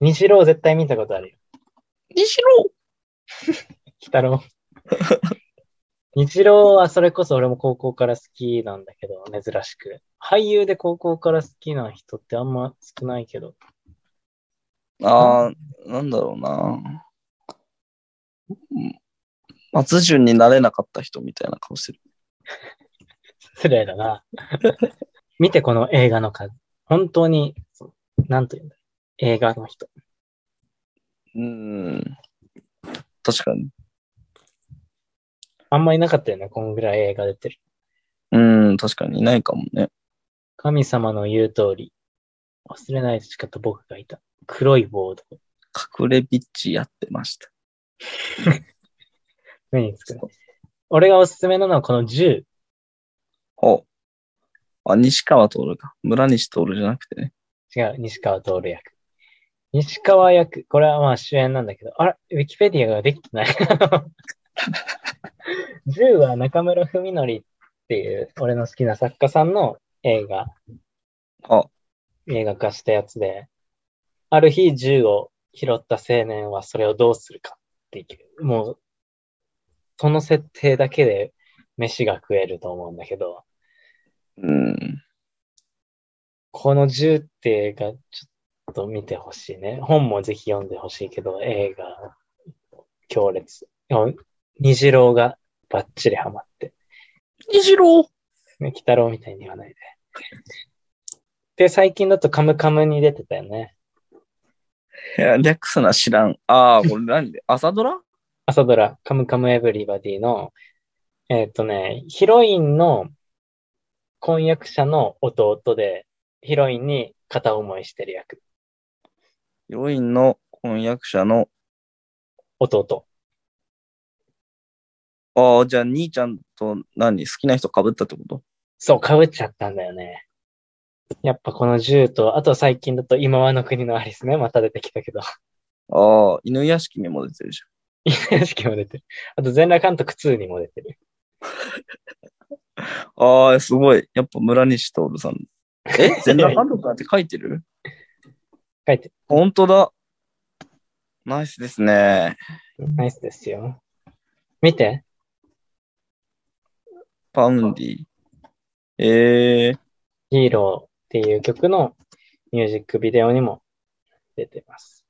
Speaker 1: 虹郎絶対見たことあるよ。
Speaker 2: 西郎
Speaker 1: 鬼太郎。日郎はそれこそ俺も高校から好きなんだけど、珍しく。俳優で高校から好きな人ってあんま少ないけど。
Speaker 2: ああ、なんだろうな。うん松潤になれなかった人みたいな顔してる。
Speaker 1: 失礼だな。見てこの映画の数。本当に、なんというんだ。映画の人。
Speaker 2: うん。確かに。
Speaker 1: あんまいなかったよね、こんぐらい映画出てる。
Speaker 2: うん、確かにいないかもね。
Speaker 1: 神様の言う通り。忘れないしかと僕がいた。黒いボード。
Speaker 2: 隠れビッチやってました。
Speaker 1: 目につくね。俺がおすすめなのはこの銃。
Speaker 2: ほう。あ、西川徹か。村西徹じゃなくてね。
Speaker 1: 違う、西川徹役。西川役、これはまあ主演なんだけど、あら、ウィキペディアができてない。 銃は中村文則っていう、俺の好きな作家さんの映画、
Speaker 2: あ、
Speaker 1: 映画化したやつで、ある日銃を拾った青年はそれをどうするかっていう、もう、その設定だけで飯が食えると思うんだけど、
Speaker 2: うん。
Speaker 1: この銃って映画、ちょと見てほしいね。本もぜひ読んでほしいけど、映画、強烈。よ虹郎がバッチリハマって。
Speaker 2: 虹郎
Speaker 1: ね、鬼太郎みたいに言わないで。で、最近だとカムカムに出てたよね。
Speaker 2: いや、略すな知らん。ああ、 これ何で朝ドラ
Speaker 1: 朝ドラ、カムカムエブリバディの、えーっ、とね、ヒロインの婚約者の弟で、ヒロインに片思いしてる役。
Speaker 2: ヒロインの婚約者の、
Speaker 1: 弟。
Speaker 2: ああ、じゃあ兄ちゃんと何好きな人被ったってこと
Speaker 1: そう、被っちゃったんだよね。やっぱこの銃と、あと最近だと今はの国のアリスね、また出てきたけど。
Speaker 2: ああ、犬屋敷にも出てるじ
Speaker 1: 屋敷も出てる。あと全裸監督2にも出てる。
Speaker 2: ゃん。ああ、すごい。やっぱ村西徹さん。え 全裸監督なんて書いてる
Speaker 1: 書いて
Speaker 2: 本当だ。ナイスですね。
Speaker 1: ナイスですよ。見て。
Speaker 2: パウンディ。ええー、
Speaker 1: ヒーローっていう曲のミュージックビデオにも出てます。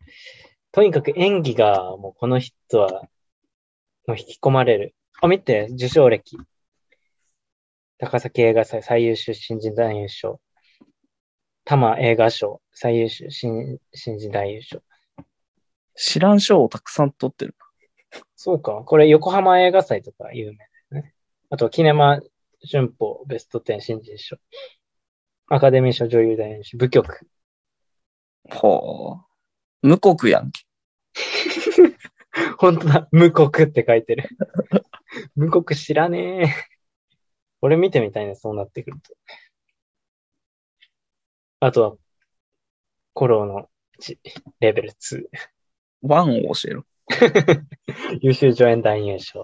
Speaker 1: とにかく演技がもうこの人はもう引き込まれる。あ、見て、受賞歴。高崎映画祭最優秀新人男優賞。多摩映画賞最優秀新新人男優賞。
Speaker 2: 知らん賞をたくさん取ってる。
Speaker 1: そうか。これ横浜映画祭とか有名ですね。あと、キネマ旬報ベスト10新人賞。アカデミー賞女優男優賞。舞曲。
Speaker 2: ほう。無国やんけ。
Speaker 1: 本当だ。無国って書いてる。 無国知らねえ。俺見てみたいね、そうなってくると。あとは、コロの地、レベル2。
Speaker 2: ワンを教えろ。
Speaker 1: 優秀助演男優賞。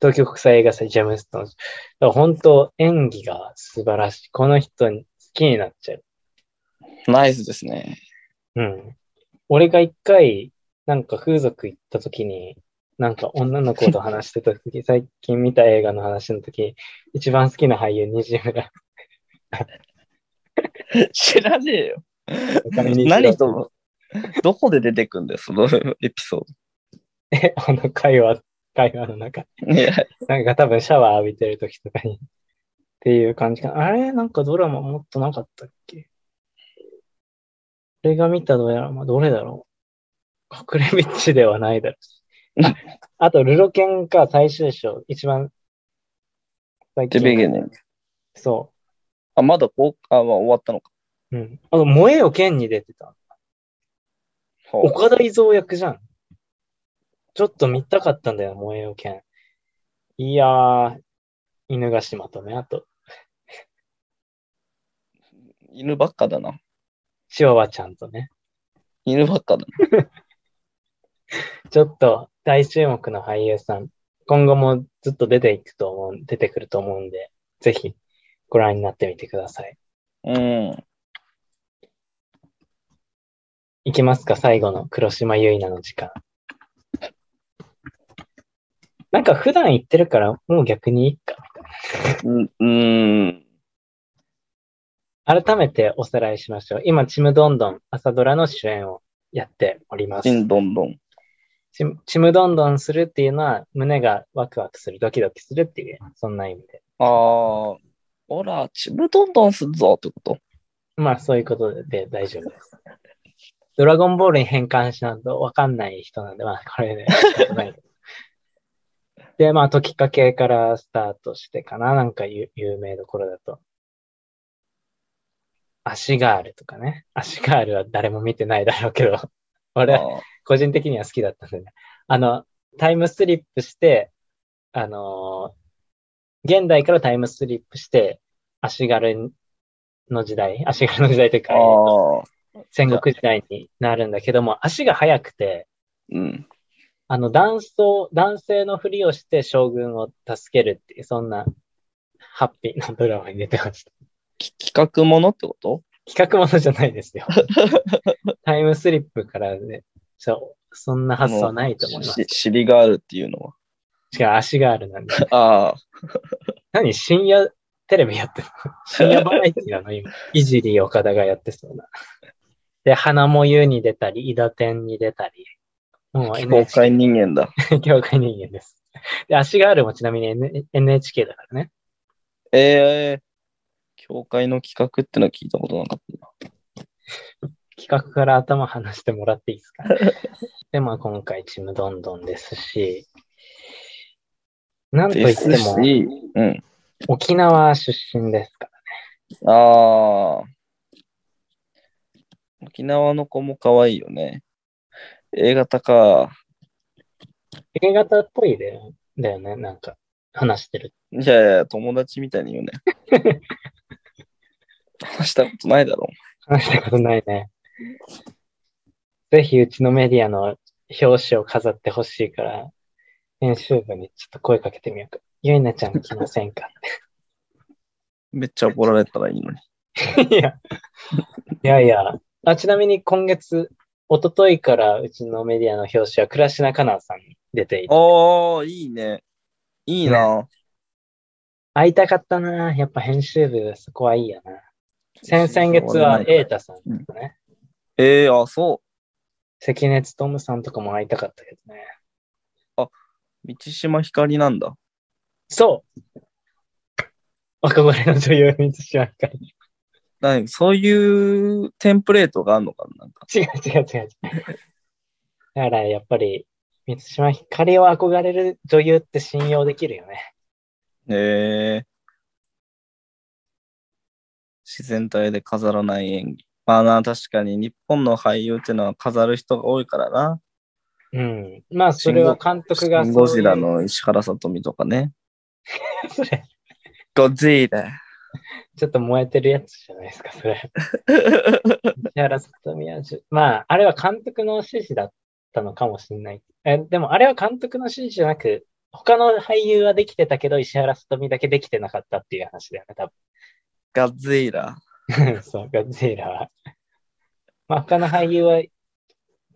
Speaker 1: 東京国際映画祭ジェームストーン賞。だから本当、演技が素晴らしい。この人に好きになっちゃう。
Speaker 2: ナイスですね。
Speaker 1: うん。俺が一回、なんか風俗行った時に、なんか女の子と話してた時、最近見た映画の話の時、一番好きな俳優西村。
Speaker 2: 知らねえよ。何
Speaker 1: 何
Speaker 2: と、どこで出てくんだよ、その エピソ
Speaker 1: え、 あの会話、会話の中。
Speaker 2: ード。いや、
Speaker 1: なんか多分シャワー浴びてる時とかに。 っていう感じかな。あれなんかドラマもっとなかったっけ俺が見たドラマ、どれだろう隠れ道ではないだろうし。ああと、ルロケンか最終章、一番最
Speaker 2: て
Speaker 1: 近
Speaker 2: べげね。
Speaker 1: そ
Speaker 2: あ、まだこう、あ、まあ、終わったのか。
Speaker 1: う。うん。あと、燃えよ剣に出てた。
Speaker 2: ほう
Speaker 1: 岡田伊蔵役じゃん。ちょっと見たかったんだよ、燃えよ剣。いやー、犬ヶ島とね、あと、
Speaker 2: 犬ばっかだな。
Speaker 1: チワワちゃんとね。
Speaker 2: 犬ばっかだな。
Speaker 1: ちょっと大注目の俳優さん、今後もずっと出ていくと思う、出てくると思うんで、ぜひご覧になってみてください。
Speaker 2: うん。
Speaker 1: いきますか、最後の黒島結菜の時間。なんか普段言ってるから、もう逆にいいか。
Speaker 2: うんうん。
Speaker 1: 改めておさらいしましょう。今、ちむどんどん朝ドラの主演をやっております
Speaker 2: ち。んどんどん。
Speaker 1: ちちむどんどんするっていうのは、胸がワクワクする、ドキドキするっていう、そんな意味で。
Speaker 2: あー、ほら、ちむどんどんするぞってこと
Speaker 1: まあ、そういうことで大丈夫です。ドラゴンボールに変換しないとわかんない人なんで、まあ、これで。で、まあ、時かけからスタートしてかな。なんか有有名どころだと。アシガールとかね。アシガールは誰も見てないだろうけど、俺は
Speaker 2: あ
Speaker 1: 個人的には好きだったんでね。あの、タイムスリップして、あのー現代からタイムスリップして、足軽の時代、足軽の時代という
Speaker 2: ー
Speaker 1: か、
Speaker 2: あー、
Speaker 1: 戦国時代になるんだけども、足が速くて、
Speaker 2: うん。
Speaker 1: あの、男装、男性のふりをして将軍を助けるっていう、そんな、ハッピーなドラマに出てました。
Speaker 2: き企画ものってこと
Speaker 1: 企画ものじゃないです よ。タイムスリップからね、そう、そんな発想ないと思います
Speaker 2: し。シリガールっていうのは。
Speaker 1: しかも足があるなんで。
Speaker 2: ああ、
Speaker 1: 何深夜 テレビやってるの深夜バラエティなの今。いじり岡田がやってそうな。で、花も湯に出たり、伊田天に出たり、もう
Speaker 2: 公
Speaker 1: NHK
Speaker 2: 開人間だ。
Speaker 1: 業界人間です。で、足があるもちなみに N- NHK だからね。
Speaker 2: えー、教会の企画ってのは聞いたことなかったな。
Speaker 1: 企画から頭離してもらっていいです かで、まあ今回ちむどんどんですし、なんとい
Speaker 2: で
Speaker 1: って
Speaker 2: す
Speaker 1: も
Speaker 2: し、うん。
Speaker 1: 沖縄出身ですから。
Speaker 2: あー。沖縄の子も可愛いよね。A 型か。
Speaker 1: A 型っぽいだよだよね、なんか話してる。
Speaker 2: いやいや、友達みたいに言うね。 話したことないだろ
Speaker 1: 話したことないね。ぜひうちのメディアの表紙を飾ってほしいから、編集部にちょっと声かけてみようか。ゆいなちゃん来ませんか
Speaker 2: う。めっちゃ怒られたらいいのに。
Speaker 1: いや、いやいや。あちなみに今月、一昨日からうちのメディアの表紙は倉科香奈さんに出ていて、
Speaker 2: ああ、いいね。いいな。
Speaker 1: 会いたかったな。やっぱ編集部、そこはいいよな。先々月は瑛太さんとかね。
Speaker 2: ええー、あ、そ
Speaker 1: 関根勤さんとかも会いたかったけどね。
Speaker 2: う。道島ひかりなんだ。
Speaker 1: そう憧れの女優、満島ひかり。
Speaker 2: なんかそういうテンプレートがあるのかななんか。
Speaker 1: 違う違う違う違う。だからやっぱり、満島ひかりを憧れる女優って信用できるよね。
Speaker 2: ええ自然体で飾らない演技。まあな、確かに日本の俳優ってのは飾る人が多いからな。
Speaker 1: うん。まあ、それは監督が
Speaker 2: シンゴジラ
Speaker 1: そういう。
Speaker 2: の石原さとみとかね。
Speaker 1: それ、
Speaker 2: ゴジラ。
Speaker 1: ちょっと燃えてるやつじゃないですか、それ。石原さとみはじゅ、まあ、あれは監督の指示だったのかもしれない。え、でもあれは監督の指示じゃなく、他の俳優はできてたけど、石原さとみだけできてなかったっていう話だよね、多
Speaker 2: ガジラ。
Speaker 1: 分。 そう、ガッツイラは。まあ、他の俳優は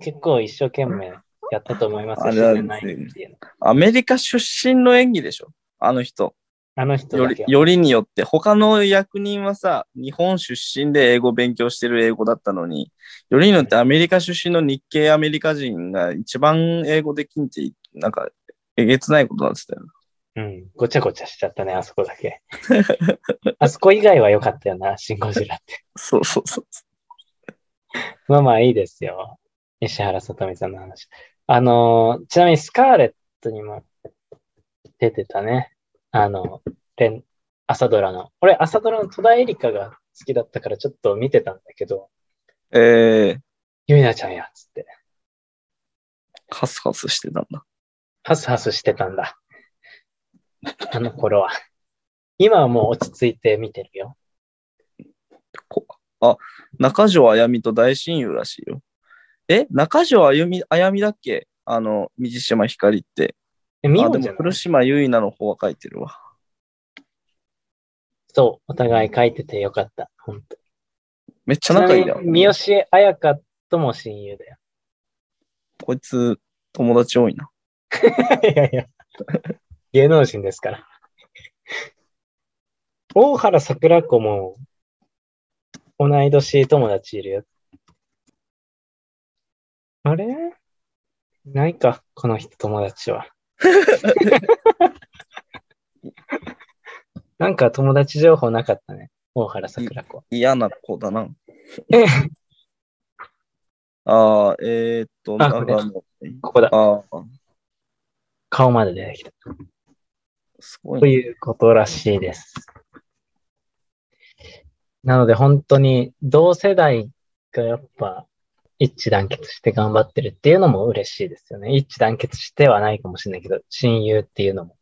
Speaker 1: 結構一生懸命やったと思います
Speaker 2: あ
Speaker 1: よ。
Speaker 2: れは
Speaker 1: 死んでないっていうの
Speaker 2: アメリカ出身の演技でしょあの人。
Speaker 1: あの人
Speaker 2: よ
Speaker 1: だ
Speaker 2: り
Speaker 1: けは。
Speaker 2: よりによって、他の役人はさ、日本出身で英語勉強してる英語だったのに、よりによってアメリカ出身の日系アメリカ人が一番英語できんって、なんか、えげつないことなんつったよ。
Speaker 1: うん、ごちゃごちゃしちゃったね、あそこだけ。 あそこ以外は良かったよな、シン・ゴジラって。
Speaker 2: そうそうそう。
Speaker 1: まあまあいいですよ。石原さとみさんの話。あのー、ちなみにスカーレットにも出てたね。あの、連朝ドラの。俺、朝ドラの戸田恵梨香が好きだったからちょっと見てたんだけど、
Speaker 2: えー、
Speaker 1: ゆいなちゃんや、つって。
Speaker 2: ハスハスしてたんだ。
Speaker 1: ハスハスしてたんだ。あの頃は。今はもう落ち着いて見てるよ。
Speaker 2: こあ、中条あやみと大親友らしいよ。え中条あゆみ、あやみだっけあの、水島ひかりって。
Speaker 1: え、み
Speaker 2: あ、
Speaker 1: お
Speaker 2: で
Speaker 1: じゃな
Speaker 2: も、
Speaker 1: い
Speaker 2: 古島結菜の方は書いてるわ。
Speaker 1: そう、お互い書いててよかった。本当
Speaker 2: めっちゃ仲いいじゃ
Speaker 1: ち
Speaker 2: ん
Speaker 1: なみ。に三好彩香とも親友だよ。
Speaker 2: こいつ、友達多いな。
Speaker 1: いやいや。芸能人ですから。大原桜子も同い年友達いるよ。あれないか、この人友達は。なんか友達情報なかったね。大原桜子。
Speaker 2: 嫌な子だ な。
Speaker 1: え
Speaker 2: ああ、えー、っと、
Speaker 1: あこれ
Speaker 2: 長野。
Speaker 1: ここだ。
Speaker 2: ああ、
Speaker 1: 顔まで出てきた。
Speaker 2: すごい
Speaker 1: と
Speaker 2: ね。
Speaker 1: いうことらしいです。なので本当に同世代がやっぱ一致団結して頑張ってるっていうのも嬉しいですよね。一致団結してはないかもしれないけど、親友っていうのも、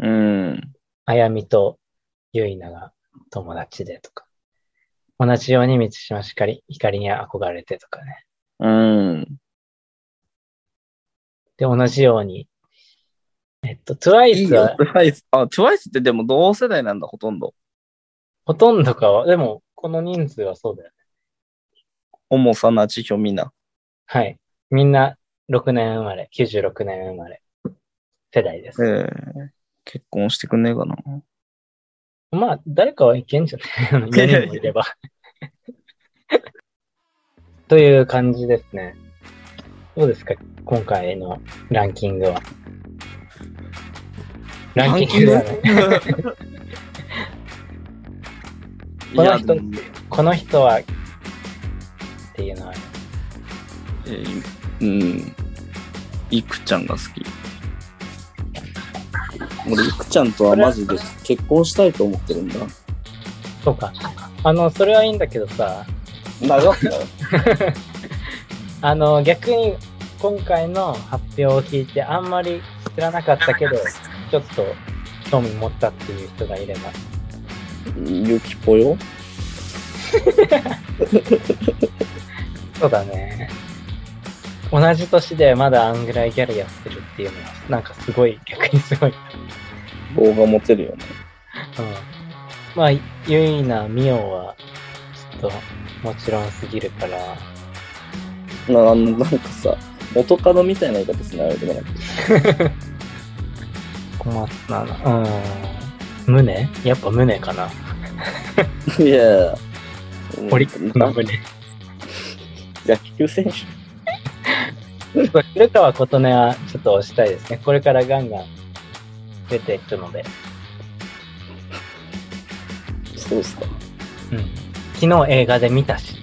Speaker 2: うん。
Speaker 1: あやみとゆいなが友達でとか、同じように満島ひかり、光に憧れてとかね。
Speaker 2: うん。
Speaker 1: で、同じように、えっと、
Speaker 2: いい
Speaker 1: TWICE は
Speaker 2: よ、トゥワイス。あ、トゥワイスってでも同世代なんだ、ほとんど。
Speaker 1: ほとんどかは、でもこの人数はそうだよね。
Speaker 2: 重さなちひょみな。
Speaker 1: はい。みんな6年生まれ、96年生まれ世代で
Speaker 2: え
Speaker 1: す。
Speaker 2: ー、結婚してくんねえかな。
Speaker 1: ま あ、誰かはいけんじゃない ?4 人もいれば。という感じですね。どうですか今回のランキングは。ランキングはね、
Speaker 2: いや、
Speaker 1: この人
Speaker 2: でも
Speaker 1: この人はっていうのは、
Speaker 2: えーうん。いくちゃんが好き。俺、いくちゃんとはマジで結婚したいと思ってるんだ。
Speaker 1: そうか。あの、それはいいんだけどさ、
Speaker 2: 長くない
Speaker 1: あの、逆に今回の発表を聞いて、あんまり知らなかったけど、ちょっと興味持ったっていう人がいれば。
Speaker 2: ゆきぽよ
Speaker 1: そうだね。同じ年でまだあんぐらいギャルやってるっていうのは、なんかすごい、逆にすごい。うん。
Speaker 2: 動画持てるよね。
Speaker 1: まあ、ゆいな、みおは、ちょっと、もちろんすぎるから、
Speaker 2: なあの、なんかさ、元カノみたいな言い方するのあれでもなんか
Speaker 1: 困ったな。うん。胸やっぱ胸かな。
Speaker 2: った。いやいや
Speaker 1: オリックスの胸。
Speaker 2: 野球選手
Speaker 1: 古川琴音はちょっと推したいですね。これからガンガン出ていくので。
Speaker 2: そうっすか。
Speaker 1: うん。昨日映画で見たし、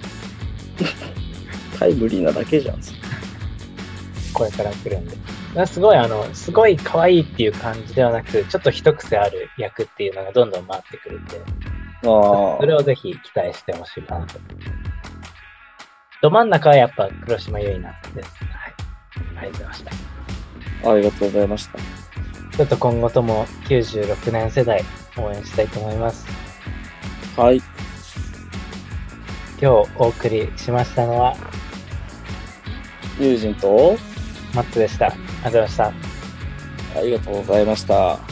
Speaker 2: タイムリーなだけじゃん。
Speaker 1: これから来るんで。だからすごい、あの、すごい可愛いっていう感じではなく、ちょっと一癖ある役っていうのがどんどん回ってくるんで、
Speaker 2: あ
Speaker 1: それをぜひ期待してほしいかなと。ど真ん中はやっぱ黒島結菜です。はい。ありがとうございました。
Speaker 2: あ、ありがとうございました。
Speaker 1: ちょっと今後とも96年世代応援したいと思います。
Speaker 2: はい、
Speaker 1: 今日お送りしましたのは
Speaker 2: 友人と
Speaker 1: マッツでした。ありがとうございました。
Speaker 2: ありがとうございました。